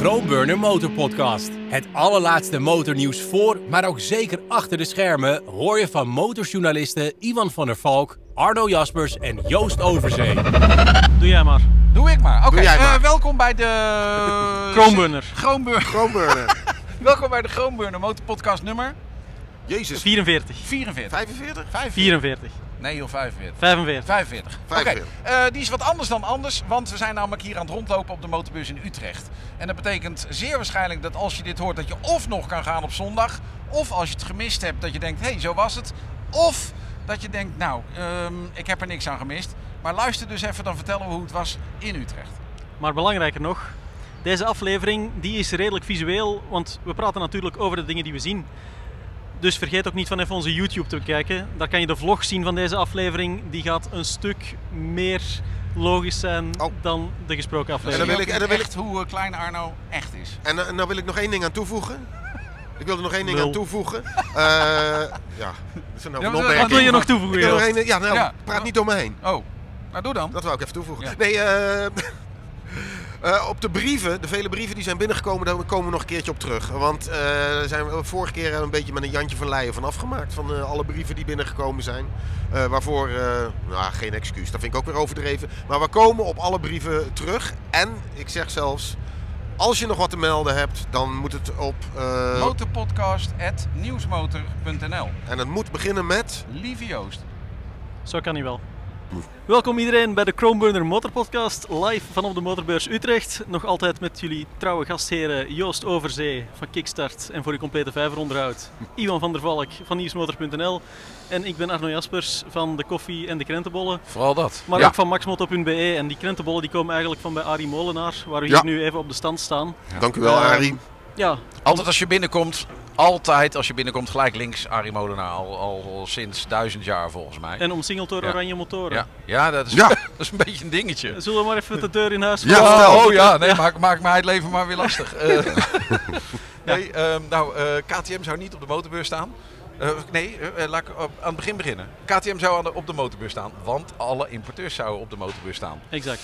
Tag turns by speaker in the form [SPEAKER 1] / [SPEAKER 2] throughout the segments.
[SPEAKER 1] Grootburner Motor Podcast. Het allerlaatste motornieuws voor, maar ook zeker achter de schermen hoor je van motorjournalisten Iwan van der Valk, Arno Jaspers en Joost Overzee.
[SPEAKER 2] Doe jij maar.
[SPEAKER 3] Doe ik maar. Oké,
[SPEAKER 4] Doe jij
[SPEAKER 3] eh,
[SPEAKER 4] maar.
[SPEAKER 3] welkom bij de...
[SPEAKER 2] Kroonbunner.
[SPEAKER 3] Groenburner.
[SPEAKER 4] Kroonburner.
[SPEAKER 3] Welkom bij de Groenburner Motorpodcast nummer
[SPEAKER 4] Jezus,
[SPEAKER 2] 44.
[SPEAKER 3] 44.
[SPEAKER 4] 45?
[SPEAKER 2] 44.
[SPEAKER 3] Nee joh, 45.
[SPEAKER 2] 45.
[SPEAKER 3] 45. Oké,
[SPEAKER 4] 45.
[SPEAKER 3] eh, die is wat anders dan anders, want we zijn namelijk hier aan het rondlopen op de motorbeurs in Utrecht. En dat betekent zeer waarschijnlijk dat als je dit hoort, dat je of nog kan gaan op zondag, of als je het gemist hebt, dat je denkt, hé, hey, zo was het. Of dat je denkt, nou, ehm, ik heb er niks aan gemist. Maar luister dus even, dan vertellen we hoe het was in Utrecht.
[SPEAKER 2] Maar belangrijker nog, deze aflevering die is redelijk visueel, want we praten natuurlijk over de dingen die we zien. Dus vergeet ook niet van even onze YouTube te bekijken. Daar kan je de vlog zien van deze aflevering. Die gaat een stuk meer logisch zijn
[SPEAKER 4] Oh.
[SPEAKER 2] dan de gesproken
[SPEAKER 4] En
[SPEAKER 2] aflevering.
[SPEAKER 4] dan wil
[SPEAKER 3] Zie je ook
[SPEAKER 4] ik- en dan wil
[SPEAKER 3] echt hoe eh, klein Arno echt is.
[SPEAKER 4] En eh, nou wil ik nog één ding aan toevoegen. Ik wil er nog één ding
[SPEAKER 2] Nul.
[SPEAKER 4] aan toevoegen. Eh ja, dat is een hoop
[SPEAKER 3] Ja,
[SPEAKER 4] een
[SPEAKER 3] wat
[SPEAKER 4] opmerking.
[SPEAKER 2] Wat wil je nog
[SPEAKER 4] Ik
[SPEAKER 2] toevoegen?
[SPEAKER 4] wil nog
[SPEAKER 2] Joost?
[SPEAKER 4] één- ja, nou,
[SPEAKER 3] Ja.
[SPEAKER 4] praat niet om me heen.
[SPEAKER 3] Oh, nou doe dan.
[SPEAKER 4] Dat wou ik even toevoegen.
[SPEAKER 3] Ja.
[SPEAKER 4] Nee, eh, eh, op de brieven, de vele brieven die zijn binnengekomen, daar komen we nog een keertje op terug. Want eh, daar zijn we vorige keer een beetje met een Jantje van Leijen van afgemaakt. Van eh, alle brieven die binnengekomen zijn. Eh, waarvoor, eh, nou geen excuus, dat vind ik ook weer overdreven. Maar we komen op alle brieven terug. En ik zeg zelfs, als je nog wat te melden hebt, dan moet het op... eh,
[SPEAKER 3] Motorpodcast.nieuwsmotor.nl
[SPEAKER 4] en het moet beginnen met...
[SPEAKER 3] Lieve Joost.
[SPEAKER 2] Zo kan hij wel. Welkom iedereen bij de Kroonburner Motorpodcast, live vanaf de Motorbeurs Utrecht. Nog altijd met jullie trouwe gastheren Joost Overzee van Kickstart en voor uw complete vijveronderhoud. Iwan van der Valk van nieuwsmotor.nl en ik ben Arno Jaspers van de koffie en de krentenbollen.
[SPEAKER 3] Vooral dat.
[SPEAKER 2] Maar
[SPEAKER 3] ja.
[SPEAKER 2] ook van maxmoto.be E. en die krentenbollen die komen eigenlijk van bij Arie Molenaar, waar we hier
[SPEAKER 4] Ja.
[SPEAKER 2] nu even op de stand staan.
[SPEAKER 4] Dank u wel,
[SPEAKER 2] Ehm,
[SPEAKER 4] Arie.
[SPEAKER 2] Ja,
[SPEAKER 3] Altijd als je binnenkomt, altijd als je binnenkomt, gelijk links Arie Molenaar. Al, al, al sinds duizend jaar volgens mij.
[SPEAKER 2] en omsingeld door
[SPEAKER 3] Ja.
[SPEAKER 2] oranje motoren.
[SPEAKER 3] ja. ja, dat is,
[SPEAKER 4] Ja.
[SPEAKER 3] dat is een beetje een dingetje.
[SPEAKER 2] Zullen we maar even de deur in huis
[SPEAKER 4] Ja,
[SPEAKER 2] vallen?
[SPEAKER 4] vertel.
[SPEAKER 3] oh ja, nee, Maak, maak mij het leven maar weer lastig. Eh, nee, ehm, nou, eh, KTM zou niet op de motorbeurs staan. Eh, nee, eh, eh, laat ik op- aan het begin beginnen. KTM zou aan de- op de motorbeurs staan, want alle importeurs zouden op de motorbeurs staan.
[SPEAKER 2] Exact.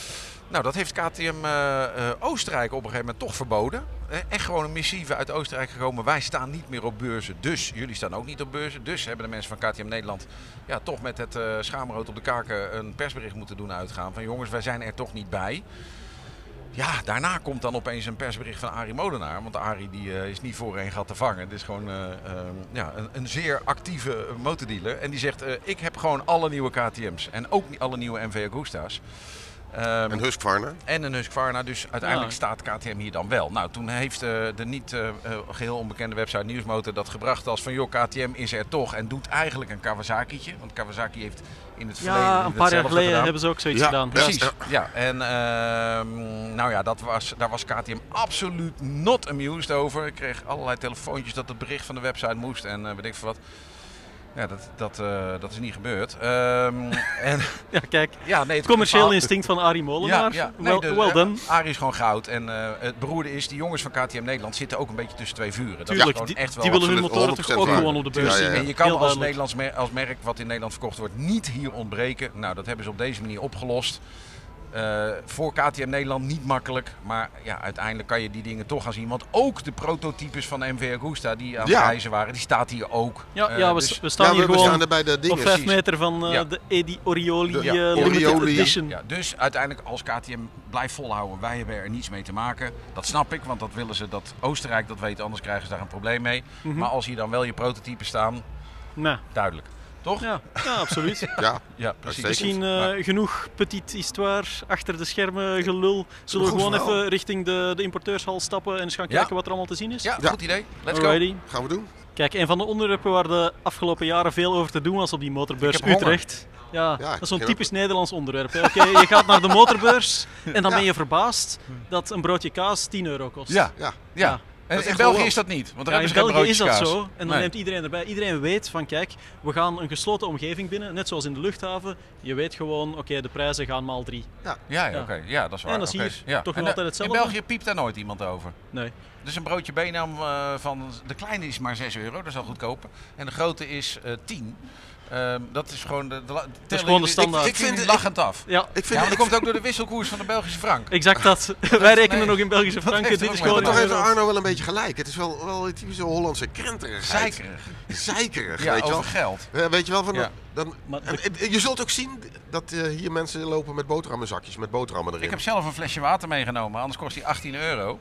[SPEAKER 3] Nou, dat heeft KTM eh, eh, Oostenrijk op een gegeven moment toch verboden. Eh, echt gewoon een missieve uit Oostenrijk gekomen. Wij staan niet meer op beurzen, dus jullie staan ook niet op beurzen. Dus hebben de mensen van KTM Nederland ja, toch met het eh schaamrood op de kaken een persbericht moeten doen uitgaan. Van jongens, wij zijn er toch niet bij. Ja, daarna komt dan opeens een persbericht van Arie Molenaar. Want Arie die, eh, is niet voor een gat te vangen. Het is gewoon eh, ehm, ja, een, een zeer actieve eh, motordealer. En die zegt, eh, ik heb gewoon alle nieuwe KTM's. En ook alle nieuwe MV Agusta's. Ehm,
[SPEAKER 4] En Husqvarna.
[SPEAKER 3] en een Husqvarna, dus uiteindelijk
[SPEAKER 2] Ja.
[SPEAKER 3] staat KTM hier dan wel. Nou, toen heeft eh, de niet eh, eh, geheel onbekende website Nieuwsmotor dat gebracht als van... joh, KTM is er toch en doet eigenlijk een Kawasaki'tje. Want Kawasaki heeft in het verleden
[SPEAKER 2] Ja, een paar jaar
[SPEAKER 3] hetzelfde
[SPEAKER 2] geleden
[SPEAKER 3] gedaan.
[SPEAKER 2] hebben ze ook zoiets
[SPEAKER 4] Ja,
[SPEAKER 2] gedaan.
[SPEAKER 3] Precies, ja. En ehm, nou ja, dat was, daar was KTM absoluut not amused over. Ik kreeg allerlei telefoontjes dat het bericht van de website moest en eh weet ik veel wat. Ja, dat, dat, eh, dat is niet gebeurd. Ehm, en,
[SPEAKER 2] Ja, kijk.
[SPEAKER 3] ja, nee, het
[SPEAKER 2] Het commercieel
[SPEAKER 3] verhaal-
[SPEAKER 2] instinct van Arie Molenaar.
[SPEAKER 3] ja, ja. Nee,
[SPEAKER 2] Wel,
[SPEAKER 3] de-
[SPEAKER 2] well
[SPEAKER 3] eh,
[SPEAKER 2] done.
[SPEAKER 3] Arie is gewoon goud. En eh, het beroerde is, die jongens van KTM Nederland zitten ook een beetje tussen twee vuren. Dat is
[SPEAKER 2] Tuurlijk,
[SPEAKER 3] gewoon
[SPEAKER 2] die,
[SPEAKER 3] echt wel
[SPEAKER 2] die willen hun
[SPEAKER 4] absoluut
[SPEAKER 2] motoren toch
[SPEAKER 4] 100%
[SPEAKER 2] ook
[SPEAKER 4] waar.
[SPEAKER 2] gewoon op de beurs
[SPEAKER 4] Ja,
[SPEAKER 2] zien.
[SPEAKER 4] ja, ja.
[SPEAKER 3] En je kan
[SPEAKER 2] Heel
[SPEAKER 3] als,
[SPEAKER 2] duidelijk.
[SPEAKER 3] Nederlands mer- als merk wat in Nederland verkocht wordt niet hier ontbreken. Nou, dat hebben ze op deze manier opgelost. Eh, voor KTM Nederland niet makkelijk. Maar ja, uiteindelijk kan je die dingen toch gaan zien. Want ook de prototypes van de MV Agusta die aan het
[SPEAKER 4] Ja.
[SPEAKER 3] reizen waren, die staat hier ook.
[SPEAKER 2] Ja,
[SPEAKER 3] Eh,
[SPEAKER 2] ja we,
[SPEAKER 3] dus-
[SPEAKER 2] we staan
[SPEAKER 4] Ja, we,
[SPEAKER 2] hier
[SPEAKER 4] we staan
[SPEAKER 2] gewoon
[SPEAKER 4] er bij de
[SPEAKER 2] op
[SPEAKER 4] dingen.
[SPEAKER 2] vijf
[SPEAKER 4] precies.
[SPEAKER 2] meter van eh,
[SPEAKER 3] Ja.
[SPEAKER 2] de Eddie Orioli
[SPEAKER 4] De-
[SPEAKER 2] eh,
[SPEAKER 4] ja,
[SPEAKER 2] Limited
[SPEAKER 4] Orioli.
[SPEAKER 2] Edition.
[SPEAKER 3] Ja, dus uiteindelijk als KTM blijft volhouden, wij hebben er niets mee te maken. Dat snap ik, want dat willen ze dat Oostenrijk dat weet, anders krijgen ze daar een probleem mee.
[SPEAKER 2] Mhm.
[SPEAKER 3] Maar als hier dan wel je prototypes staan,
[SPEAKER 2] Nou,
[SPEAKER 3] duidelijk. Toch?
[SPEAKER 2] ja, ja, absoluut.
[SPEAKER 4] Ja,
[SPEAKER 3] Ja, precies.
[SPEAKER 4] Uitstekend.
[SPEAKER 2] Misschien eh, genoeg petit histoire achter de schermen gelul. Zullen we
[SPEAKER 4] Goed
[SPEAKER 2] gewoon
[SPEAKER 4] verhaal.
[SPEAKER 2] even richting de, de importeurshal stappen en eens gaan
[SPEAKER 3] nou. Ja.
[SPEAKER 2] kijken wat er allemaal te zien is?
[SPEAKER 3] Ja,
[SPEAKER 4] Ja.
[SPEAKER 3] goed idee. Let's go.
[SPEAKER 2] Alrighty.
[SPEAKER 4] gaan we doen.
[SPEAKER 2] Kijk, een van de onderwerpen waar de afgelopen jaren veel over te doen was op die motorbeurs
[SPEAKER 3] Ik heb honger.
[SPEAKER 2] Utrecht. Ja,
[SPEAKER 4] ik
[SPEAKER 2] dat is zo'n
[SPEAKER 4] begin
[SPEAKER 2] typisch Nederlands onderwerp. hè. Oké, je gaat naar de motorbeurs en dan
[SPEAKER 4] Ja.
[SPEAKER 2] ben je verbaasd dat een broodje kaas 10 euro kost.
[SPEAKER 3] Ja,
[SPEAKER 4] Ja.
[SPEAKER 3] ja.
[SPEAKER 2] Ja.
[SPEAKER 3] En
[SPEAKER 4] is
[SPEAKER 3] in
[SPEAKER 4] echt
[SPEAKER 3] België
[SPEAKER 4] wel
[SPEAKER 3] is dat niet, want daar
[SPEAKER 2] Ja,
[SPEAKER 3] hebben
[SPEAKER 2] in
[SPEAKER 3] ze geen
[SPEAKER 2] België is dat
[SPEAKER 3] broodjes kaas.
[SPEAKER 2] zo. En dan
[SPEAKER 3] Nee.
[SPEAKER 2] neemt iedereen erbij. Iedereen weet van kijk, we gaan een gesloten omgeving binnen. Net zoals in de luchthaven. Je weet gewoon, oké, de prijzen gaan maal drie.
[SPEAKER 3] Ja, ja,
[SPEAKER 2] Ja.
[SPEAKER 3] oké. Ja, dat is waar.
[SPEAKER 2] En dat is
[SPEAKER 3] oké.
[SPEAKER 2] hier
[SPEAKER 3] ja.
[SPEAKER 2] toch
[SPEAKER 3] En
[SPEAKER 2] nog
[SPEAKER 3] da-
[SPEAKER 2] altijd hetzelfde?
[SPEAKER 3] In België piept daar nooit iemand over.
[SPEAKER 2] Nee.
[SPEAKER 3] Dus een broodje benam eh, van de kleine is maar 6 euro, dat is al goedkoper. En de grote is eh 10. Ehm, dat is gewoon de, de, la- tellen
[SPEAKER 2] gewoon de
[SPEAKER 3] jullie-
[SPEAKER 2] standaard.
[SPEAKER 3] Ik, ik vind het lachend af.
[SPEAKER 2] Ja,
[SPEAKER 3] Ja,
[SPEAKER 4] Ik vind
[SPEAKER 3] maar
[SPEAKER 4] ik
[SPEAKER 3] dat komt ook door de wisselkoers van de Belgische frank.
[SPEAKER 2] exact dat. Wij rekenen
[SPEAKER 3] nee.
[SPEAKER 2] nog in Belgische franken.
[SPEAKER 3] heeft
[SPEAKER 2] Dit
[SPEAKER 3] er
[SPEAKER 2] is
[SPEAKER 3] ook mee.
[SPEAKER 2] gewoon.
[SPEAKER 4] Maar toch
[SPEAKER 2] in
[SPEAKER 4] heeft
[SPEAKER 2] euro's.
[SPEAKER 4] Arno wel een beetje gelijk. Het is wel, wel het is Hollandse krenterigheid.
[SPEAKER 3] Zeikerig.
[SPEAKER 4] Zeikerig,
[SPEAKER 3] Ja,
[SPEAKER 4] weet je
[SPEAKER 3] over
[SPEAKER 4] wel.
[SPEAKER 3] geld.
[SPEAKER 4] Eh, Weet je wel, van
[SPEAKER 3] Ja.
[SPEAKER 4] dan,
[SPEAKER 2] Maar
[SPEAKER 4] en- en- en je zult ook zien dat eh, hier mensen lopen met boterhammenzakjes, met boterhammen erin.
[SPEAKER 3] Ik heb zelf een flesje water meegenomen, anders kost die 18 euro.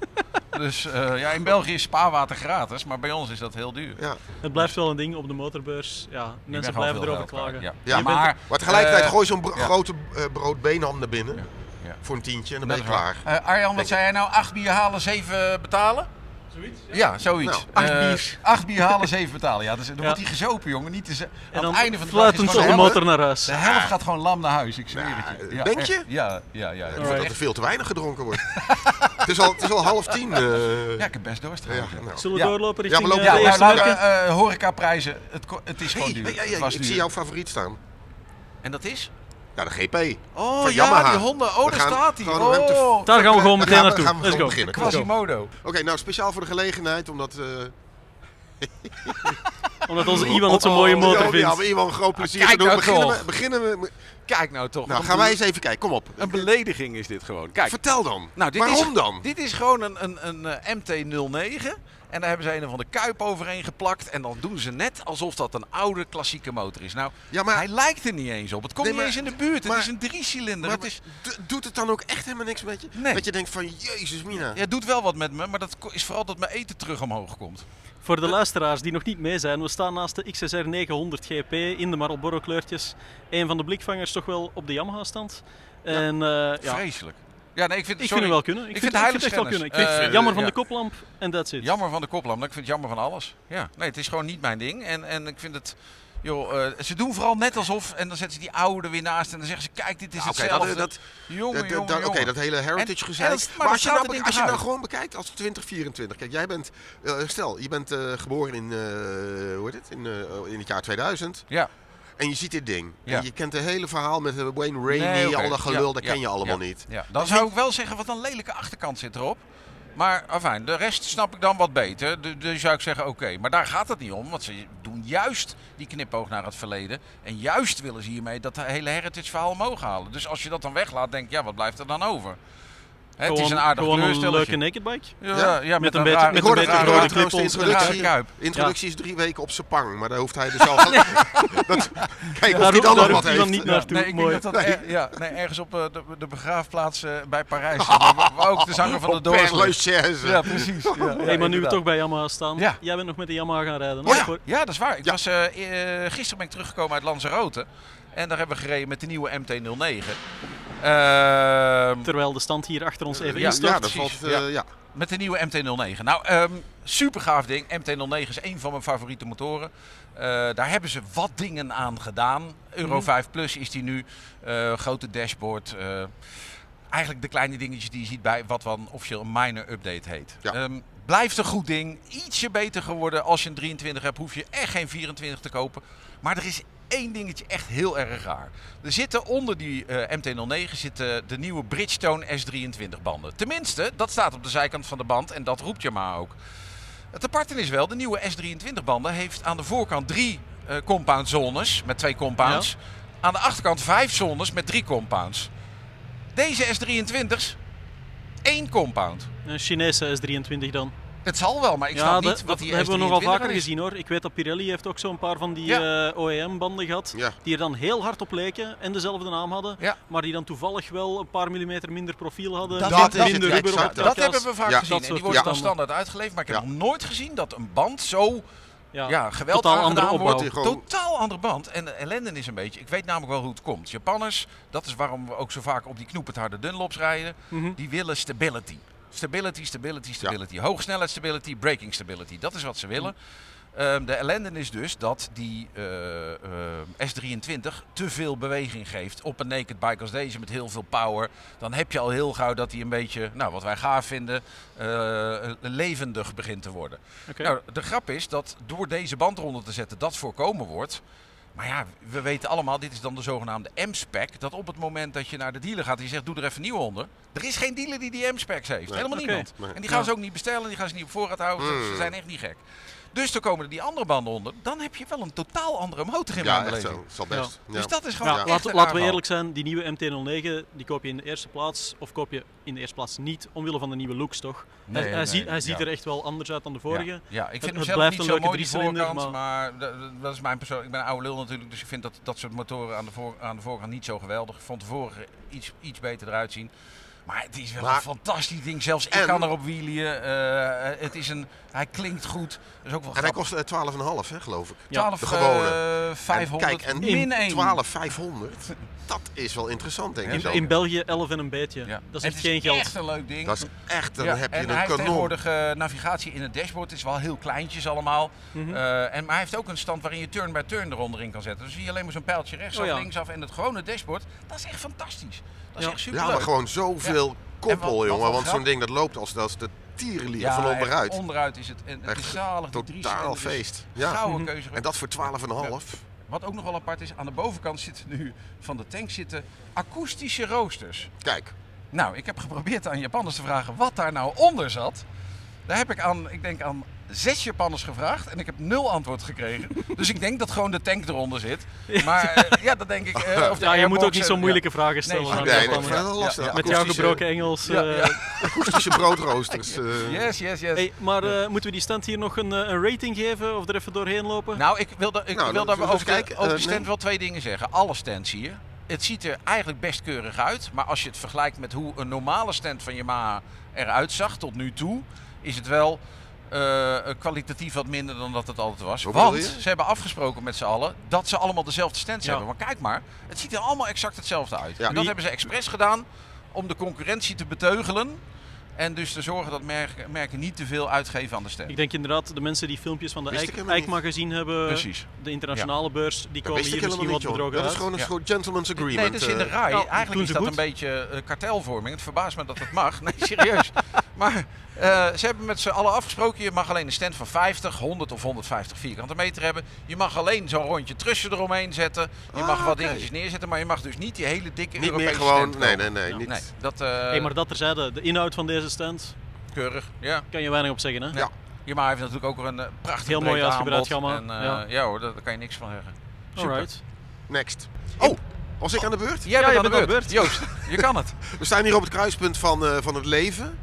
[SPEAKER 3] dus eh, ja, in België is spaarwater gratis, maar bij ons is dat heel duur.
[SPEAKER 4] ja.
[SPEAKER 2] Het blijft wel een ding op de motorbeurs. Ja,
[SPEAKER 3] Je
[SPEAKER 2] mensen
[SPEAKER 3] bent gewoon
[SPEAKER 2] blijven
[SPEAKER 3] veel
[SPEAKER 2] erover
[SPEAKER 3] geld kwijt.
[SPEAKER 2] klagen.
[SPEAKER 3] Ja,
[SPEAKER 4] Ja,
[SPEAKER 2] Je bent-
[SPEAKER 3] maar,
[SPEAKER 4] Maar tegelijkertijd
[SPEAKER 3] eh,
[SPEAKER 4] gooi zo'n bro-
[SPEAKER 3] ja.
[SPEAKER 4] grote eh, brood beenham naar binnen
[SPEAKER 3] ja.
[SPEAKER 4] voor een tientje en dan
[SPEAKER 3] dat
[SPEAKER 4] ben je
[SPEAKER 3] is waar.
[SPEAKER 4] klaar.
[SPEAKER 3] Eh, Arjan, wat zei jij nou? Acht bier halen, zeven betalen?
[SPEAKER 2] Zoiets,
[SPEAKER 3] Ja, zoiets.
[SPEAKER 4] Nou,
[SPEAKER 2] acht
[SPEAKER 3] Eh,
[SPEAKER 2] bier.
[SPEAKER 3] acht bier halen, zeven betalen. Ja, dus, dan
[SPEAKER 2] Ja.
[SPEAKER 3] wordt hij gezopen, jongen. Niet te ze-
[SPEAKER 2] En
[SPEAKER 3] aan
[SPEAKER 2] dan
[SPEAKER 3] het einde van de dag is
[SPEAKER 2] fluitend
[SPEAKER 3] gewoon
[SPEAKER 2] op de
[SPEAKER 3] helft-
[SPEAKER 2] motor naar huis.
[SPEAKER 3] De helft gaat gewoon lam naar huis, ik zweer
[SPEAKER 4] Nou,
[SPEAKER 3] het je. Ja,
[SPEAKER 4] denk
[SPEAKER 3] echt.
[SPEAKER 4] je?
[SPEAKER 3] Ja, ja, ja.
[SPEAKER 4] Het
[SPEAKER 3] ja.
[SPEAKER 4] wordt dat er veel te weinig gedronken wordt. het, is al, het is al half tien. eh.
[SPEAKER 3] Ja, ik heb best dorst.
[SPEAKER 4] ja,
[SPEAKER 3] trouwens, ja.
[SPEAKER 4] nou.
[SPEAKER 2] Zullen we
[SPEAKER 3] Ja.
[SPEAKER 2] doorlopen
[SPEAKER 4] Ja,
[SPEAKER 2] richting
[SPEAKER 4] we
[SPEAKER 2] eh,
[SPEAKER 4] lopen-
[SPEAKER 3] Ja,
[SPEAKER 2] de
[SPEAKER 4] door.
[SPEAKER 3] nou,
[SPEAKER 2] eerste
[SPEAKER 3] laten we,
[SPEAKER 2] merken?
[SPEAKER 3] eh, horecaprijzen. Het, ko- het is gewoon
[SPEAKER 4] Hey,
[SPEAKER 3] duur.
[SPEAKER 4] hey, hey,
[SPEAKER 3] Het
[SPEAKER 4] hey,
[SPEAKER 3] was
[SPEAKER 4] ik
[SPEAKER 3] duur.
[SPEAKER 4] zie jouw favoriet staan.
[SPEAKER 3] En dat is?
[SPEAKER 4] Ja, de GP.
[SPEAKER 3] Oh
[SPEAKER 4] Van
[SPEAKER 3] ja,
[SPEAKER 4] Yamaha.
[SPEAKER 3] die honden. Oh,
[SPEAKER 4] We
[SPEAKER 3] daar
[SPEAKER 4] gaan
[SPEAKER 3] staat hij.
[SPEAKER 4] gewoon hem te-
[SPEAKER 3] Oh,
[SPEAKER 2] Daar gaan we gewoon
[SPEAKER 4] Daar
[SPEAKER 2] meteen
[SPEAKER 4] gaan we-
[SPEAKER 2] naartoe.
[SPEAKER 4] gaan we
[SPEAKER 2] Let's go.
[SPEAKER 4] gewoon beginnen.
[SPEAKER 3] Quasimodo.
[SPEAKER 4] Oké, nou speciaal voor de gelegenheid, omdat... eh,
[SPEAKER 2] Omdat onze Iwan het zo'n
[SPEAKER 3] Oh,
[SPEAKER 2] mooie
[SPEAKER 3] oh,
[SPEAKER 2] motor
[SPEAKER 4] ja, we
[SPEAKER 2] vindt.
[SPEAKER 4] hebben iemand groot plezier
[SPEAKER 3] kijk
[SPEAKER 4] te doen.
[SPEAKER 3] nou
[SPEAKER 4] Beginnen
[SPEAKER 3] toch.
[SPEAKER 4] we, beginnen we...
[SPEAKER 3] Kijk nou toch.
[SPEAKER 4] Nou,
[SPEAKER 3] wat
[SPEAKER 4] gaan
[SPEAKER 3] een-
[SPEAKER 4] wij eens even kijken. Kom op.
[SPEAKER 3] Een belediging is dit gewoon. Kijk.
[SPEAKER 4] Vertel dan.
[SPEAKER 3] Nou, dit
[SPEAKER 4] Waarom
[SPEAKER 3] is,
[SPEAKER 4] dan?
[SPEAKER 3] Dit is gewoon een, een, een eh, MT-09. En daar hebben ze een van de kuip overheen geplakt. En dan doen ze net alsof dat een oude klassieke motor is. Nou,
[SPEAKER 4] Ja, maar-
[SPEAKER 3] hij lijkt er niet eens op. Het komt
[SPEAKER 4] Nee,
[SPEAKER 3] niet eens
[SPEAKER 4] maar-
[SPEAKER 3] in de buurt.
[SPEAKER 4] maar-
[SPEAKER 3] het is een driecilinder.
[SPEAKER 4] Maar
[SPEAKER 3] Het is,
[SPEAKER 4] do- doet het dan ook echt helemaal niks met je?
[SPEAKER 3] Nee.
[SPEAKER 4] Dat je denkt van, jezus mina.
[SPEAKER 3] ja, het doet wel wat met me, maar dat ko- is vooral dat mijn eten terug omhoog komt.
[SPEAKER 2] Voor de luisteraars die nog niet mee zijn, we staan naast de XSR 900 GP in de Marlboro kleurtjes. Een van de blikvangers toch wel op de Yamaha stand. En eh, ja, ik
[SPEAKER 3] Vreselijk. Ja, nee, ik vind,
[SPEAKER 2] vind
[SPEAKER 3] sorry,
[SPEAKER 2] het wel kunnen.
[SPEAKER 3] ik vind het
[SPEAKER 2] het echt wel kunnen.
[SPEAKER 3] heiligschennis.
[SPEAKER 2] Ik vind
[SPEAKER 3] Eh,
[SPEAKER 2] het jammer van
[SPEAKER 3] ja.
[SPEAKER 2] de koplamp en that's it.
[SPEAKER 3] Jammer van de koplamp, maar ik vind het jammer van alles. Ja. Nee, het is gewoon niet mijn ding. En, en ik vind het... Joh, eh, ze doen vooral net alsof, en dan zetten ze die oude weer naast en dan zeggen ze, kijk, dit is
[SPEAKER 4] Ja, oké,
[SPEAKER 3] hetzelfde.
[SPEAKER 4] dat- dat-
[SPEAKER 3] jongen,
[SPEAKER 4] Dat- dat-
[SPEAKER 3] jongen,
[SPEAKER 4] dat- Oké,
[SPEAKER 3] jongen.
[SPEAKER 4] dat hele
[SPEAKER 3] En-
[SPEAKER 4] heritage
[SPEAKER 3] en
[SPEAKER 4] gezeik.
[SPEAKER 3] dat is- maar
[SPEAKER 4] Maar
[SPEAKER 3] dat
[SPEAKER 4] als je,
[SPEAKER 3] staat
[SPEAKER 4] nou,
[SPEAKER 3] er niet
[SPEAKER 4] als je
[SPEAKER 3] uit.
[SPEAKER 4] nou gewoon bekijkt als 2024. Kijk, jij bent, eh, stel, je bent eh, geboren in, eh, hoe heet het, in, eh, in het jaar 2000.
[SPEAKER 3] Ja.
[SPEAKER 4] En je ziet dit ding.
[SPEAKER 3] Ja.
[SPEAKER 4] En je kent het hele verhaal met eh, Wayne Rainey,
[SPEAKER 3] Nee, oké.
[SPEAKER 4] al dat gelul,
[SPEAKER 3] Ja,
[SPEAKER 4] dat
[SPEAKER 3] ja,
[SPEAKER 4] ken je allemaal
[SPEAKER 3] ja,
[SPEAKER 4] niet. Dus
[SPEAKER 3] Ja. Dan zou ik wel zeggen, wat een lelijke achterkant zit erop. Maar afijn, de rest snap ik dan wat beter. Du- Dus zou ik zeggen, oké. Maar daar gaat het niet om. Want ze doen juist die knipoog naar het verleden. En juist willen ze hiermee dat hele heritage verhaal omhoog halen. Dus als je dat dan weglaat, denk ik, ja, wat blijft er dan over? Hè, het is een aardig
[SPEAKER 2] Gewoon een
[SPEAKER 3] kleurstelletje.
[SPEAKER 2] leuke naked bike.
[SPEAKER 3] Ja,
[SPEAKER 4] Ja,
[SPEAKER 3] ja, met,
[SPEAKER 2] met een
[SPEAKER 3] een,
[SPEAKER 2] beetje-
[SPEAKER 3] raar-
[SPEAKER 2] met
[SPEAKER 4] Ik
[SPEAKER 2] een
[SPEAKER 4] hoorde
[SPEAKER 2] beetje
[SPEAKER 3] raar-
[SPEAKER 4] het
[SPEAKER 3] raar-
[SPEAKER 2] rode
[SPEAKER 4] trouwens
[SPEAKER 2] knip
[SPEAKER 4] de
[SPEAKER 2] onder de
[SPEAKER 4] introductie.
[SPEAKER 3] kuip.
[SPEAKER 4] introductie is drie weken op zijn pang, maar daar hoeft hij dus al van... dat, kijk of
[SPEAKER 2] Daar
[SPEAKER 4] hij
[SPEAKER 2] roept-
[SPEAKER 4] dan nog
[SPEAKER 2] daar
[SPEAKER 4] wat
[SPEAKER 2] roept iemand
[SPEAKER 4] heeft.
[SPEAKER 2] niet
[SPEAKER 4] Niet
[SPEAKER 2] naartoe.
[SPEAKER 3] Nee, ik
[SPEAKER 2] Mooi.
[SPEAKER 3] denk dat dat er- ja, nee, ergens op eh, de, de begraafplaats eh, bij Parijs. waar waar ook de zanger van de Doors
[SPEAKER 4] per
[SPEAKER 3] ligt.
[SPEAKER 4] Lachaise.
[SPEAKER 3] Ja, precies. Ja,
[SPEAKER 2] hey,
[SPEAKER 3] ja,
[SPEAKER 2] maar nu we
[SPEAKER 3] inderdaad.
[SPEAKER 2] toch bij Yamaha staan.
[SPEAKER 3] Ja.
[SPEAKER 2] Jij bent nog met de Yamaha gaan rijden.
[SPEAKER 3] Oh
[SPEAKER 2] hè?
[SPEAKER 3] ja,
[SPEAKER 2] Voor-
[SPEAKER 3] ja, dat is waar. Ik
[SPEAKER 4] Ja.
[SPEAKER 3] was, eh, eh, gisteren ben ik teruggekomen uit Lanzarote. En daar hebben we gereden met de nieuwe MT-09. Ehm,
[SPEAKER 2] Terwijl de stand hier achter ons even
[SPEAKER 4] ja,
[SPEAKER 2] instort.
[SPEAKER 4] ja, dat
[SPEAKER 3] precies.
[SPEAKER 4] valt, eh,
[SPEAKER 3] Ja.
[SPEAKER 4] ja.
[SPEAKER 3] met de nieuwe MT-09. Nou, ehm super gaaf ding. MT-09 is een van mijn favoriete motoren. Eh, daar hebben ze wat dingen aan gedaan. Euro
[SPEAKER 2] Mhm.
[SPEAKER 3] 5 Plus is die nu. Eh, grote dashboard. eh, eigenlijk de kleine dingetjes die je ziet bij wat dan officieel een minor update heet.
[SPEAKER 4] Ja.
[SPEAKER 3] Ehm, blijft een goed ding. Ietsje beter geworden. Als je een 23 hebt, hoef je echt geen 24 te kopen. Maar er is één dingetje echt heel erg raar. Er zitten onder die eh, MT-09 zitten de nieuwe Bridgestone S23 banden. Tenminste, dat staat op de zijkant van de band en dat roept je maar ook. Het aparte is wel, de nieuwe S23 banden heeft aan de voorkant drie eh, compound zones met twee compounds. Aan de achterkant vijf zones met drie compounds. Deze S23's, één compound.
[SPEAKER 2] Een Chinese S23 dan.
[SPEAKER 3] Het zal wel, maar ik
[SPEAKER 2] ja,
[SPEAKER 3] snap
[SPEAKER 2] dat-
[SPEAKER 3] niet wat
[SPEAKER 2] dat
[SPEAKER 3] die S23
[SPEAKER 2] hebben we nogal vaker
[SPEAKER 3] is.
[SPEAKER 2] gezien hoor. Ik weet dat Pirelli heeft ook zo'n paar van die
[SPEAKER 3] Ja.
[SPEAKER 2] eh, OEM-banden gehad.
[SPEAKER 4] Ja.
[SPEAKER 2] Die er dan heel hard op leken en dezelfde naam hadden.
[SPEAKER 3] Ja.
[SPEAKER 2] Maar die dan toevallig wel een paar millimeter minder profiel hadden.
[SPEAKER 3] Dat
[SPEAKER 2] minder
[SPEAKER 3] is het,
[SPEAKER 2] minder
[SPEAKER 4] ja,
[SPEAKER 2] rubber op
[SPEAKER 4] exact.
[SPEAKER 2] de
[SPEAKER 3] Dat
[SPEAKER 2] kaas.
[SPEAKER 3] hebben we vaak
[SPEAKER 4] Ja.
[SPEAKER 3] gezien.
[SPEAKER 2] Dat
[SPEAKER 3] En die
[SPEAKER 2] soort
[SPEAKER 3] worden dan
[SPEAKER 2] toestanden.
[SPEAKER 3] standaard uitgeleverd. Maar ik heb
[SPEAKER 4] Ja.
[SPEAKER 3] nog nooit gezien dat een band zo
[SPEAKER 2] Ja.
[SPEAKER 3] ja, geweld
[SPEAKER 2] Totaal
[SPEAKER 3] aangedaan
[SPEAKER 2] andere opbouw.
[SPEAKER 3] wordt.
[SPEAKER 4] Gewoon-
[SPEAKER 3] Totaal andere band. En de ellende is een beetje, ik weet namelijk wel hoe het komt. Japanners, dat is waarom we ook zo vaak op die knoepend harde Dunlops rijden,
[SPEAKER 2] Mhm.
[SPEAKER 3] die willen stability. Stability, stability, stability. Hoogsnelheid stability, braking stability. Dat is wat ze willen. Ehm, de ellende is dus dat die eh, eh, S23 te veel beweging geeft op een naked bike als deze met heel veel power. Dan heb je al heel gauw dat hij een beetje, nou wat wij gaaf vinden, eh, levendig begint te worden.
[SPEAKER 2] Oké.
[SPEAKER 3] Nou, de grap is dat door deze band eronder te zetten dat voorkomen wordt. Maar ja, we weten allemaal, dit is dan de zogenaamde M-spec. Dat op het moment dat je naar de dealer gaat en je zegt, doe er even nieuw onder. Er is geen dealer die die M-specs heeft. Helemaal
[SPEAKER 2] Oké.
[SPEAKER 3] niemand.
[SPEAKER 4] Nee.
[SPEAKER 3] En die gaan
[SPEAKER 2] Ja.
[SPEAKER 4] Hmm.
[SPEAKER 3] ze ook niet bestellen, die gaan ze niet op voorraad houden. Ze- Ze zijn echt niet gek. Dus dan komen er die andere banden onder. Dan heb je wel een totaal andere motor in
[SPEAKER 4] Ja,
[SPEAKER 3] mijn
[SPEAKER 4] echt
[SPEAKER 3] beleving.
[SPEAKER 4] zo. Zal best. Ja.
[SPEAKER 3] Dus dat is gewoon
[SPEAKER 2] Ja,
[SPEAKER 3] echt
[SPEAKER 2] laten,
[SPEAKER 3] een
[SPEAKER 2] laten we
[SPEAKER 3] aanval.
[SPEAKER 2] eerlijk zijn, die nieuwe MT-09 die koop je in de eerste plaats, of koop je in de eerste plaats niet, omwille van de nieuwe looks toch?
[SPEAKER 3] Nee,
[SPEAKER 2] hij hij,
[SPEAKER 3] nee,
[SPEAKER 2] ziet, hij
[SPEAKER 3] ja.
[SPEAKER 2] ziet er echt wel anders uit dan de vorige.
[SPEAKER 3] Ja, ja, ik vind
[SPEAKER 2] het
[SPEAKER 3] hem zelf
[SPEAKER 2] blijft
[SPEAKER 3] niet
[SPEAKER 2] een
[SPEAKER 3] zo
[SPEAKER 2] leuke
[SPEAKER 3] mooi die
[SPEAKER 2] driecilinder,
[SPEAKER 3] voorkant, maar, dat, dat is mijn persoon. Ik ben een oude lul natuurlijk, dus ik vind dat dat soort motoren aan de, voor, aan de voorkant niet zo geweldig. Ik vond de vorige iets, iets beter eruit zien. Maar het is wel
[SPEAKER 4] Maar-
[SPEAKER 3] een fantastisch ding. Zelfs ik
[SPEAKER 4] En-
[SPEAKER 3] kan erop wielen. eh, het is een, hij klinkt goed. Dat is ook wel
[SPEAKER 4] En hij
[SPEAKER 3] grappig.
[SPEAKER 4] kost eh, 12,5 hè, geloof ik.
[SPEAKER 2] Ja,
[SPEAKER 3] 12,
[SPEAKER 4] de gewone.
[SPEAKER 3] eh, 500
[SPEAKER 4] en kijk, en
[SPEAKER 3] min 1.
[SPEAKER 4] 12,500. Dat is wel interessant, denk ik.
[SPEAKER 2] In,
[SPEAKER 4] zo.
[SPEAKER 2] in België 11 en een beetje. Dat is echt geen geld.
[SPEAKER 3] echt een leuk ding.
[SPEAKER 4] dat is echt, dan
[SPEAKER 3] Ja,
[SPEAKER 4] heb je
[SPEAKER 3] en hij
[SPEAKER 4] een
[SPEAKER 3] heeft
[SPEAKER 4] kanon.
[SPEAKER 3] tegenwoordig eh, navigatie in het dashboard. Het is wel heel kleintjes allemaal.
[SPEAKER 2] Mhm.
[SPEAKER 3] Eh, en, maar hij heeft ook een stand waarin je turn by turn eronder in kan zetten. Dus zie je alleen maar zo'n pijltje rechtsaf,
[SPEAKER 2] Oh ja.
[SPEAKER 3] linksaf en het gewone dashboard. Dat is echt fantastisch. Dat is
[SPEAKER 2] Ja.
[SPEAKER 3] echt super
[SPEAKER 4] Ja, maar gewoon zoveel
[SPEAKER 3] En
[SPEAKER 4] koppel,
[SPEAKER 3] wat- wat
[SPEAKER 4] jongen.
[SPEAKER 3] wel
[SPEAKER 4] Want zo'n
[SPEAKER 3] grap-
[SPEAKER 4] ding dat loopt als, als de tierenlier van onderuit.
[SPEAKER 3] onderuit is het. En het
[SPEAKER 4] Echt
[SPEAKER 3] is zalig. die drie
[SPEAKER 4] Totaal
[SPEAKER 3] cilinders.
[SPEAKER 4] feest. Ja.
[SPEAKER 2] Mhm.
[SPEAKER 3] Gouden keuze.
[SPEAKER 4] En dat voor 12,5.
[SPEAKER 3] Wat ook nog wel apart is, aan de bovenkant zitten nu van de tank zitten akoestische roosters.
[SPEAKER 4] Kijk,
[SPEAKER 3] Nou, ik heb geprobeerd aan Japanners te vragen wat daar nou onder zat. Daar heb ik aan, ik denk aan zes Japanners gevraagd en ik heb nul antwoord gekregen. dus ik denk dat gewoon de tank eronder zit. Maar eh, ja, dat denk ik. eh, of de
[SPEAKER 2] Ja, je moet ook
[SPEAKER 3] airbox,
[SPEAKER 2] niet
[SPEAKER 3] eh,
[SPEAKER 2] zo
[SPEAKER 3] ja.
[SPEAKER 2] moeilijke vragen stellen.
[SPEAKER 3] Nee,
[SPEAKER 2] aan
[SPEAKER 3] nee,
[SPEAKER 2] de
[SPEAKER 4] nee,
[SPEAKER 2] Japaner.
[SPEAKER 4] ik vind dat lastig.
[SPEAKER 2] eh, Met jouw
[SPEAKER 4] Akoestische-
[SPEAKER 2] gebroken Engels.
[SPEAKER 3] Ja,
[SPEAKER 2] eh,
[SPEAKER 3] ja.
[SPEAKER 4] akoestische broodroosters. eh.
[SPEAKER 3] Yes, yes, yes.
[SPEAKER 2] Hey, maar eh, moeten we die stand hier nog een, eh, een rating geven of er even doorheen lopen?
[SPEAKER 3] Nou, ik wil, da- ik
[SPEAKER 4] Nou,
[SPEAKER 3] wil
[SPEAKER 4] dan
[SPEAKER 3] daar
[SPEAKER 4] zullen
[SPEAKER 3] over,
[SPEAKER 4] we
[SPEAKER 3] de-
[SPEAKER 4] eens kijken.
[SPEAKER 3] over de
[SPEAKER 4] Eh,
[SPEAKER 3] stand
[SPEAKER 4] nee.
[SPEAKER 3] wel twee dingen zeggen. Alle stands hier. Het ziet er eigenlijk best keurig uit. Maar als je het vergelijkt met hoe een normale stand van Yamaha eruit zag tot nu toe, is het wel eh, kwalitatief wat minder dan dat het altijd was.
[SPEAKER 4] Hoe bedoel
[SPEAKER 3] Want
[SPEAKER 4] je?
[SPEAKER 3] ze hebben afgesproken met z'n allen dat ze allemaal dezelfde stands
[SPEAKER 2] Ja.
[SPEAKER 3] hebben. Maar kijk maar, het ziet er allemaal exact hetzelfde uit. En dat
[SPEAKER 2] Wie-
[SPEAKER 3] hebben ze expres gedaan om de concurrentie te beteugelen. En dus te zorgen dat merken, merken niet te veel uitgeven aan de stand.
[SPEAKER 2] Ik denk inderdaad, de mensen die filmpjes van de
[SPEAKER 4] Wist ik
[SPEAKER 2] Eik,
[SPEAKER 4] helemaal niet.
[SPEAKER 2] Eikma gezien hebben,
[SPEAKER 3] Precies.
[SPEAKER 2] de internationale beurs, die
[SPEAKER 4] Dat
[SPEAKER 2] komen
[SPEAKER 4] wist ik
[SPEAKER 2] hier misschien
[SPEAKER 4] helemaal
[SPEAKER 2] wat
[SPEAKER 4] niet, joh.
[SPEAKER 2] bedrogen
[SPEAKER 4] Dat is
[SPEAKER 2] uit.
[SPEAKER 4] gewoon een
[SPEAKER 3] Ja.
[SPEAKER 4] soort gentleman's agreement.
[SPEAKER 3] Nee, dat is in de
[SPEAKER 4] eh.
[SPEAKER 3] raai.
[SPEAKER 2] Ja,
[SPEAKER 3] Eigenlijk
[SPEAKER 2] doen
[SPEAKER 3] is
[SPEAKER 2] ze
[SPEAKER 3] dat
[SPEAKER 2] goed.
[SPEAKER 3] een beetje eh, kartelvorming. Het verbaast me dat het mag. Nee, serieus. maar eh, ze hebben met z'n allen afgesproken... je mag alleen een stand van 50, 100 of 150 vierkante meter hebben. Je mag alleen zo'n rondje trussen eromheen zetten. Je
[SPEAKER 4] Ah,
[SPEAKER 3] mag wat
[SPEAKER 4] oké.
[SPEAKER 3] dingetjes neerzetten. Maar je mag dus niet die hele dikke
[SPEAKER 4] Niet meer
[SPEAKER 3] Europese
[SPEAKER 4] gewoon,
[SPEAKER 3] stand
[SPEAKER 4] nee,
[SPEAKER 3] kopen.
[SPEAKER 4] nee, nee.
[SPEAKER 2] Ja.
[SPEAKER 4] niet.
[SPEAKER 3] Nee, dat eh
[SPEAKER 2] Hey, maar dat terzijde, de inhoud van deze stand,
[SPEAKER 3] keurig. Ja.
[SPEAKER 2] kan je weinig op zeggen hè?
[SPEAKER 3] Ja. Yamaha heeft natuurlijk ook een eh, prachtig
[SPEAKER 2] Heel mooi
[SPEAKER 3] breed
[SPEAKER 2] uitgebreid
[SPEAKER 3] aanbod.
[SPEAKER 2] gamma.
[SPEAKER 3] En, eh,
[SPEAKER 2] Ja.
[SPEAKER 3] ja. hoor, daar, daar kan je niks van zeggen. Super.
[SPEAKER 2] Alright.
[SPEAKER 4] Next. Oh, was ik aan de beurt?
[SPEAKER 3] Jij
[SPEAKER 2] Ja,
[SPEAKER 3] bent
[SPEAKER 2] je
[SPEAKER 3] aan
[SPEAKER 2] bent
[SPEAKER 3] de
[SPEAKER 2] aan
[SPEAKER 3] beurt.
[SPEAKER 2] de beurt.
[SPEAKER 3] Joost, je kan het.
[SPEAKER 4] We staan hier op het kruispunt van, eh, van het leven.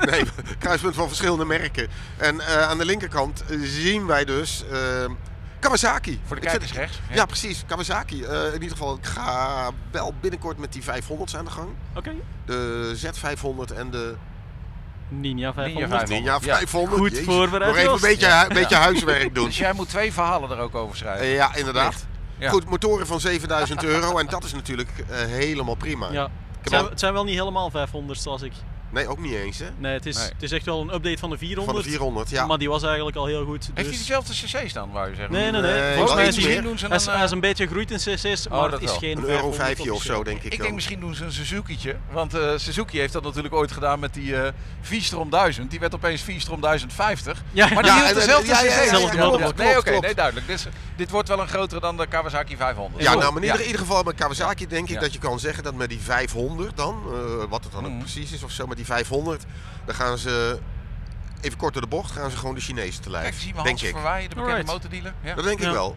[SPEAKER 4] nee, kruispunt van verschillende merken. En eh, aan de linkerkant eh, zien wij dus eh, Kawasaki.
[SPEAKER 3] Voor de
[SPEAKER 4] Ik vind-
[SPEAKER 3] kijkers rechts.
[SPEAKER 4] Ja, precies. Kawasaki. Eh, in ieder geval, ik ga wel binnenkort met die 500's aan de gang.
[SPEAKER 2] Oké.
[SPEAKER 4] De Z500 en de
[SPEAKER 2] Ninja 500.
[SPEAKER 3] Ninja 500.
[SPEAKER 4] Ninja
[SPEAKER 3] Ja.
[SPEAKER 4] 500.
[SPEAKER 2] Goed
[SPEAKER 4] Jezus.
[SPEAKER 2] voorbereid,
[SPEAKER 4] Nog even een
[SPEAKER 2] Joost.
[SPEAKER 4] beetje, hu- beetje huiswerk doen.
[SPEAKER 3] Dus jij moet twee verhalen er ook over schrijven.
[SPEAKER 4] Eh, ja, inderdaad.
[SPEAKER 3] Ja.
[SPEAKER 4] Goed, motoren van 7000 euro. En dat is natuurlijk eh, helemaal prima.
[SPEAKER 2] Ja. Het zijn, het zijn wel niet helemaal 500 zoals ik.
[SPEAKER 4] Nee, ook niet eens, hè?
[SPEAKER 2] Nee, het is,
[SPEAKER 3] Nee.
[SPEAKER 2] het is echt wel een update van de 400.
[SPEAKER 4] Van de 400, ja.
[SPEAKER 2] Maar die was eigenlijk al heel goed.
[SPEAKER 3] Heeft
[SPEAKER 2] dus-
[SPEAKER 3] hij dezelfde cc's dan, wou je zeggen?
[SPEAKER 2] Nee, nee, nee.
[SPEAKER 4] Nee,
[SPEAKER 2] Volgens mij
[SPEAKER 4] wel
[SPEAKER 2] is
[SPEAKER 4] iets
[SPEAKER 2] hij,
[SPEAKER 4] meer.
[SPEAKER 3] Doen ze
[SPEAKER 2] hij is,
[SPEAKER 3] dan, eh,
[SPEAKER 2] hij is een beetje gegroeid in cc's, maar
[SPEAKER 3] dat
[SPEAKER 2] het is
[SPEAKER 3] wel.
[SPEAKER 2] geen
[SPEAKER 4] Oh, Een euro
[SPEAKER 2] 500
[SPEAKER 4] vijfje of zo,
[SPEAKER 2] officieel.
[SPEAKER 4] denk ik.
[SPEAKER 3] Ik
[SPEAKER 4] dan.
[SPEAKER 3] denk misschien doen ze een Suzuki'tje. Want eh, Suzuki heeft dat natuurlijk ooit gedaan met die eh V-Strom 1000. Die werd opeens V-Strom 1050.
[SPEAKER 2] Ja.
[SPEAKER 3] maar die
[SPEAKER 2] Ja,
[SPEAKER 3] hield
[SPEAKER 4] en- en-
[SPEAKER 3] dezelfde
[SPEAKER 4] ja, ja,
[SPEAKER 3] cc's.
[SPEAKER 4] ja, ja,
[SPEAKER 2] Hetzelfde
[SPEAKER 3] Ja,
[SPEAKER 2] model.
[SPEAKER 3] ja.
[SPEAKER 4] Klopt,
[SPEAKER 3] Nee, oké,
[SPEAKER 4] klopt.
[SPEAKER 3] nee, duidelijk. Dit, is- dit wordt wel een grotere dan de Kawasaki 500.
[SPEAKER 4] Ja,
[SPEAKER 2] Zo.
[SPEAKER 4] nou, maar in
[SPEAKER 3] Ja.
[SPEAKER 4] ieder- in ieder geval met Kawasaki denk ik
[SPEAKER 3] Ja.
[SPEAKER 4] dat je kan zeggen dat met die 500 dan, eh, wat het dan ook
[SPEAKER 3] Mhm.
[SPEAKER 4] precies is of zo, met die 500, dan gaan ze, even kort door de bocht, gaan ze gewoon de Chinezen te
[SPEAKER 3] Kijk,
[SPEAKER 4] lijf.
[SPEAKER 3] zien we
[SPEAKER 4] denk
[SPEAKER 3] Hans
[SPEAKER 4] ik.
[SPEAKER 3] Verwaaien, de bekende
[SPEAKER 2] Alright.
[SPEAKER 3] motordealer. Ja.
[SPEAKER 4] Dat denk ik
[SPEAKER 2] Ja.
[SPEAKER 4] wel.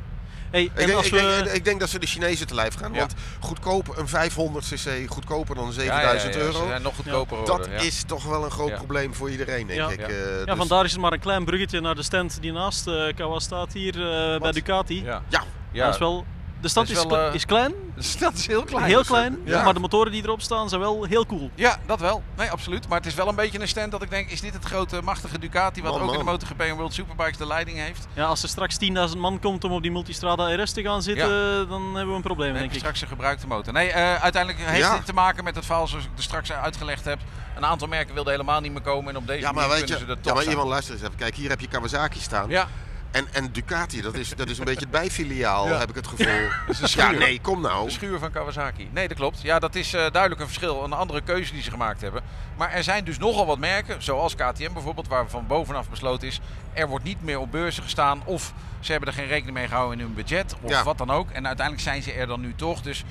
[SPEAKER 2] Hey,
[SPEAKER 4] Ik
[SPEAKER 2] en
[SPEAKER 4] denk,
[SPEAKER 2] als
[SPEAKER 4] ik,
[SPEAKER 2] we...
[SPEAKER 4] denk, eh, ik denk dat ze de Chinezen te lijf gaan,
[SPEAKER 3] Ja.
[SPEAKER 4] want goedkoop een 500 cc, goedkoper dan
[SPEAKER 3] Ja, ja, ja,
[SPEAKER 4] 7000
[SPEAKER 3] ja, Ze
[SPEAKER 4] euro,
[SPEAKER 3] zijn nog goedkoper
[SPEAKER 4] dat
[SPEAKER 3] geworden, ja.
[SPEAKER 4] is toch wel een groot
[SPEAKER 3] Ja.
[SPEAKER 4] probleem voor iedereen, denk
[SPEAKER 2] Ja.
[SPEAKER 4] ik.
[SPEAKER 3] Ja.
[SPEAKER 4] eh,
[SPEAKER 2] ja,
[SPEAKER 4] dus-
[SPEAKER 2] vandaar is het maar een klein bruggetje naar de stand die naast eh Kawa staat hier eh, bij Ducati.
[SPEAKER 3] Ja.
[SPEAKER 4] ja,
[SPEAKER 3] Ja.
[SPEAKER 2] Dat is wel... De stand is,
[SPEAKER 3] Dat is wel,
[SPEAKER 2] kle-
[SPEAKER 3] eh,
[SPEAKER 2] is klein,
[SPEAKER 3] Dus dat is heel klein.
[SPEAKER 2] heel klein,
[SPEAKER 4] eh, ja.
[SPEAKER 2] maar de motoren die erop staan zijn wel heel cool.
[SPEAKER 3] Ja, dat wel. Nee, absoluut. Maar het is wel een beetje een stand dat ik denk, is dit het grote machtige Ducati wat
[SPEAKER 4] Man,
[SPEAKER 3] ook in de
[SPEAKER 4] man.
[SPEAKER 3] MotoGP en World Superbikes de leiding heeft?
[SPEAKER 2] Ja, als er straks 10.000 man komt om op die Multistrada RS te gaan zitten, dan hebben we een probleem,
[SPEAKER 3] Dan
[SPEAKER 2] denk
[SPEAKER 3] heb je
[SPEAKER 2] ik.
[SPEAKER 3] straks een gebruikte motor. Nee, eh, uiteindelijk heeft
[SPEAKER 4] Ja.
[SPEAKER 3] dit te maken met het verhaal zoals ik er straks uitgelegd heb. Een aantal merken wilden helemaal niet meer komen en op deze
[SPEAKER 4] ja, maar
[SPEAKER 3] manier
[SPEAKER 4] weet
[SPEAKER 3] kunnen
[SPEAKER 4] je,
[SPEAKER 3] ze de
[SPEAKER 4] ja,
[SPEAKER 3] top
[SPEAKER 4] maar
[SPEAKER 3] staan.
[SPEAKER 4] iemand luister eens even. Kijk, hier heb je Kawasaki staan.
[SPEAKER 3] Ja,
[SPEAKER 4] En, en Ducati, dat is, dat is een beetje het bijfiliaal,
[SPEAKER 3] Ja.
[SPEAKER 4] heb ik het gevoel.
[SPEAKER 3] een
[SPEAKER 4] Ja,
[SPEAKER 3] schuur.
[SPEAKER 4] nee, kom nou.
[SPEAKER 3] de schuur van Kawasaki. Nee, dat klopt. Ja, dat is eh, duidelijk een verschil. Een andere keuze die ze gemaakt hebben. Maar er zijn dus nogal wat merken, zoals KTM bijvoorbeeld, waar van bovenaf besloten is... er wordt niet meer op beurzen gestaan of ze hebben er geen rekening mee gehouden in hun budget of
[SPEAKER 4] Ja.
[SPEAKER 3] wat dan ook. En uiteindelijk zijn ze er dan nu toch, dus...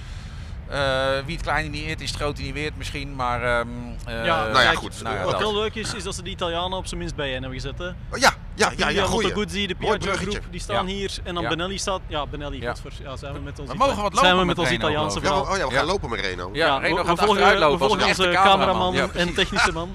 [SPEAKER 3] eh, wie het kleine niet eert, is het grote niet weert misschien, maar... ehm, eh,
[SPEAKER 2] Ja,
[SPEAKER 4] Nou ja,
[SPEAKER 2] kijk,
[SPEAKER 4] goed.
[SPEAKER 3] nou ja,
[SPEAKER 4] Wat
[SPEAKER 2] Wat
[SPEAKER 3] dat.
[SPEAKER 2] heel leuk is, is dat ze de Italianen op zijn minst bijeen hebben gezet. Hè?
[SPEAKER 4] Oh, Ja, Ja, ja, ja,
[SPEAKER 2] Julia
[SPEAKER 4] goeie.
[SPEAKER 2] Motoguzzi, de
[SPEAKER 4] Mooi
[SPEAKER 2] Piaggio Groep,
[SPEAKER 4] bruggetje.
[SPEAKER 2] die staan
[SPEAKER 3] Ja.
[SPEAKER 2] hier. En dan
[SPEAKER 3] Ja.
[SPEAKER 2] Benelli staat... Ja, Benelli,
[SPEAKER 3] Ja.
[SPEAKER 2] ja. ja zijn we met ons,
[SPEAKER 3] We
[SPEAKER 2] Itali-
[SPEAKER 3] mogen wat
[SPEAKER 2] zijn we
[SPEAKER 3] lopen
[SPEAKER 2] met
[SPEAKER 3] met
[SPEAKER 2] ons
[SPEAKER 3] Reno,
[SPEAKER 2] Italiaanse
[SPEAKER 3] geloof ik.
[SPEAKER 4] Ja,
[SPEAKER 2] verhaal.
[SPEAKER 4] we- oh ja, we gaan
[SPEAKER 3] Ja.
[SPEAKER 4] lopen met Reno.
[SPEAKER 3] Ja, Reno
[SPEAKER 2] we,
[SPEAKER 3] gaat
[SPEAKER 2] we volgen,
[SPEAKER 3] achteruit
[SPEAKER 2] we
[SPEAKER 3] lopen als
[SPEAKER 2] volgen
[SPEAKER 3] een echte
[SPEAKER 2] onze
[SPEAKER 3] cameraman.
[SPEAKER 2] cameraman
[SPEAKER 3] Ja,
[SPEAKER 2] en
[SPEAKER 3] precies.
[SPEAKER 2] technische man.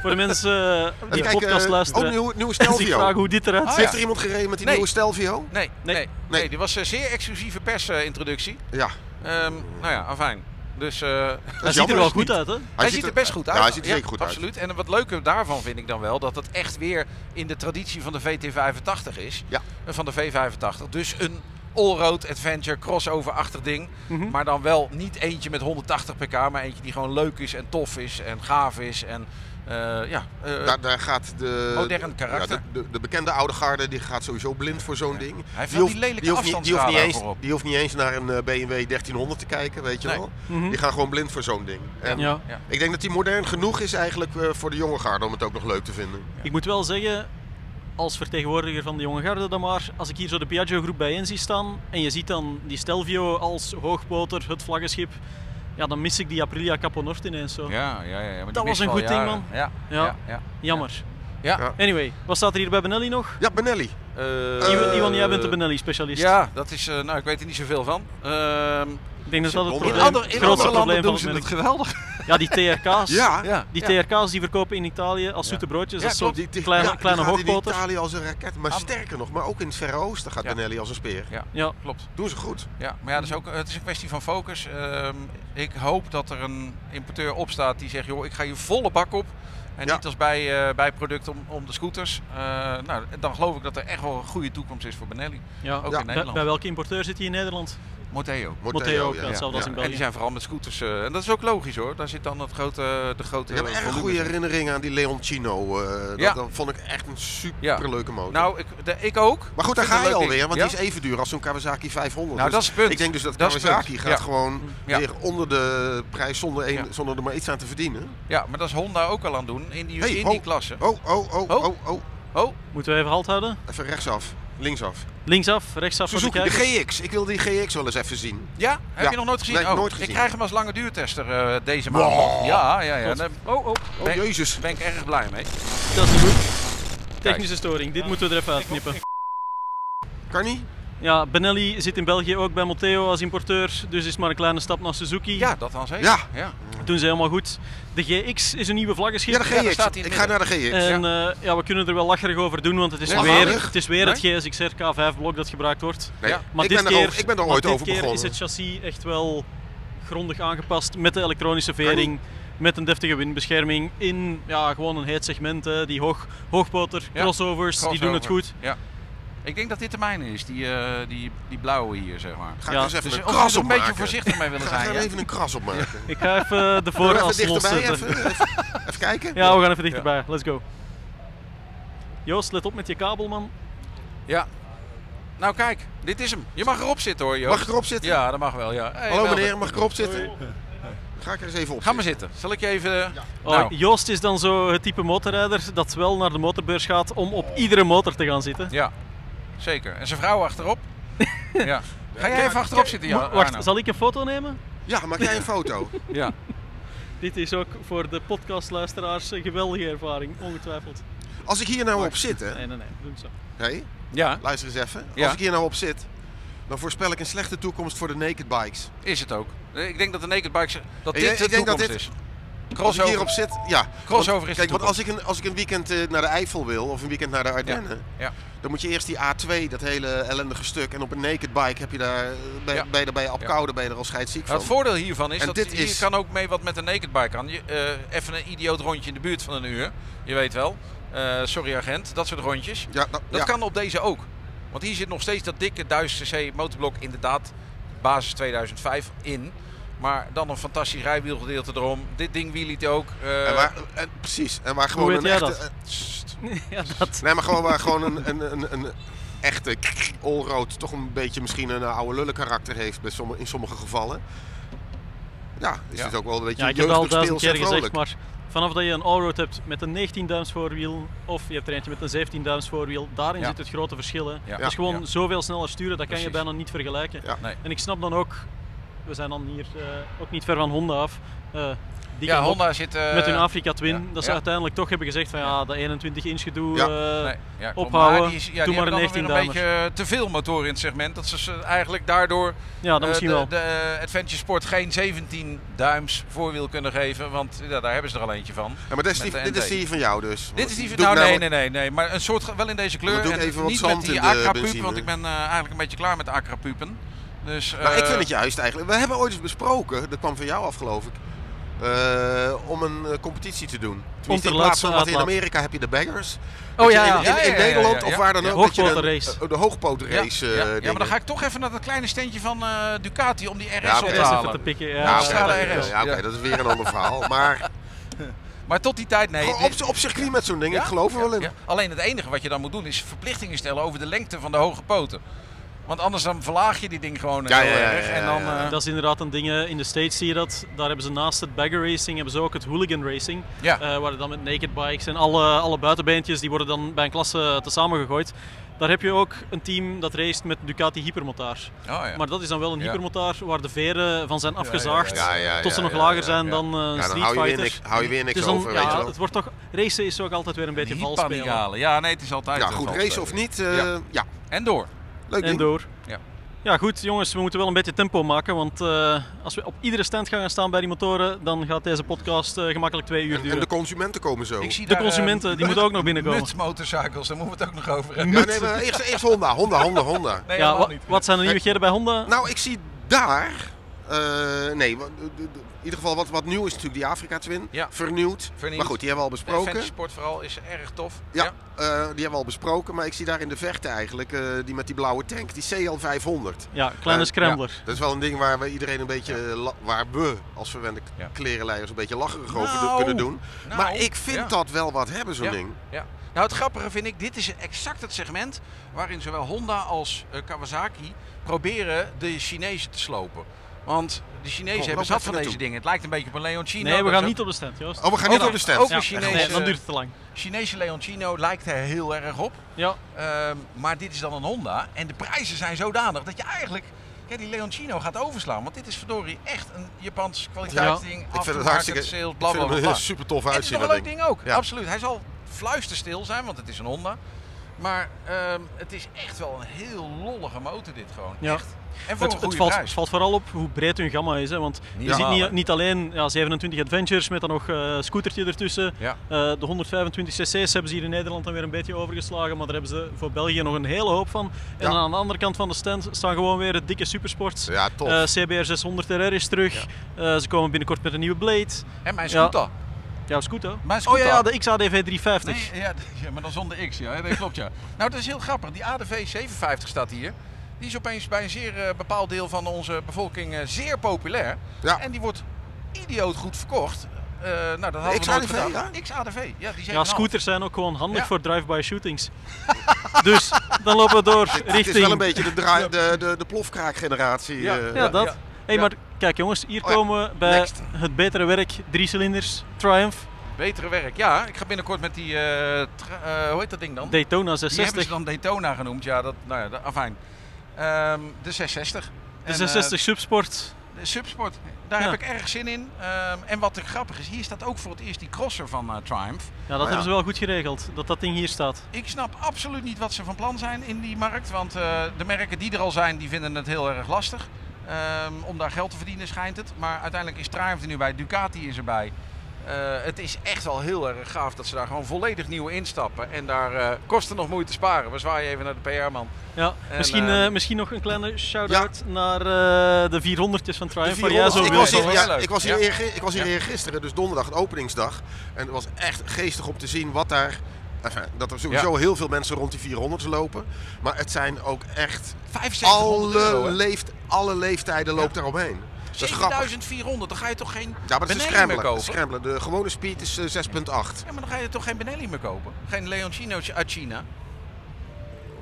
[SPEAKER 2] Voor de mensen eh, die de
[SPEAKER 4] Even kijken,
[SPEAKER 2] podcast
[SPEAKER 4] eh,
[SPEAKER 2] luisteren
[SPEAKER 4] Ook nieuwe, nieuwe
[SPEAKER 2] en zich
[SPEAKER 4] Stelvio.
[SPEAKER 2] vragen hoe dit eruit
[SPEAKER 3] Ah,
[SPEAKER 2] ziet.
[SPEAKER 3] ja.
[SPEAKER 4] Heeft er iemand gereden met die
[SPEAKER 3] Nee.
[SPEAKER 4] nieuwe Stelvio?
[SPEAKER 3] Nee,
[SPEAKER 2] Nee.
[SPEAKER 3] nee, nee.
[SPEAKER 4] Nee.
[SPEAKER 3] die was een zeer exclusieve persintroductie.
[SPEAKER 4] Ja.
[SPEAKER 3] Ehm nou ja, afijn. Dus eh, hij,
[SPEAKER 2] Hij ziet
[SPEAKER 4] jammer
[SPEAKER 2] er wel
[SPEAKER 4] is het
[SPEAKER 2] goed uit, hè?
[SPEAKER 3] ziet er best goed uit.
[SPEAKER 4] Ja, hij ziet er zeker goed uit.
[SPEAKER 3] absoluut. En wat leuke daarvan vind ik dan wel dat het echt weer in de traditie van de VT85 is.
[SPEAKER 4] Ja.
[SPEAKER 3] Eh, Van de V85. Dus een allroad adventure crossover-achtig ding.
[SPEAKER 4] Mhm.
[SPEAKER 3] Maar dan wel niet eentje met 180 pk, maar eentje die gewoon leuk is en tof is en gaaf is. En eh, ja, eh,
[SPEAKER 4] Daar, daar gaat de,
[SPEAKER 3] Modern karakter.
[SPEAKER 4] ja, de, de, de bekende oude garde die gaat sowieso blind voor zo'n ding.
[SPEAKER 3] heeft wel die lelijke
[SPEAKER 4] hoeft niet, die, hoeft niet
[SPEAKER 3] afstandsradar
[SPEAKER 4] eens,
[SPEAKER 3] voorop.
[SPEAKER 4] die hoeft niet eens naar een eh, BMW 1300 te kijken, weet je
[SPEAKER 3] Nee.
[SPEAKER 4] wel.
[SPEAKER 2] Mhm.
[SPEAKER 4] Die gaan gewoon blind voor zo'n ding. En
[SPEAKER 2] Ja.
[SPEAKER 4] Ik denk dat die modern genoeg is eigenlijk eh, voor de jonge garde om het ook nog leuk te vinden.
[SPEAKER 2] Ik moet wel zeggen, als vertegenwoordiger van de jonge garde dan maar, als ik hier zo de Piaggio-groep bijeen zie staan en je ziet dan die Stelvio als hoogpoter, het vlaggenschip, ja, dan mis ik die Aprilia Caponorte ineens zo.
[SPEAKER 3] ja, ja, ja, ja, maar die
[SPEAKER 2] Dat was
[SPEAKER 3] mist
[SPEAKER 2] een
[SPEAKER 3] al
[SPEAKER 2] goed ding,
[SPEAKER 3] jaren.
[SPEAKER 2] man.
[SPEAKER 3] Ja,
[SPEAKER 2] Ja.
[SPEAKER 3] ja, ja.
[SPEAKER 2] Jammer.
[SPEAKER 3] Ja.
[SPEAKER 4] Ja.
[SPEAKER 2] Anyway, wat staat er hier bij Benelli nog?
[SPEAKER 4] Ja, Benelli.
[SPEAKER 3] Eh,
[SPEAKER 2] Iwan, Iwan, jij bent de Benelli-specialist.
[SPEAKER 3] Ja, dat is, eh, nou ik weet er niet zoveel van. Ehm,
[SPEAKER 2] Ik denk dat dat het,
[SPEAKER 4] In
[SPEAKER 2] probleem,
[SPEAKER 3] in andere,
[SPEAKER 2] het
[SPEAKER 3] in
[SPEAKER 2] grootste
[SPEAKER 3] andere landen
[SPEAKER 2] probleem van
[SPEAKER 3] doen
[SPEAKER 2] het
[SPEAKER 3] ze het
[SPEAKER 2] merk.
[SPEAKER 3] geweldig.
[SPEAKER 2] Ja, die TRK's.
[SPEAKER 4] Ja,
[SPEAKER 2] Die
[SPEAKER 3] ja.
[SPEAKER 2] TRK's die verkopen in Italië als zoete broodjes.
[SPEAKER 3] Ja,
[SPEAKER 2] dat is
[SPEAKER 3] klopt.
[SPEAKER 2] zo'n
[SPEAKER 4] Die, die,
[SPEAKER 2] kleine,
[SPEAKER 4] ja, die
[SPEAKER 2] kleine
[SPEAKER 4] gaat in
[SPEAKER 2] hoogpoter.
[SPEAKER 4] Italië als een raket. Maar
[SPEAKER 3] Ah,
[SPEAKER 4] sterker nog, maar ook in het Verre Oosten gaat
[SPEAKER 3] Ja.
[SPEAKER 4] Benelli als een speer.
[SPEAKER 3] Ja.
[SPEAKER 2] Ja.
[SPEAKER 3] Klopt.
[SPEAKER 4] Doen ze goed.
[SPEAKER 3] Ja, maar ja, dat is ook, het is een kwestie van focus. Ehm, ik hoop dat er een importeur opstaat die zegt, joh, ik ga je volle bak op. En
[SPEAKER 4] Ja.
[SPEAKER 3] niet als bij, eh, bij product om, om de scooters. Eh, nou, dan geloof ik dat er echt wel een goede toekomst is voor Benelli.
[SPEAKER 2] Ja.
[SPEAKER 3] Ook
[SPEAKER 4] Ja.
[SPEAKER 3] in
[SPEAKER 2] Bij,
[SPEAKER 3] Nederland.
[SPEAKER 2] bij welke importeur zit hij in Nederland?
[SPEAKER 3] Monteo.
[SPEAKER 2] Monteo, ook,
[SPEAKER 4] ja.
[SPEAKER 2] ja, hetzelfde als in
[SPEAKER 3] En die
[SPEAKER 2] België.
[SPEAKER 3] zijn vooral met scooters. eh, en dat is ook logisch hoor. Daar zit dan het grote, de grote
[SPEAKER 4] Ik heb echt een
[SPEAKER 3] volumes
[SPEAKER 4] goede
[SPEAKER 3] in.
[SPEAKER 4] herinneringen aan die Leoncino. eh, dat,
[SPEAKER 3] Ja.
[SPEAKER 4] dat vond ik echt een superleuke motor.
[SPEAKER 3] Nou, ik, de- ik ook.
[SPEAKER 4] maar goed, daar
[SPEAKER 3] Ik vind
[SPEAKER 4] ga
[SPEAKER 3] het
[SPEAKER 4] je
[SPEAKER 3] leuk
[SPEAKER 4] alweer,
[SPEAKER 3] ding.
[SPEAKER 4] want
[SPEAKER 3] Ja?
[SPEAKER 4] die is even duur als zo'n Kawasaki 500.
[SPEAKER 3] Nou,
[SPEAKER 4] Dus
[SPEAKER 3] dat is het punt.
[SPEAKER 4] Ik denk dus dat,
[SPEAKER 3] Dat is het
[SPEAKER 4] Kawasaki
[SPEAKER 3] punt.
[SPEAKER 4] gaat
[SPEAKER 3] Ja. Mm,
[SPEAKER 4] gewoon
[SPEAKER 3] Ja.
[SPEAKER 4] weer onder de prijs zonder, een,
[SPEAKER 3] Ja.
[SPEAKER 4] zonder er maar iets aan te verdienen.
[SPEAKER 3] Ja, maar dat is Honda ook al aan het doen in die,
[SPEAKER 4] Hey,
[SPEAKER 3] in
[SPEAKER 4] ho.
[SPEAKER 3] die klasse.
[SPEAKER 4] Oh, oh, oh,
[SPEAKER 3] Oh.
[SPEAKER 4] oh, oh.
[SPEAKER 3] Oh,
[SPEAKER 2] Moeten we even halt houden?
[SPEAKER 4] Even rechtsaf, linksaf.
[SPEAKER 2] Linksaf, rechtsaf voor de
[SPEAKER 4] Suzuki, de
[SPEAKER 3] dus?
[SPEAKER 2] kijkers.
[SPEAKER 4] GX. Ik wil die GX wel eens even zien.
[SPEAKER 3] ja? Heb
[SPEAKER 4] Ja.
[SPEAKER 3] je nog nooit gezien?
[SPEAKER 4] Nee,
[SPEAKER 3] Oh,
[SPEAKER 4] nooit
[SPEAKER 3] Ik
[SPEAKER 4] gezien.
[SPEAKER 3] krijg hem als lange duurtester eh, deze maand. nog. Ja, ja, ja.
[SPEAKER 2] Klopt.
[SPEAKER 3] Daar
[SPEAKER 2] Oh, oh,
[SPEAKER 4] Oh,
[SPEAKER 3] Nee.
[SPEAKER 4] jezus.
[SPEAKER 3] ben ik erg blij mee.
[SPEAKER 2] dat is niet goed. Technische storing, dit moeten we er even uitknippen.
[SPEAKER 4] Kan niet?
[SPEAKER 2] Ja, Benelli zit in België ook bij Monteo als importeur, dus is maar een kleine stap naar Suzuki.
[SPEAKER 3] Ja, dat dan zeker.
[SPEAKER 4] Ja.
[SPEAKER 3] ja.
[SPEAKER 2] Dat doen ze helemaal goed. De GX is een nieuwe vlaggenschip.
[SPEAKER 4] Ja, de
[SPEAKER 3] daar
[SPEAKER 4] GX.
[SPEAKER 3] staat hij in
[SPEAKER 4] ik
[SPEAKER 3] het
[SPEAKER 4] ga naar de GX.
[SPEAKER 2] En eh, ja, we kunnen er wel lacherig over doen, want het is
[SPEAKER 3] Ja,
[SPEAKER 2] weer,
[SPEAKER 4] lacherig?
[SPEAKER 2] het, is weer het GSXR K5-blok dat gebruikt wordt.
[SPEAKER 4] Nee,
[SPEAKER 3] Ja.
[SPEAKER 2] Maar
[SPEAKER 4] ik,
[SPEAKER 2] dit
[SPEAKER 4] ben
[SPEAKER 2] keer,
[SPEAKER 4] er, ook- ik ben er
[SPEAKER 2] maar
[SPEAKER 4] ooit
[SPEAKER 2] dit
[SPEAKER 4] over
[SPEAKER 2] keer
[SPEAKER 4] begonnen.
[SPEAKER 2] is het chassis echt wel grondig aangepast met de elektronische vering, met een deftige windbescherming in ja, gewoon een heet segment. Hè. Die hoog, hoogpoter,
[SPEAKER 3] Ja,
[SPEAKER 2] crossovers, die doen het
[SPEAKER 3] Crossover.
[SPEAKER 2] goed.
[SPEAKER 3] Ja. Ik denk dat dit de mijne is, die, eh, die, die blauwe hier, zeg maar.
[SPEAKER 4] Ga
[SPEAKER 2] Ja.
[SPEAKER 4] er eens even
[SPEAKER 3] Dus
[SPEAKER 4] een
[SPEAKER 3] als we
[SPEAKER 4] kras
[SPEAKER 3] er
[SPEAKER 4] op
[SPEAKER 3] een beetje
[SPEAKER 4] maken.
[SPEAKER 3] voorzichtig mee willen
[SPEAKER 4] Ga
[SPEAKER 3] zijn.
[SPEAKER 4] er
[SPEAKER 3] ja.
[SPEAKER 4] even een kras op maken.
[SPEAKER 2] Ik ga even de
[SPEAKER 4] Doe
[SPEAKER 2] vooras
[SPEAKER 4] even dichterbij,
[SPEAKER 2] loszetten.
[SPEAKER 4] even, even, even kijken.
[SPEAKER 2] Ja, we gaan even dichterbij. Let's go. Joost, let op met je kabel, man.
[SPEAKER 3] Ja. Nou kijk, dit is hem. Je mag erop zitten hoor, Joost.
[SPEAKER 4] Mag ik erop zitten?
[SPEAKER 3] Ja, dat mag wel, ja. Hey,
[SPEAKER 4] Hallo
[SPEAKER 3] wel.
[SPEAKER 4] meneer, mag ik erop zitten? Ga ik er eens even op
[SPEAKER 3] Ga maar zitten. Zal ik je even...
[SPEAKER 2] Oh,
[SPEAKER 3] Nou.
[SPEAKER 2] Joost is dan zo het type motorrijder dat wel naar de motorbeurs gaat om op iedere motor te gaan zitten.
[SPEAKER 3] Ja, zeker. En zijn vrouw achterop. ja. Ga jij even achterop zitten, ja,
[SPEAKER 2] Wacht,
[SPEAKER 3] Arno?
[SPEAKER 2] zal ik een foto nemen?
[SPEAKER 4] Ja, maak jij een foto.
[SPEAKER 3] Ja.
[SPEAKER 2] Dit is ook voor de podcastluisteraars een geweldige ervaring, ongetwijfeld.
[SPEAKER 4] Als ik hier nou op zit, hè.
[SPEAKER 2] Nee, nee, nee, doe het zo.
[SPEAKER 4] Hé,
[SPEAKER 3] ja,
[SPEAKER 4] luister eens even.
[SPEAKER 3] Ja.
[SPEAKER 4] Als ik hier nou op zit, dan voorspel ik een slechte toekomst voor de naked bikes.
[SPEAKER 3] is het ook. Ik denk dat de naked bikes... Dat
[SPEAKER 4] Ik-
[SPEAKER 3] dit
[SPEAKER 4] ik
[SPEAKER 3] de
[SPEAKER 4] denk dat
[SPEAKER 3] toekomst
[SPEAKER 4] dit-
[SPEAKER 3] is.
[SPEAKER 4] Als ik
[SPEAKER 3] Crossover.
[SPEAKER 4] hierop zit, ja.
[SPEAKER 3] Crossover
[SPEAKER 4] Want-
[SPEAKER 3] is de
[SPEAKER 4] Kijk, want als ik, een, als ik een weekend eh, naar de Eifel wil, of een weekend naar de Ardennen,
[SPEAKER 3] Ja.
[SPEAKER 4] dan moet je eerst die A2, dat hele ellendige stuk. En op een naked bike heb je daar, eh, bij,
[SPEAKER 3] Ja.
[SPEAKER 4] bij ben je er bij op
[SPEAKER 3] Ja.
[SPEAKER 4] koude, ben je er al scheidsziek
[SPEAKER 3] Nou,
[SPEAKER 4] van.
[SPEAKER 3] het voordeel hiervan is
[SPEAKER 4] En
[SPEAKER 3] dat
[SPEAKER 4] dit
[SPEAKER 3] je
[SPEAKER 4] is-
[SPEAKER 3] kan ook mee wat met de naked bike aan. Je, eh, even een idioot rondje in de buurt van een uur. Je weet wel. Eh, sorry agent, dat soort rondjes.
[SPEAKER 4] Ja, nou,
[SPEAKER 3] Dat
[SPEAKER 4] ja.
[SPEAKER 3] kan op deze ook. Want hier zit nog steeds dat dikke 1000 cc motorblok inderdaad basis 2005 in. Maar dan een fantastisch rijwielgedeelte erom. Dit ding wielit ook. eh,
[SPEAKER 4] En waar, en, precies. En waar gewoon
[SPEAKER 2] weet
[SPEAKER 4] een
[SPEAKER 2] jij
[SPEAKER 4] echte...
[SPEAKER 2] dat?
[SPEAKER 4] eh, sst.
[SPEAKER 2] ja, dat.
[SPEAKER 4] Nee, maar gewoon waar gewoon een, een, een, een echte allroad toch een beetje misschien een eh, oude lullen karakter heeft bij sommige, in sommige gevallen. Ja, is
[SPEAKER 3] Ja.
[SPEAKER 4] het ook wel een beetje
[SPEAKER 2] Ja, ik heb het al
[SPEAKER 4] jeugdig
[SPEAKER 2] duizend
[SPEAKER 4] speels
[SPEAKER 2] keer
[SPEAKER 4] en
[SPEAKER 2] gezegd,
[SPEAKER 4] vrolijk.
[SPEAKER 2] maar vanaf dat je een allroad hebt met een 19 duims voorwiel of je hebt er eentje met een 17 duims voorwiel, daarin
[SPEAKER 3] Ja.
[SPEAKER 2] zit het grote verschil. Hè.
[SPEAKER 3] Ja.
[SPEAKER 2] Het is gewoon
[SPEAKER 3] Ja.
[SPEAKER 2] zoveel sneller sturen, dat kan
[SPEAKER 3] Precies.
[SPEAKER 2] je bijna niet vergelijken.
[SPEAKER 4] Ja.
[SPEAKER 3] Nee.
[SPEAKER 2] En ik snap dan ook, we zijn dan hier eh, ook niet ver van Honda af, eh, die
[SPEAKER 3] ja,
[SPEAKER 2] kant op.
[SPEAKER 3] Honda zit... eh,
[SPEAKER 2] met hun Afrika Twin,
[SPEAKER 3] ja.
[SPEAKER 2] dat ze
[SPEAKER 3] Ja.
[SPEAKER 2] uiteindelijk toch hebben gezegd van ja, dat 21 inch gedoe.
[SPEAKER 4] Ja.
[SPEAKER 2] eh,
[SPEAKER 3] nee, ja, klopt.
[SPEAKER 2] ophouden.
[SPEAKER 3] Maar die is-
[SPEAKER 2] Doe
[SPEAKER 3] ja, die
[SPEAKER 2] maar
[SPEAKER 3] hebben
[SPEAKER 2] een
[SPEAKER 3] dan weer
[SPEAKER 2] 19
[SPEAKER 3] een beetje eh, te veel motoren in het segment. Dat ze ze eigenlijk daardoor
[SPEAKER 2] ja, dat
[SPEAKER 3] eh,
[SPEAKER 2] misschien
[SPEAKER 3] de,
[SPEAKER 2] wel.
[SPEAKER 3] de eh, Adventure Sport geen 17 duims voorwiel kunnen geven. Want ja, daar hebben ze er al eentje van.
[SPEAKER 4] Ja, maar dit is, die,
[SPEAKER 3] Met de
[SPEAKER 4] dit is die van jou dus.
[SPEAKER 3] Dit is die...
[SPEAKER 4] Doe
[SPEAKER 3] Nou,
[SPEAKER 4] ik
[SPEAKER 3] nee,
[SPEAKER 4] namelijk-
[SPEAKER 3] nee, nee, nee. Maar een soort... Wel in deze kleur.
[SPEAKER 4] Dan doe ik
[SPEAKER 3] en
[SPEAKER 4] even wat
[SPEAKER 3] niet
[SPEAKER 4] zand
[SPEAKER 3] met die
[SPEAKER 4] in de
[SPEAKER 3] acrapup,
[SPEAKER 4] benzine.
[SPEAKER 3] want ik ben eh, eigenlijk een beetje klaar met de acrapupen. Dus,
[SPEAKER 4] Nou, ik
[SPEAKER 3] eh,
[SPEAKER 4] vind het juist eigenlijk. We hebben ooit eens besproken, dat kwam van jou af geloof ik. eh, om een eh, competitie te doen. Tenminste, in
[SPEAKER 2] ter
[SPEAKER 4] plaats
[SPEAKER 2] laatste
[SPEAKER 4] van wat in
[SPEAKER 2] uitlaat.
[SPEAKER 4] Amerika heb je de baggers.
[SPEAKER 2] Oh
[SPEAKER 4] Dat je
[SPEAKER 2] ja,
[SPEAKER 4] in,
[SPEAKER 2] ja.
[SPEAKER 4] in,
[SPEAKER 3] Ja, ja,
[SPEAKER 4] in
[SPEAKER 3] ja, ja,
[SPEAKER 4] Nederland
[SPEAKER 3] ja,
[SPEAKER 4] of
[SPEAKER 3] ja.
[SPEAKER 4] waar dan
[SPEAKER 2] De
[SPEAKER 4] ook. dat je een-
[SPEAKER 2] hoogpotenrace.
[SPEAKER 4] De hoogpootrace.
[SPEAKER 3] ja,
[SPEAKER 4] eh,
[SPEAKER 3] ja, ja, maar
[SPEAKER 4] dingen.
[SPEAKER 3] dan ga ik toch even naar dat kleine steentje van eh, Ducati om die RS
[SPEAKER 4] Ja,
[SPEAKER 3] op
[SPEAKER 4] oké.
[SPEAKER 3] te
[SPEAKER 2] Om eens
[SPEAKER 3] halen.
[SPEAKER 2] even te pikken. Ja,
[SPEAKER 4] Ja,
[SPEAKER 3] Ja,
[SPEAKER 4] oké,
[SPEAKER 3] Strada
[SPEAKER 4] dat-
[SPEAKER 3] RS.
[SPEAKER 4] Nou, ja, oké,
[SPEAKER 3] Ja.
[SPEAKER 4] dat is weer een ander verhaal. Maar
[SPEAKER 3] Maar tot die tijd, nee.
[SPEAKER 4] gewoon
[SPEAKER 3] dit-
[SPEAKER 4] op, op circuit met zo'n ding,
[SPEAKER 3] Ja,
[SPEAKER 4] ik geloof er wel in.
[SPEAKER 3] ja. Alleen het enige wat je dan moet doen is verplichtingen stellen over de lengte van de hoge poten. Want anders dan verlaag je die ding gewoon
[SPEAKER 4] Ja,
[SPEAKER 3] heel
[SPEAKER 4] ja, ja,
[SPEAKER 3] erg.
[SPEAKER 4] ja,
[SPEAKER 3] En dan,
[SPEAKER 4] ja.
[SPEAKER 3] eh,
[SPEAKER 2] Dat is inderdaad een ding. eh, In de States zie je dat. Daar hebben ze naast het bagger racing hebben ze ook het hooligan racing.
[SPEAKER 3] Ja.
[SPEAKER 2] Eh, waar dan met naked bikes en alle, alle buitenbeentjes die worden dan bij een klasse tezamen gegooid. Daar heb je ook een team dat race met Ducati hypermotaar.
[SPEAKER 3] oh, ja.
[SPEAKER 2] Maar dat is dan wel een
[SPEAKER 3] Ja.
[SPEAKER 2] hypermotaar waar de veren van zijn afgezaagd.
[SPEAKER 4] ja, ja, ja,
[SPEAKER 2] tot ze nog
[SPEAKER 4] ja,
[SPEAKER 2] lager
[SPEAKER 4] ja,
[SPEAKER 2] zijn
[SPEAKER 3] ja.
[SPEAKER 2] dan eh
[SPEAKER 4] Ja, dan
[SPEAKER 2] Street
[SPEAKER 4] hou je weer
[SPEAKER 2] Fighters.
[SPEAKER 4] niks, hou je weer
[SPEAKER 2] Het
[SPEAKER 4] niks
[SPEAKER 2] is dan-
[SPEAKER 4] over,
[SPEAKER 2] ja,
[SPEAKER 4] weet je wel.
[SPEAKER 2] het wordt toch, racen is ook altijd weer een beetje
[SPEAKER 3] Niet
[SPEAKER 2] vals
[SPEAKER 3] paniek
[SPEAKER 2] spelen.
[SPEAKER 3] halen. Ja, nee, het is altijd.
[SPEAKER 4] Ja,
[SPEAKER 3] een
[SPEAKER 4] goed,
[SPEAKER 3] vals
[SPEAKER 4] race
[SPEAKER 3] spelen.
[SPEAKER 4] of niet, eh,
[SPEAKER 3] Ja.
[SPEAKER 4] ja.
[SPEAKER 3] En door.
[SPEAKER 4] leuk
[SPEAKER 2] En
[SPEAKER 4] ding.
[SPEAKER 2] door.
[SPEAKER 3] Ja.
[SPEAKER 4] Oh.
[SPEAKER 2] Ja, goed jongens, we moeten wel een beetje tempo maken, want eh, als we op iedere stand gaan gaan staan bij die motoren, dan gaat deze podcast eh, gemakkelijk twee uur
[SPEAKER 4] En, en
[SPEAKER 2] duren.
[SPEAKER 4] de consumenten komen zo.
[SPEAKER 3] Ik zie
[SPEAKER 2] De
[SPEAKER 3] daar,
[SPEAKER 2] consumenten,
[SPEAKER 3] eh,
[SPEAKER 2] die moeten ook nog binnenkomen.
[SPEAKER 3] Nutsmotorcycles, daar moeten we het ook nog over hebben.
[SPEAKER 4] Ja, nee, maar eerst, eerst Honda, Honda, Honda, Honda.
[SPEAKER 3] Nee,
[SPEAKER 2] ja,
[SPEAKER 3] helemaal
[SPEAKER 2] wa-
[SPEAKER 3] niet.
[SPEAKER 2] wat zijn de nieuwigheden bij Honda?
[SPEAKER 4] Nou, ik zie daar. eh, nee, wa- de- de- de- in ieder geval wat, wat nieuw is natuurlijk die Afrika Twin.
[SPEAKER 3] Ja.
[SPEAKER 4] Vernieuwd.
[SPEAKER 3] Vernieuwd.
[SPEAKER 4] Maar goed, die hebben we al
[SPEAKER 3] De
[SPEAKER 4] besproken.
[SPEAKER 3] Adventuresport vooral is erg tof.
[SPEAKER 4] Ja, eh, die hebben we al besproken. Maar ik zie daar in de vechten eigenlijk eh, die met die blauwe tank, die CL500.
[SPEAKER 2] Ja, kleine
[SPEAKER 4] Eh,
[SPEAKER 2] scrambler.
[SPEAKER 4] Dat is wel een ding waar we iedereen een beetje, eh, la- waar we als verwende
[SPEAKER 3] Ja.
[SPEAKER 4] klerenleiders een beetje lacherig
[SPEAKER 3] Nou,
[SPEAKER 4] over do- kunnen doen.
[SPEAKER 3] nou,
[SPEAKER 4] maar ik vind
[SPEAKER 3] ja.
[SPEAKER 4] dat wel wat hebben, zo'n
[SPEAKER 3] Ja.
[SPEAKER 4] ding. Oh,
[SPEAKER 3] Ja. Nou, het grappige vind ik, dit is exact het segment waarin zowel Honda als eh, Kawasaki proberen de Chinezen te slopen. Want de Chinezen
[SPEAKER 4] Kom,
[SPEAKER 3] hebben zat
[SPEAKER 4] loop even
[SPEAKER 3] van
[SPEAKER 4] naartoe.
[SPEAKER 3] deze dingen. Het lijkt een beetje op een Leoncino.
[SPEAKER 2] Nee, we
[SPEAKER 3] Dat
[SPEAKER 2] gaan
[SPEAKER 3] is
[SPEAKER 2] niet
[SPEAKER 3] ook-
[SPEAKER 2] op de stand, Joost.
[SPEAKER 4] Oh, we gaan niet
[SPEAKER 3] Oh,
[SPEAKER 4] op de stand.
[SPEAKER 3] Ook een Chinees,
[SPEAKER 2] nee, dan
[SPEAKER 3] eh,
[SPEAKER 2] duurt het te lang.
[SPEAKER 3] Chinese Leoncino lijkt er heel erg op.
[SPEAKER 2] Ja,
[SPEAKER 3] Ehm, maar dit is dan een Honda. En de prijzen zijn zodanig dat je eigenlijk ja, die Leoncino gaat overslaan. Want dit is verdorie echt een Japans kwaliteitsding.
[SPEAKER 4] Ik vind het
[SPEAKER 3] aftermarket,
[SPEAKER 4] hartstikke
[SPEAKER 3] Sales, bla,
[SPEAKER 4] ik vind
[SPEAKER 3] bla,
[SPEAKER 4] hem
[SPEAKER 3] bla,
[SPEAKER 4] een
[SPEAKER 3] bla.
[SPEAKER 4] super tof
[SPEAKER 3] En het is
[SPEAKER 4] uitzien.
[SPEAKER 3] nog een
[SPEAKER 4] dat
[SPEAKER 3] leuk
[SPEAKER 4] ding.
[SPEAKER 3] ding ook,
[SPEAKER 4] Ja.
[SPEAKER 3] absoluut. Hij zal fluisterstil zijn, want het is een Honda. Maar ehm, het is echt wel een heel lollige motor dit gewoon.
[SPEAKER 2] Ja.
[SPEAKER 3] Echt. En
[SPEAKER 2] het,
[SPEAKER 3] voor een
[SPEAKER 2] het
[SPEAKER 3] goede
[SPEAKER 2] valt,
[SPEAKER 3] prijs.
[SPEAKER 2] valt vooral op hoe breed hun gamma is. Hè, want
[SPEAKER 3] Niet
[SPEAKER 2] je ziet
[SPEAKER 3] normaal,
[SPEAKER 2] niet,
[SPEAKER 3] hè?
[SPEAKER 2] niet alleen ja, 27 Adventures met dan nog een scootertje ertussen.
[SPEAKER 3] Ja.
[SPEAKER 2] Eh, de 125 cc's hebben ze hier in Nederland dan weer een beetje overgeslagen. Maar daar hebben ze voor België nog een hele hoop van. En
[SPEAKER 4] Ja.
[SPEAKER 2] aan de andere kant van de stand staan gewoon weer het dikke supersports.
[SPEAKER 4] Ja, tof.
[SPEAKER 2] Eh, CBR 600 RR is terug. Eh, ze komen binnenkort met een nieuwe Blade.
[SPEAKER 3] En
[SPEAKER 2] Ja.
[SPEAKER 3] mijn scooter.
[SPEAKER 2] Jouw scooter.
[SPEAKER 3] Mijn scooter.
[SPEAKER 2] Oh ja, ja, de XADV 350.
[SPEAKER 3] Nee, ja, d- ja, maar dan zonder X, ja. Dat klopt, ja. Nou, dat is heel grappig. Die ADV 57 staat hier. Die is opeens bij een zeer eh, bepaald deel van onze bevolking eh, zeer populair.
[SPEAKER 4] Ja.
[SPEAKER 3] En die wordt idioot goed verkocht. Eh, nou, dat hadden we nooit
[SPEAKER 4] XADV,
[SPEAKER 3] gedaan. XADV, ja, die
[SPEAKER 2] Ja,
[SPEAKER 3] 7,5.
[SPEAKER 2] scooters zijn ook gewoon handig
[SPEAKER 3] Ja.
[SPEAKER 2] voor drive-by shootings. dus dan lopen we door richting...
[SPEAKER 4] Het is wel een beetje de, draai- de, de, de plofkraakgeneratie.
[SPEAKER 3] Ja.
[SPEAKER 4] eh,
[SPEAKER 2] Ja, dat.
[SPEAKER 3] ja.
[SPEAKER 2] hey,
[SPEAKER 3] Ja.
[SPEAKER 2] maar kijk jongens, hier
[SPEAKER 4] Oh ja,
[SPEAKER 2] komen we bij
[SPEAKER 4] next.
[SPEAKER 2] het betere werk. Drie cilinders, Triumph,
[SPEAKER 3] Betere werk, ja. Ik ga binnenkort met die, eh, tra- eh, hoe heet dat ding dan?
[SPEAKER 2] Daytona
[SPEAKER 3] Die hebben
[SPEAKER 2] 660.
[SPEAKER 3] ze dan Daytona genoemd. Ja, dat, nou ja, dat, afijn. Ehm, de 660.
[SPEAKER 2] De
[SPEAKER 3] En,
[SPEAKER 2] 660 Subsport.
[SPEAKER 3] eh, de Subsport, daar
[SPEAKER 2] Ja.
[SPEAKER 3] heb ik erg zin in. Ehm, en wat er grappig is, hier staat ook voor het eerst die crosser van eh, Triumph.
[SPEAKER 2] Ja, dat hebben ze wel goed geregeld, dat dat ding hier staat.
[SPEAKER 3] Ik snap absoluut niet wat ze van plan zijn in die markt. Want eh, de merken die er al zijn, die vinden het heel erg lastig. ehm, om daar geld te verdienen schijnt het. Maar uiteindelijk is Triumph er nu bij. Ducati is erbij. Eh, het is echt wel heel erg gaaf dat ze daar gewoon volledig nieuw instappen. En daar eh, kosten nog moeite sparen. We zwaaien even naar de PR-man.
[SPEAKER 2] Ja,
[SPEAKER 3] En,
[SPEAKER 2] misschien,
[SPEAKER 3] eh,
[SPEAKER 2] eh, misschien nog een kleine shout-out naar eh, de 400's van Triumph, waar jij zo
[SPEAKER 4] ik,
[SPEAKER 3] wil,
[SPEAKER 4] was
[SPEAKER 3] dat
[SPEAKER 4] hier,
[SPEAKER 2] wilt.
[SPEAKER 3] was
[SPEAKER 4] ja,
[SPEAKER 3] wel leuk.
[SPEAKER 4] ik was hier,
[SPEAKER 3] Ja.
[SPEAKER 4] eer- ik was hier
[SPEAKER 3] Ja.
[SPEAKER 4] eergisteren, dus donderdag, de openingsdag. En het was echt geestig om te zien wat daar... enfin, dat er sowieso heel veel mensen rond die 400's lopen. Maar het zijn ook echt...
[SPEAKER 3] 7500
[SPEAKER 4] Alle,
[SPEAKER 3] euro. hè?
[SPEAKER 4] leeft, alle leeftijden loopt daaromheen. Dat is grappig.
[SPEAKER 3] 7400, dan ga je toch geen
[SPEAKER 4] Ja, maar dat is een
[SPEAKER 3] Benelli meer
[SPEAKER 4] scrambler. dat
[SPEAKER 3] kopen?
[SPEAKER 4] is een scrambler. De gewone speed is eh, 6,8.
[SPEAKER 3] Ja, maar dan ga je toch geen Benelli meer kopen? Geen Leoncino's uit China?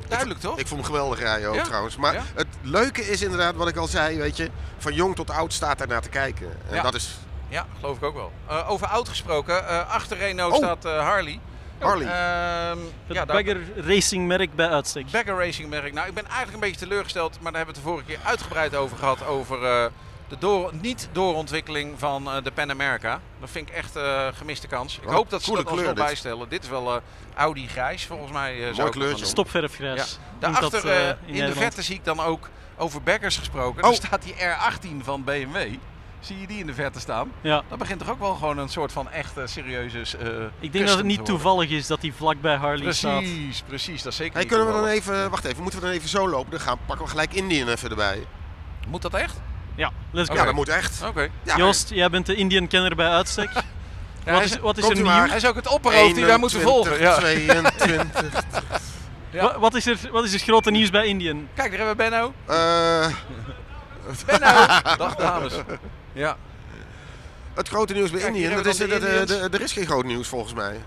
[SPEAKER 3] Duidelijk toch?
[SPEAKER 4] Ik vond hem geweldig rijden ook
[SPEAKER 3] Ja,
[SPEAKER 4] trouwens. Maar
[SPEAKER 3] ja.
[SPEAKER 4] het leuke is inderdaad wat ik al zei, weet je. Van jong tot oud staat daarnaar te kijken. En
[SPEAKER 3] Ja.
[SPEAKER 4] dat is
[SPEAKER 3] Ja, geloof ik ook wel. Eh, over oud gesproken, eh, achter Renault
[SPEAKER 4] Oh.
[SPEAKER 3] staat eh, Harley.
[SPEAKER 4] Harley.
[SPEAKER 3] Ehm,
[SPEAKER 2] Het
[SPEAKER 3] ja, daar-
[SPEAKER 2] bagger racing merk bij uitstek.
[SPEAKER 3] Bagger Racing merk. Nou, ik ben eigenlijk een beetje teleurgesteld, maar daar hebben we het de vorige keer uitgebreid over gehad. Over eh, de door, niet doorontwikkeling van eh, de Pan America. Dat vind ik echt eh gemiste kans. Ik
[SPEAKER 4] Wat
[SPEAKER 3] hoop dat ze
[SPEAKER 4] Oh, coole
[SPEAKER 3] dat alsnog
[SPEAKER 4] kleur dit.
[SPEAKER 3] bijstellen. Dit is wel eh, Audi grijs, volgens mij. eh, zou ik
[SPEAKER 4] Mooi
[SPEAKER 3] het gaan
[SPEAKER 4] kleurtje.
[SPEAKER 3] doen.
[SPEAKER 2] Stopverfgrijs. noemt
[SPEAKER 3] Daarachter
[SPEAKER 2] dat, eh,
[SPEAKER 3] eh, in, de
[SPEAKER 2] Nederland.
[SPEAKER 3] verte zie ik dan ook over bekkers gesproken.
[SPEAKER 4] Oh.
[SPEAKER 3] Daar staat die R18 van BMW. Zie je die in de verte staan?
[SPEAKER 2] Ja.
[SPEAKER 3] Dat begint toch ook wel gewoon een soort van echte serieuze. eh,
[SPEAKER 2] Ik denk
[SPEAKER 3] custom
[SPEAKER 2] dat
[SPEAKER 3] te
[SPEAKER 2] het niet
[SPEAKER 3] worden.
[SPEAKER 2] toevallig is dat hij vlakbij Harley staat.
[SPEAKER 3] Precies, precies. Dat is zeker
[SPEAKER 4] Hey,
[SPEAKER 3] niet
[SPEAKER 4] kunnen we dan
[SPEAKER 3] toevallig.
[SPEAKER 4] even, wacht even, moeten we dan even zo lopen? Dan gaan, pakken we gelijk Indian even erbij.
[SPEAKER 3] Moet dat echt?
[SPEAKER 2] Ja,
[SPEAKER 3] Oh
[SPEAKER 2] let's go.
[SPEAKER 4] Ja, dat moet echt.
[SPEAKER 3] Oké.
[SPEAKER 4] Ja,
[SPEAKER 2] Joost, jij bent de Indian-kenner bij uitstek.
[SPEAKER 3] Ja,
[SPEAKER 2] wat
[SPEAKER 3] hij
[SPEAKER 2] is, wat is er
[SPEAKER 4] komt u
[SPEAKER 2] nieuw?
[SPEAKER 4] maar.
[SPEAKER 3] Hij is ook het opperhoofd die wij moeten
[SPEAKER 4] 21,
[SPEAKER 3] volgen. Ja.
[SPEAKER 4] 22.
[SPEAKER 3] Ja.
[SPEAKER 2] Wa- Wat, is er, wat is het grote nieuws bij Indian?
[SPEAKER 3] Kijk, daar hebben we Benno.
[SPEAKER 4] Eh,
[SPEAKER 3] Benno! Dag dames. Ja.
[SPEAKER 4] het grote nieuws bij
[SPEAKER 3] Kijk, hier
[SPEAKER 4] Indian, dat
[SPEAKER 3] hebben
[SPEAKER 4] is,
[SPEAKER 3] we dan
[SPEAKER 4] dat,
[SPEAKER 3] de
[SPEAKER 4] eh,
[SPEAKER 3] Indians.
[SPEAKER 4] de- er is geen groot nieuws volgens mij.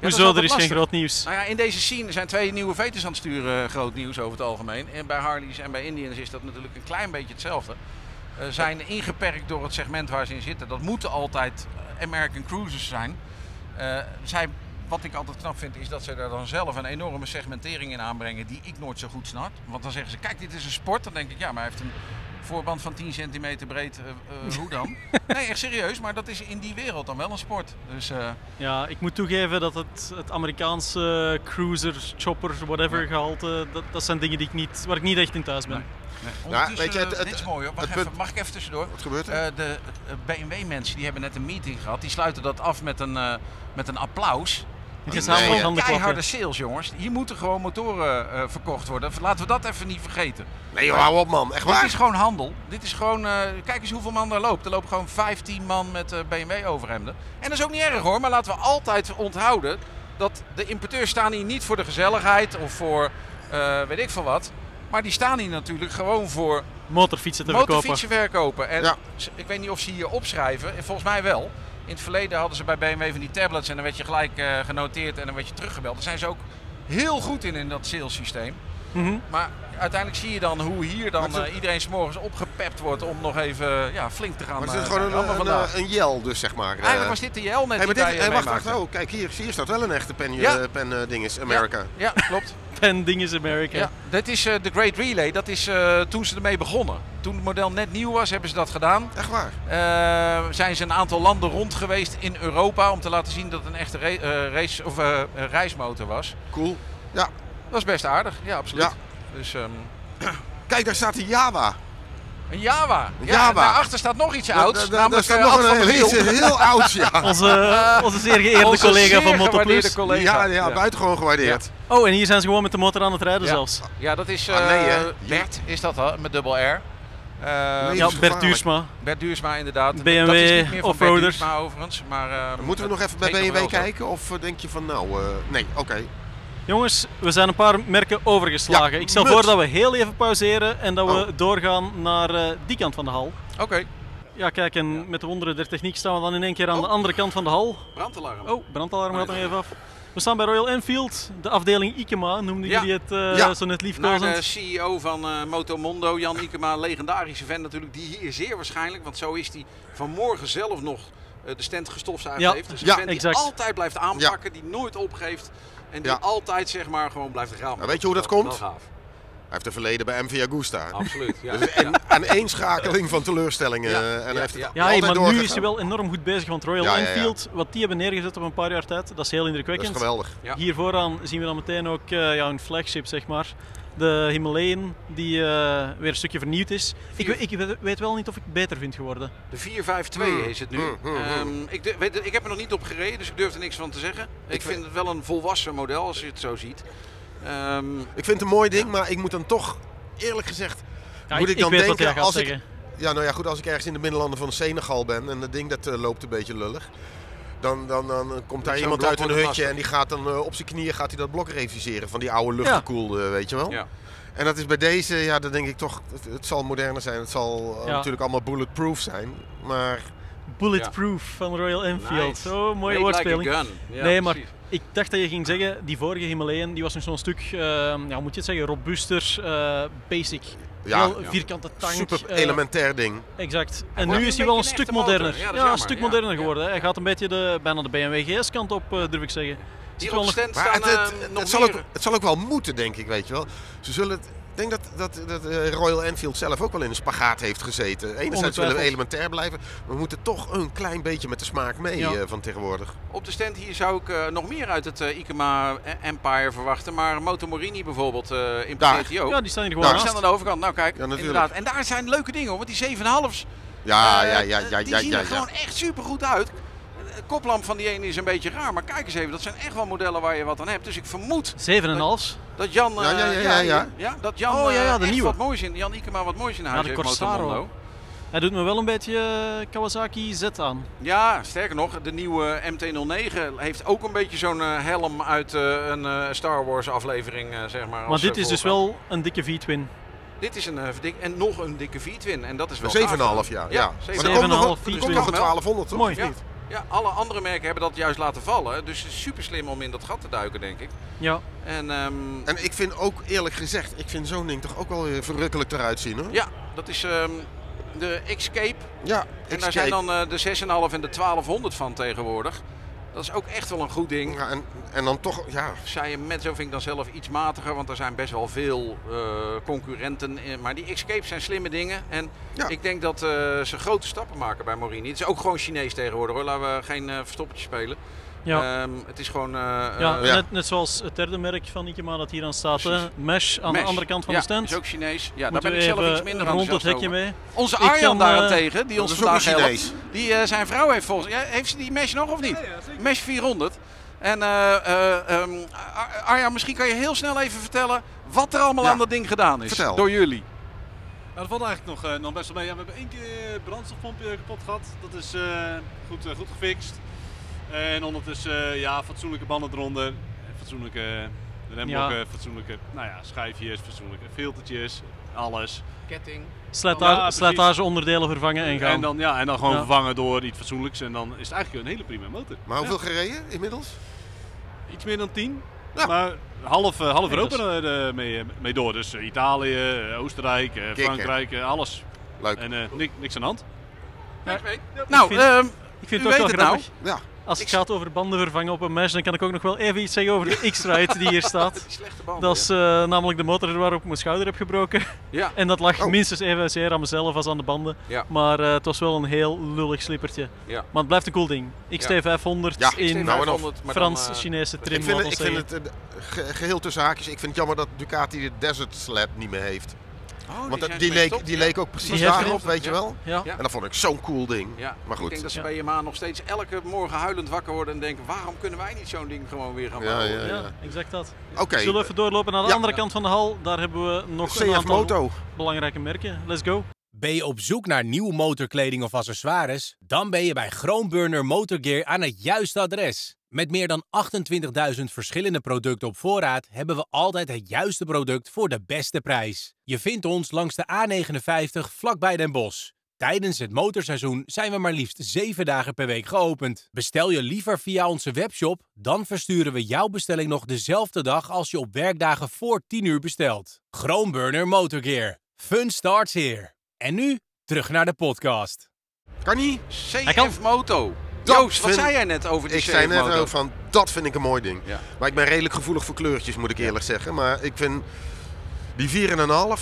[SPEAKER 2] Hoezo, er is geen groot nieuws.
[SPEAKER 3] Nou ja, in deze scene zijn twee nieuwe veters aan het sturen eh, groot nieuws over het algemeen. En bij Harleys en bij Indians is dat natuurlijk een klein beetje hetzelfde. Eh zijn ingeperkt door het segment waar ze in zitten. Dat moeten altijd eh, American Cruisers zijn. Eh, zij, wat ik altijd knap vind, is dat ze daar dan zelf een enorme segmentering in aanbrengen die ik nooit zo goed snap. Want dan zeggen ze, kijk, dit is een sport. Dan denk ik, ja, maar hij heeft een voorband van 10 centimeter breed. Eh, eh, hoe dan? nee, echt serieus, maar dat is in die wereld dan wel een sport. Dus... eh,
[SPEAKER 2] Ja, ik moet toegeven dat het, het Amerikaanse cruiser, chopper, whatever gehalte, dat, dat zijn dingen die ik niet, waar ik niet echt in thuis ben.
[SPEAKER 3] Nee. Nee, ondertussen,
[SPEAKER 4] weet je, het-
[SPEAKER 3] eh,
[SPEAKER 4] het-
[SPEAKER 3] dit is mooi hoor. Wacht
[SPEAKER 4] het
[SPEAKER 3] even,
[SPEAKER 4] punt-
[SPEAKER 3] mag ik even tussendoor?
[SPEAKER 4] Wat gebeurt er?
[SPEAKER 3] Eh, de BMW-mensen die hebben net een meeting gehad. Die sluiten dat af met een, eh, met een applaus.
[SPEAKER 2] Dit is
[SPEAKER 4] Nee,
[SPEAKER 2] allemaal
[SPEAKER 4] ja.
[SPEAKER 2] handen
[SPEAKER 3] Keiharde
[SPEAKER 2] klappen.
[SPEAKER 3] sales jongens. Hier moeten gewoon motoren eh, verkocht worden. Laten we dat even niet vergeten.
[SPEAKER 4] Nee joh, hou op man, echt
[SPEAKER 3] Dit
[SPEAKER 4] waar?
[SPEAKER 3] is gewoon handel. Dit is gewoon, eh, kijk eens hoeveel man daar loopt. Er lopen gewoon 15 man met eh, BMW overhemden. En dat is ook niet erg hoor, maar laten we altijd onthouden dat de importeurs staan hier niet voor de gezelligheid of voor eh, weet ik veel wat. Maar die staan hier natuurlijk gewoon voor
[SPEAKER 2] Motorfietsen te verkopen.
[SPEAKER 3] motorfietsen verkopen. En
[SPEAKER 4] Ja.
[SPEAKER 3] s- ik weet niet of ze hier opschrijven. En Volgens mij wel. In het verleden hadden ze bij BMW van die tablets en dan werd je gelijk eh, genoteerd en dan werd je teruggebeld. Daar zijn ze ook heel goed in, in dat salesysteem.
[SPEAKER 2] Mhm.
[SPEAKER 3] Maar uiteindelijk zie je dan hoe hier dan
[SPEAKER 4] Maar het is-
[SPEAKER 3] eh, iedereen s'morgens opgepept wordt om nog even ja, flink te gaan.
[SPEAKER 4] Maar het is
[SPEAKER 3] eh,
[SPEAKER 4] gewoon
[SPEAKER 3] rammen
[SPEAKER 4] een, een,
[SPEAKER 3] vandaag.
[SPEAKER 4] eh, een jel dus, zeg maar.
[SPEAKER 3] Eigenlijk
[SPEAKER 4] Eh,
[SPEAKER 3] was dit de JL net
[SPEAKER 4] hey, maar
[SPEAKER 3] die
[SPEAKER 4] dit,
[SPEAKER 3] wij, eh,
[SPEAKER 4] hey, wacht, wacht,
[SPEAKER 3] meemaakten.
[SPEAKER 4] oh, kijk hier, hier staat wel een echte pen,
[SPEAKER 3] Ja.
[SPEAKER 4] eh, pen eh, dinges, America.
[SPEAKER 3] Ja, ja, klopt.
[SPEAKER 2] Pen ding is America.
[SPEAKER 3] Ja, dat is eh, de Great Relay. Dat is eh, toen ze ermee begonnen. Toen het model net nieuw was, hebben ze dat gedaan.
[SPEAKER 4] Echt waar.
[SPEAKER 3] Eh, zijn ze een aantal landen rond geweest in Europa om te laten zien dat het een echte ra- eh, race, of, eh, eh, reismotor was.
[SPEAKER 4] Cool.
[SPEAKER 3] Dat is best aardig, ja absoluut.
[SPEAKER 4] Ja.
[SPEAKER 3] Dus ehm,
[SPEAKER 4] Kijk, daar staat de Java.
[SPEAKER 3] een Java.
[SPEAKER 4] Een
[SPEAKER 3] Ja,
[SPEAKER 4] Java.
[SPEAKER 3] en Daarachter staat nog iets ouds,
[SPEAKER 4] Da- da-
[SPEAKER 3] namelijk
[SPEAKER 4] daar
[SPEAKER 3] eh,
[SPEAKER 4] staat
[SPEAKER 3] Ad
[SPEAKER 4] nog
[SPEAKER 3] van
[SPEAKER 4] een
[SPEAKER 3] der
[SPEAKER 4] heel,
[SPEAKER 3] Wiel.
[SPEAKER 4] heel oud, ja.
[SPEAKER 2] Onze, onze zeer geëerde
[SPEAKER 3] Onze
[SPEAKER 2] collega
[SPEAKER 3] zeer
[SPEAKER 2] van
[SPEAKER 3] gewaardeerde
[SPEAKER 2] Motoplus.
[SPEAKER 3] collega.
[SPEAKER 4] Ja, ja, buitengewoon gewaardeerd.
[SPEAKER 2] Oh, en hier zijn ze gewoon met de motor aan het rijden
[SPEAKER 3] Ja.
[SPEAKER 2] zelfs.
[SPEAKER 3] Ja, dat is eh
[SPEAKER 4] Ah, nee, hè.
[SPEAKER 3] Bert, is dat al, met dubbel R. Eh,
[SPEAKER 4] Nee.
[SPEAKER 2] Ja, Bert
[SPEAKER 4] gevaarlijk.
[SPEAKER 2] Duursma.
[SPEAKER 3] Bert Duursma inderdaad. Dat
[SPEAKER 2] BMW
[SPEAKER 3] is niet meer van Bert
[SPEAKER 2] offroader.
[SPEAKER 3] Duursma overigens. Maar, eh,
[SPEAKER 4] Moeten we
[SPEAKER 3] dat
[SPEAKER 4] nog even bij
[SPEAKER 3] heet nog
[SPEAKER 4] BMW
[SPEAKER 3] wel zo.
[SPEAKER 4] kijken? Of eh, denk je van, nou, eh, nee, oké.
[SPEAKER 2] Jongens, we zijn een paar merken overgeslagen.
[SPEAKER 4] Ja,
[SPEAKER 2] ik stel
[SPEAKER 4] mut.
[SPEAKER 2] voor dat we heel even pauzeren en dat we
[SPEAKER 4] Oh.
[SPEAKER 2] doorgaan naar eh, die kant van de hal.
[SPEAKER 3] Oké,
[SPEAKER 2] Ja, kijk, en met de wonderen der techniek staan we dan in één keer aan
[SPEAKER 4] Oh.
[SPEAKER 2] de andere kant van de hal.
[SPEAKER 3] brandalarm.
[SPEAKER 2] Oh, brandalarm
[SPEAKER 4] Ah,
[SPEAKER 2] gaat nog even af. We staan bij Royal Enfield, de afdeling Ikema, noemden
[SPEAKER 3] Ja.
[SPEAKER 2] jullie het eh,
[SPEAKER 4] Ja.
[SPEAKER 2] zo net
[SPEAKER 3] Naar
[SPEAKER 2] liefkozend.
[SPEAKER 3] de CEO van eh, Motomondo, Jan Ikema, legendarische vent natuurlijk, die hier zeer waarschijnlijk, want zo is hij vanmorgen zelf nog eh, de stand gestofzuigd
[SPEAKER 2] Ja,
[SPEAKER 3] heeft. Dus een
[SPEAKER 4] ja,
[SPEAKER 3] vent die
[SPEAKER 2] exact.
[SPEAKER 3] altijd blijft aanpakken, die nooit opgeeft en die
[SPEAKER 4] Ja.
[SPEAKER 3] altijd zeg maar gewoon blijft gaan.
[SPEAKER 4] Nou, weet je hoe dat komt?
[SPEAKER 3] Wel gaaf,
[SPEAKER 4] Hij heeft een verleden bij MV Agusta.
[SPEAKER 3] absoluut. Ja.
[SPEAKER 4] Dus een, een eenschakeling van teleurstellingen.
[SPEAKER 3] Oh. Ja,
[SPEAKER 4] eh, en hij
[SPEAKER 3] ja,
[SPEAKER 4] heeft het
[SPEAKER 3] ja.
[SPEAKER 2] ja, hey,
[SPEAKER 4] altijd
[SPEAKER 2] maar nu
[SPEAKER 4] doorgegaan.
[SPEAKER 2] is hij wel enorm goed bezig, want Royal
[SPEAKER 4] Ja, ja, ja.
[SPEAKER 2] Enfield, wat die hebben neergezet op een paar jaar tijd, dat is heel
[SPEAKER 4] Dat is
[SPEAKER 2] indrukwekkend.
[SPEAKER 4] geweldig.
[SPEAKER 3] Ja.
[SPEAKER 2] Hier vooraan zien we dan meteen ook eh, ja, hun flagship, zeg maar. De Himalayan, die eh, weer een stukje vernieuwd is. Ik,
[SPEAKER 3] Vier-
[SPEAKER 2] we- ik we- weet wel niet of ik beter vind geworden.
[SPEAKER 3] De 452
[SPEAKER 4] Hmm,
[SPEAKER 3] is het nu.
[SPEAKER 4] hmm, hmm,
[SPEAKER 3] Ehm,
[SPEAKER 4] hmm.
[SPEAKER 3] ik, du- weet, ik heb er nog niet op gereden, dus ik durf er niks van te zeggen. Ik,
[SPEAKER 4] Ik
[SPEAKER 3] vind het wel een volwassen model als je het zo ziet. Ehm,
[SPEAKER 4] Ik vind het een mooi ding, maar ik moet dan toch, eerlijk gezegd...
[SPEAKER 2] Ja,
[SPEAKER 4] Moet
[SPEAKER 2] ik,
[SPEAKER 4] ik dan
[SPEAKER 2] weet wat
[SPEAKER 4] denken
[SPEAKER 2] jij gaat
[SPEAKER 4] als ik-
[SPEAKER 2] zeggen.
[SPEAKER 4] Ja, nou ja, goed, als ik ergens in de binnenlanden van Senegal ben en dat ding dat eh, loopt een beetje lullig. Dan, dan, dan eh, komt daar
[SPEAKER 3] zo'n
[SPEAKER 4] iemand
[SPEAKER 3] blok
[SPEAKER 4] uit een
[SPEAKER 3] wordt het
[SPEAKER 4] hutje en die
[SPEAKER 3] lastig.
[SPEAKER 4] gaat dan eh, op zijn knieën gaat hij dat blok reviseren van die oude luchtgekoelde, eh, weet je wel.
[SPEAKER 3] ja.
[SPEAKER 4] En dat is bij deze, ja, dan denk ik toch, het, het zal moderner zijn. Het zal eh,
[SPEAKER 2] Ja.
[SPEAKER 4] natuurlijk allemaal bulletproof zijn. Maar
[SPEAKER 2] Bulletproof van Royal Enfield.
[SPEAKER 3] Nice.
[SPEAKER 2] Oh, mooie
[SPEAKER 3] Made like a
[SPEAKER 4] eh,
[SPEAKER 2] woordspeling.
[SPEAKER 3] gun. Ja,
[SPEAKER 2] nee, maar
[SPEAKER 3] precies.
[SPEAKER 2] ik dacht dat je ging zeggen, die vorige Himalayan, die was nog zo'n stuk, eh, ja, hoe moet je het zeggen, robuuster, eh, basic.
[SPEAKER 4] ja,
[SPEAKER 2] Heel vierkante tank.
[SPEAKER 4] super
[SPEAKER 2] eh,
[SPEAKER 4] elementair ding.
[SPEAKER 2] Exact. En
[SPEAKER 3] wordt
[SPEAKER 2] nu
[SPEAKER 3] nu
[SPEAKER 2] is
[SPEAKER 3] een
[SPEAKER 2] hij wel een
[SPEAKER 3] beetje een
[SPEAKER 2] stuk
[SPEAKER 3] echte motor.
[SPEAKER 2] moderner.
[SPEAKER 3] Ja,
[SPEAKER 2] Ja,
[SPEAKER 3] dat is
[SPEAKER 2] een
[SPEAKER 3] jammer.
[SPEAKER 2] stuk
[SPEAKER 3] Ja.
[SPEAKER 2] moderner
[SPEAKER 3] Ja.
[SPEAKER 2] geworden. hè. Hij gaat een beetje de, bijna de BMW GS kant op, eh, durf ik zeggen. Zit
[SPEAKER 3] Hier
[SPEAKER 2] wel nog-
[SPEAKER 3] op stand
[SPEAKER 4] Maar
[SPEAKER 3] staan
[SPEAKER 4] het, het,
[SPEAKER 3] eh,
[SPEAKER 4] het
[SPEAKER 3] nog
[SPEAKER 4] zal
[SPEAKER 3] meer.
[SPEAKER 4] ook, het zal ook wel moeten, denk ik, weet je wel. Ze zullen het Ik denk dat, dat, dat eh, Royal Enfield zelf ook wel in een spagaat heeft gezeten. Enerzijds willen we
[SPEAKER 2] Ongetwijfeld.
[SPEAKER 4] elementair blijven, maar we moeten toch een klein beetje met de smaak mee
[SPEAKER 3] Ja.
[SPEAKER 4] eh, van tegenwoordig.
[SPEAKER 3] Op de stand hier zou ik eh, nog meer uit het eh, Ikema Empire verwachten. Maar Motomorini bijvoorbeeld eh in
[SPEAKER 4] Daar.
[SPEAKER 3] presentie ook.
[SPEAKER 2] Ja, die staan hier gewoon
[SPEAKER 3] Nou, die staan
[SPEAKER 2] naast.
[SPEAKER 3] aan de overkant. Nou kijk,
[SPEAKER 4] Ja, natuurlijk. Ah,
[SPEAKER 3] inderdaad. En daar zijn leuke dingen hoor. Want die 7,5's,
[SPEAKER 4] Ja,
[SPEAKER 3] eh,
[SPEAKER 4] ja, ja, ja,
[SPEAKER 3] die
[SPEAKER 4] ja,
[SPEAKER 3] zien
[SPEAKER 4] ja,
[SPEAKER 3] er
[SPEAKER 4] ja.
[SPEAKER 3] gewoon echt supergoed uit. De koplamp van die ene is een beetje raar. Maar kijk eens even, dat zijn echt wel modellen waar je wat aan hebt. Dus ik vermoed
[SPEAKER 2] Zeven en een half.
[SPEAKER 3] dat Jan... eh,
[SPEAKER 4] Ja, ja, ja, ja, ja.
[SPEAKER 3] dat Jan
[SPEAKER 2] Oh, ja, ja,
[SPEAKER 3] eh,
[SPEAKER 2] de
[SPEAKER 3] echt
[SPEAKER 2] nieuwe.
[SPEAKER 3] wat moois in, Jan Ikema wat moois in huis
[SPEAKER 2] de
[SPEAKER 3] heeft,
[SPEAKER 2] Corsaro.
[SPEAKER 3] Motomondo.
[SPEAKER 2] Hij doet me wel een beetje eh, Kawasaki Z aan.
[SPEAKER 3] Ja, sterker nog, de nieuwe MT-09 heeft ook een beetje zo'n eh, helm uit eh, een eh, Star Wars aflevering, eh, zeg maar.
[SPEAKER 2] Maar
[SPEAKER 3] als,
[SPEAKER 2] dit
[SPEAKER 3] eh,
[SPEAKER 2] is dus
[SPEAKER 3] voorbeeld.
[SPEAKER 2] wel een dikke V-twin.
[SPEAKER 3] Dit is een eh, dik- en nog een dikke V-twin en dat is wel. gaaf.
[SPEAKER 4] 7,5 ja. ja. Maar er komt
[SPEAKER 2] 7,5,
[SPEAKER 4] nog, een- er komt
[SPEAKER 2] 24.
[SPEAKER 4] nog een 1200 toch?
[SPEAKER 2] Mooi.
[SPEAKER 3] Ja, ja, alle andere merken hebben dat juist laten vallen, dus het is super slim om in dat gat te duiken, denk ik.
[SPEAKER 2] Ja,
[SPEAKER 3] En ehm,
[SPEAKER 4] En ik vind ook eerlijk gezegd, ik vind zo'n ding toch ook wel weer verrukkelijk eruit zien hoor.
[SPEAKER 3] ja, dat is ehm, de Escape.
[SPEAKER 4] Ja,
[SPEAKER 3] En daar
[SPEAKER 4] Escape.
[SPEAKER 3] zijn dan eh, de 6,5 en de 1200 van tegenwoordig. Dat is ook echt wel een goed ding.
[SPEAKER 4] Ja, en, en dan toch, ja,
[SPEAKER 3] Zij en Mezzo vind ik dan zelf iets matiger, want er zijn best wel veel eh, concurrenten. in. Maar die Escapes zijn slimme dingen. En
[SPEAKER 4] Ja.
[SPEAKER 3] ik denk dat eh, ze grote stappen maken bij Morini. Het is ook gewoon Chinees tegenwoordig hoor, laten we geen eh verstoppertje spelen.
[SPEAKER 2] ja.
[SPEAKER 3] Ehm, het is gewoon... eh,
[SPEAKER 2] ja,
[SPEAKER 3] eh,
[SPEAKER 4] ja.
[SPEAKER 2] Net, net zoals het derde merk van Ikema dat hier aan staat. hè.
[SPEAKER 3] Precies.
[SPEAKER 2] Mesh aan
[SPEAKER 3] mesh.
[SPEAKER 2] de andere kant van
[SPEAKER 3] Ja,
[SPEAKER 2] de stand.
[SPEAKER 3] is ook Chinees. Ja, daar
[SPEAKER 2] Moeten
[SPEAKER 3] ben ik
[SPEAKER 2] we
[SPEAKER 3] zelf
[SPEAKER 2] even
[SPEAKER 3] iets minder
[SPEAKER 2] rond het
[SPEAKER 3] enthousiast
[SPEAKER 2] hekje
[SPEAKER 3] over.
[SPEAKER 2] mee.
[SPEAKER 3] Onze
[SPEAKER 2] Ik
[SPEAKER 3] Arjan
[SPEAKER 2] kan, eh,
[SPEAKER 3] daarentegen, die ons
[SPEAKER 4] dat is ook
[SPEAKER 3] vandaag
[SPEAKER 4] een
[SPEAKER 3] helpt.
[SPEAKER 4] Chinees.
[SPEAKER 3] Die, eh, zijn vrouw heeft volgens ja, heeft ze die mesh nog of niet? mesh 400. En eh, eh, ehm, Ar- Arjan, misschien kan je heel snel even vertellen wat er allemaal
[SPEAKER 4] Ja.
[SPEAKER 3] aan dat ding gedaan is
[SPEAKER 4] Vertel.
[SPEAKER 3] door jullie.
[SPEAKER 5] Ja, dat valt eigenlijk nog, eh, nog best wel mee. Ja, we hebben één keer eh, brandstofpomp eh, kapot gehad. Dat is eh, goed, eh, goed gefixt. En ondertussen eh, ja, fatsoenlijke banden eronder. Eh, Fatsoenlijke remblokken,
[SPEAKER 2] Ja.
[SPEAKER 5] fatsoenlijke nou ja, schijfjes, fatsoenlijke filtertjes. Alles.
[SPEAKER 3] Ketting.
[SPEAKER 2] Slijta-
[SPEAKER 5] Nou, Ja, precies.
[SPEAKER 2] slijtageonderdelen vervangen en gaan.
[SPEAKER 5] En dan, ja, en dan gewoon
[SPEAKER 2] Ja.
[SPEAKER 5] vervangen door iets fatsoenlijks. En dan is het eigenlijk een hele prima motor.
[SPEAKER 4] maar hoeveel gereden inmiddels?
[SPEAKER 5] Iets meer dan 10.
[SPEAKER 4] Ja.
[SPEAKER 5] Maar half, eh, half
[SPEAKER 2] Nee, dat
[SPEAKER 5] Europa eh, mee, eh, mee door. Dus eh, Italië, eh, Oostenrijk, eh,
[SPEAKER 4] Kikken.
[SPEAKER 5] Frankrijk, eh, alles.
[SPEAKER 4] Leuk.
[SPEAKER 5] En eh, ni- niks aan de hand.
[SPEAKER 3] Nou,
[SPEAKER 2] vind-
[SPEAKER 3] ehm,
[SPEAKER 2] ik vind het
[SPEAKER 3] u
[SPEAKER 2] ook wel
[SPEAKER 3] weet het nou.
[SPEAKER 2] grappig.
[SPEAKER 4] Ja,
[SPEAKER 2] Als het
[SPEAKER 3] Ik-
[SPEAKER 2] gaat over banden vervangen op een mesh, dan kan ik ook nog wel even iets zeggen over de X-Ride die hier staat.
[SPEAKER 3] die slechte band.
[SPEAKER 2] Dat is eh, namelijk de motor waarop ik mijn schouder heb gebroken.
[SPEAKER 3] Ja.
[SPEAKER 2] En dat lag
[SPEAKER 4] Oh.
[SPEAKER 2] minstens even zeer aan mezelf als aan de banden.
[SPEAKER 3] Ja.
[SPEAKER 2] Maar eh, het was wel een heel lullig slippertje.
[SPEAKER 3] Ja.
[SPEAKER 2] Maar het blijft een cool ding. XT500
[SPEAKER 4] Ja,
[SPEAKER 2] in
[SPEAKER 4] nou en of.
[SPEAKER 3] eh,
[SPEAKER 2] Frans-Chinese trim,
[SPEAKER 4] ik vind,
[SPEAKER 2] laat
[SPEAKER 4] het,
[SPEAKER 2] ons
[SPEAKER 4] ik vind
[SPEAKER 2] zeggen.
[SPEAKER 4] het eh, ge- geheel tussen haakjes. Ik vind het jammer dat Ducati de Desert Sled niet meer heeft.
[SPEAKER 3] Oh,
[SPEAKER 4] Want dat- die, leek, die leek ook precies
[SPEAKER 2] Die heeft
[SPEAKER 4] daarop,
[SPEAKER 3] er-
[SPEAKER 4] weet
[SPEAKER 3] ja.
[SPEAKER 4] je wel.
[SPEAKER 2] Ja.
[SPEAKER 4] En dat vond ik zo'n cool ding.
[SPEAKER 3] Ja,
[SPEAKER 4] Maar
[SPEAKER 3] ik denk
[SPEAKER 4] goed.
[SPEAKER 3] dat ze
[SPEAKER 2] Ja.
[SPEAKER 3] bij Yamaha nog steeds elke morgen huilend wakker worden en denken, waarom kunnen wij niet zo'n ding gewoon weer gaan
[SPEAKER 4] Ja,
[SPEAKER 3] bouwen?
[SPEAKER 4] ja.
[SPEAKER 2] Ja, exact dat.
[SPEAKER 4] Oké,
[SPEAKER 2] Zullen we even doorlopen naar de
[SPEAKER 4] Ja.
[SPEAKER 2] andere kant van de hal? Daar hebben we nog een
[SPEAKER 4] CF
[SPEAKER 2] aantal
[SPEAKER 4] Moto. Oh,
[SPEAKER 2] belangrijke merken. Let's go.
[SPEAKER 1] Ben je op zoek naar nieuwe motorkleding of accessoires? Dan ben je bij Groenburner Motorgear aan het juiste adres. Met meer dan 28.000 verschillende producten op voorraad hebben we altijd het juiste product voor de beste prijs. Je vindt ons langs de A59 vlakbij Den Bosch. Tijdens het motorseizoen zijn we maar liefst 7 dagen per week geopend. Bestel je liever via onze webshop, dan versturen we jouw bestelling nog dezelfde dag als je op werkdagen voor 10 uur bestelt. Groenburner Motorgear. Fun starts here. En nu terug naar de podcast.
[SPEAKER 4] Kan niet.
[SPEAKER 2] Hij kan-
[SPEAKER 3] CF Moto.
[SPEAKER 4] Dat
[SPEAKER 3] Joost, wat
[SPEAKER 4] vind-
[SPEAKER 3] zei jij net over die
[SPEAKER 4] Ik
[SPEAKER 3] CF
[SPEAKER 4] zei net
[SPEAKER 3] Moto?
[SPEAKER 4] ook van, dat vind ik een mooi ding.
[SPEAKER 3] Ja.
[SPEAKER 4] Maar ik ben redelijk gevoelig voor kleurtjes, moet ik eerlijk zeggen. Maar ik vind die 4,5,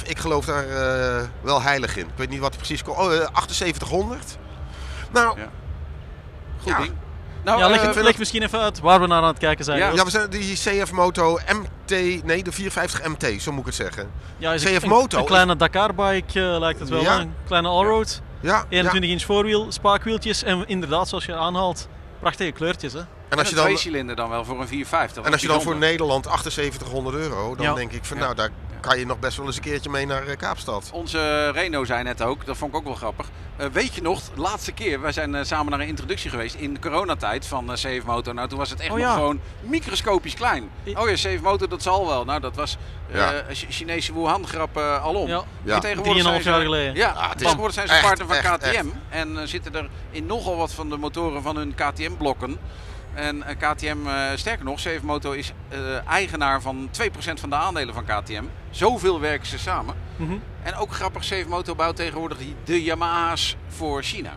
[SPEAKER 4] ik geloof daar eh, wel heilig in. Ik weet niet wat het precies komt. Oh, eh, 7800. Nou,
[SPEAKER 3] Ja.
[SPEAKER 4] ja,
[SPEAKER 3] Goed
[SPEAKER 4] Ja.
[SPEAKER 3] ding. Nou,
[SPEAKER 2] Ja,
[SPEAKER 3] eh,
[SPEAKER 2] leg, het-
[SPEAKER 3] vind-
[SPEAKER 2] leg misschien even uit waar we naar aan het kijken zijn.
[SPEAKER 3] Ja.
[SPEAKER 2] Joost.
[SPEAKER 4] we zijn die CF Moto MT, nee, de 450 MT, zo moet ik het zeggen.
[SPEAKER 2] Ja, is
[SPEAKER 4] CF
[SPEAKER 2] een- een,
[SPEAKER 4] Moto
[SPEAKER 2] Een
[SPEAKER 4] is-
[SPEAKER 2] kleine Dakar-bike eh, lijkt het wel.
[SPEAKER 4] Ja.
[SPEAKER 2] hè? Een kleine allroad.
[SPEAKER 4] Ja, ja.
[SPEAKER 2] 21 inch voorwiel, spaakwieltjes en inderdaad, zoals je aanhaalt, prachtige kleurtjes. Hè?
[SPEAKER 4] En als je
[SPEAKER 3] een
[SPEAKER 4] dan,
[SPEAKER 3] tweecilinder dan wel voor een 450.
[SPEAKER 4] en als je dan voor
[SPEAKER 3] voor
[SPEAKER 4] Nederland 7800 euro, dan
[SPEAKER 2] Ja.
[SPEAKER 4] denk ik van
[SPEAKER 3] Ja.
[SPEAKER 4] nou, daar kan je nog best wel eens een keertje mee naar eh, Kaapstad.
[SPEAKER 3] Onze eh, Reno zei net ook, dat vond ik ook wel grappig. Eh, weet je nog, de laatste keer, wij zijn eh, samen naar een introductie geweest in de coronatijd van eh CF Moto. Nou, toen was het echt
[SPEAKER 2] Oh
[SPEAKER 3] nog
[SPEAKER 2] ja.
[SPEAKER 3] gewoon microscopisch klein.
[SPEAKER 2] I-
[SPEAKER 3] Oh ja, CF Moto, dat zal wel. Nou, dat was eh,
[SPEAKER 4] Ja.
[SPEAKER 3] een Chi- Chinese Wuhan-grap eh, alom.
[SPEAKER 2] Ja.
[SPEAKER 4] Ja.
[SPEAKER 3] En tegenwoordig
[SPEAKER 2] Drieënhalf
[SPEAKER 3] zijn ze-
[SPEAKER 2] jaar geleden.
[SPEAKER 3] Ja,
[SPEAKER 4] Ah, het is
[SPEAKER 3] tegenwoordig zijn ze
[SPEAKER 4] echt,
[SPEAKER 3] partner van
[SPEAKER 4] echt,
[SPEAKER 3] KTM. En eh, zitten er in nogal wat van de motoren van hun KTM-blokken. En eh, KTM, eh, sterker nog, CF Moto is eh, eigenaar van 2% van de aandelen van KTM. Zoveel werken ze samen.
[SPEAKER 2] Mhm.
[SPEAKER 3] En ook grappig, Safe Moto bouwt tegenwoordig die- de Yamaha's voor China.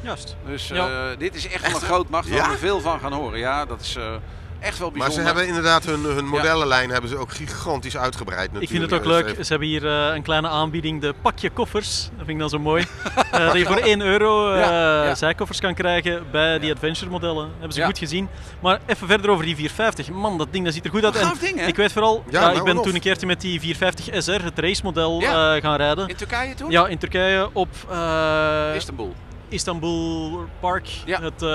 [SPEAKER 2] Juist.
[SPEAKER 3] Dus eh,
[SPEAKER 2] Ja.
[SPEAKER 3] dit is echt wel een groot macht waar
[SPEAKER 4] Ja?
[SPEAKER 3] we veel van gaan horen. Ja, dat is eh, Echt wel
[SPEAKER 4] Maar ze
[SPEAKER 3] bijzonder.
[SPEAKER 4] hebben inderdaad hun, hun modellenlijn hebben ze ook gigantisch uitgebreid natuurlijk.
[SPEAKER 2] Ik vind het ook
[SPEAKER 4] Dus
[SPEAKER 2] leuk.
[SPEAKER 4] even-
[SPEAKER 2] Ze hebben hier eh, een kleine aanbieding, de pakje koffers. Dat vind ik dan zo mooi. Eh, dat je voor 1 euro eh,
[SPEAKER 3] Ja, ja.
[SPEAKER 2] zijkoffers kan krijgen bij die adventure modellen. Hebben ze
[SPEAKER 3] Ja.
[SPEAKER 2] goed gezien. Maar even verder over die 450. Man, dat ding dat ziet er goed uit.
[SPEAKER 3] Een
[SPEAKER 2] En
[SPEAKER 3] gaaf ding, hè?
[SPEAKER 2] Ik weet vooral,
[SPEAKER 4] Ja,
[SPEAKER 2] ja, ik
[SPEAKER 4] nou,
[SPEAKER 2] ben
[SPEAKER 4] en of.
[SPEAKER 2] toen een keertje met die 450 SR, het racemodel,
[SPEAKER 3] Ja.
[SPEAKER 2] eh, gaan rijden.
[SPEAKER 3] In Turkije toen?
[SPEAKER 2] ja, in Turkije op eh,
[SPEAKER 3] Istanbul.
[SPEAKER 2] Istanbul Park,
[SPEAKER 3] Ja.
[SPEAKER 2] het eh,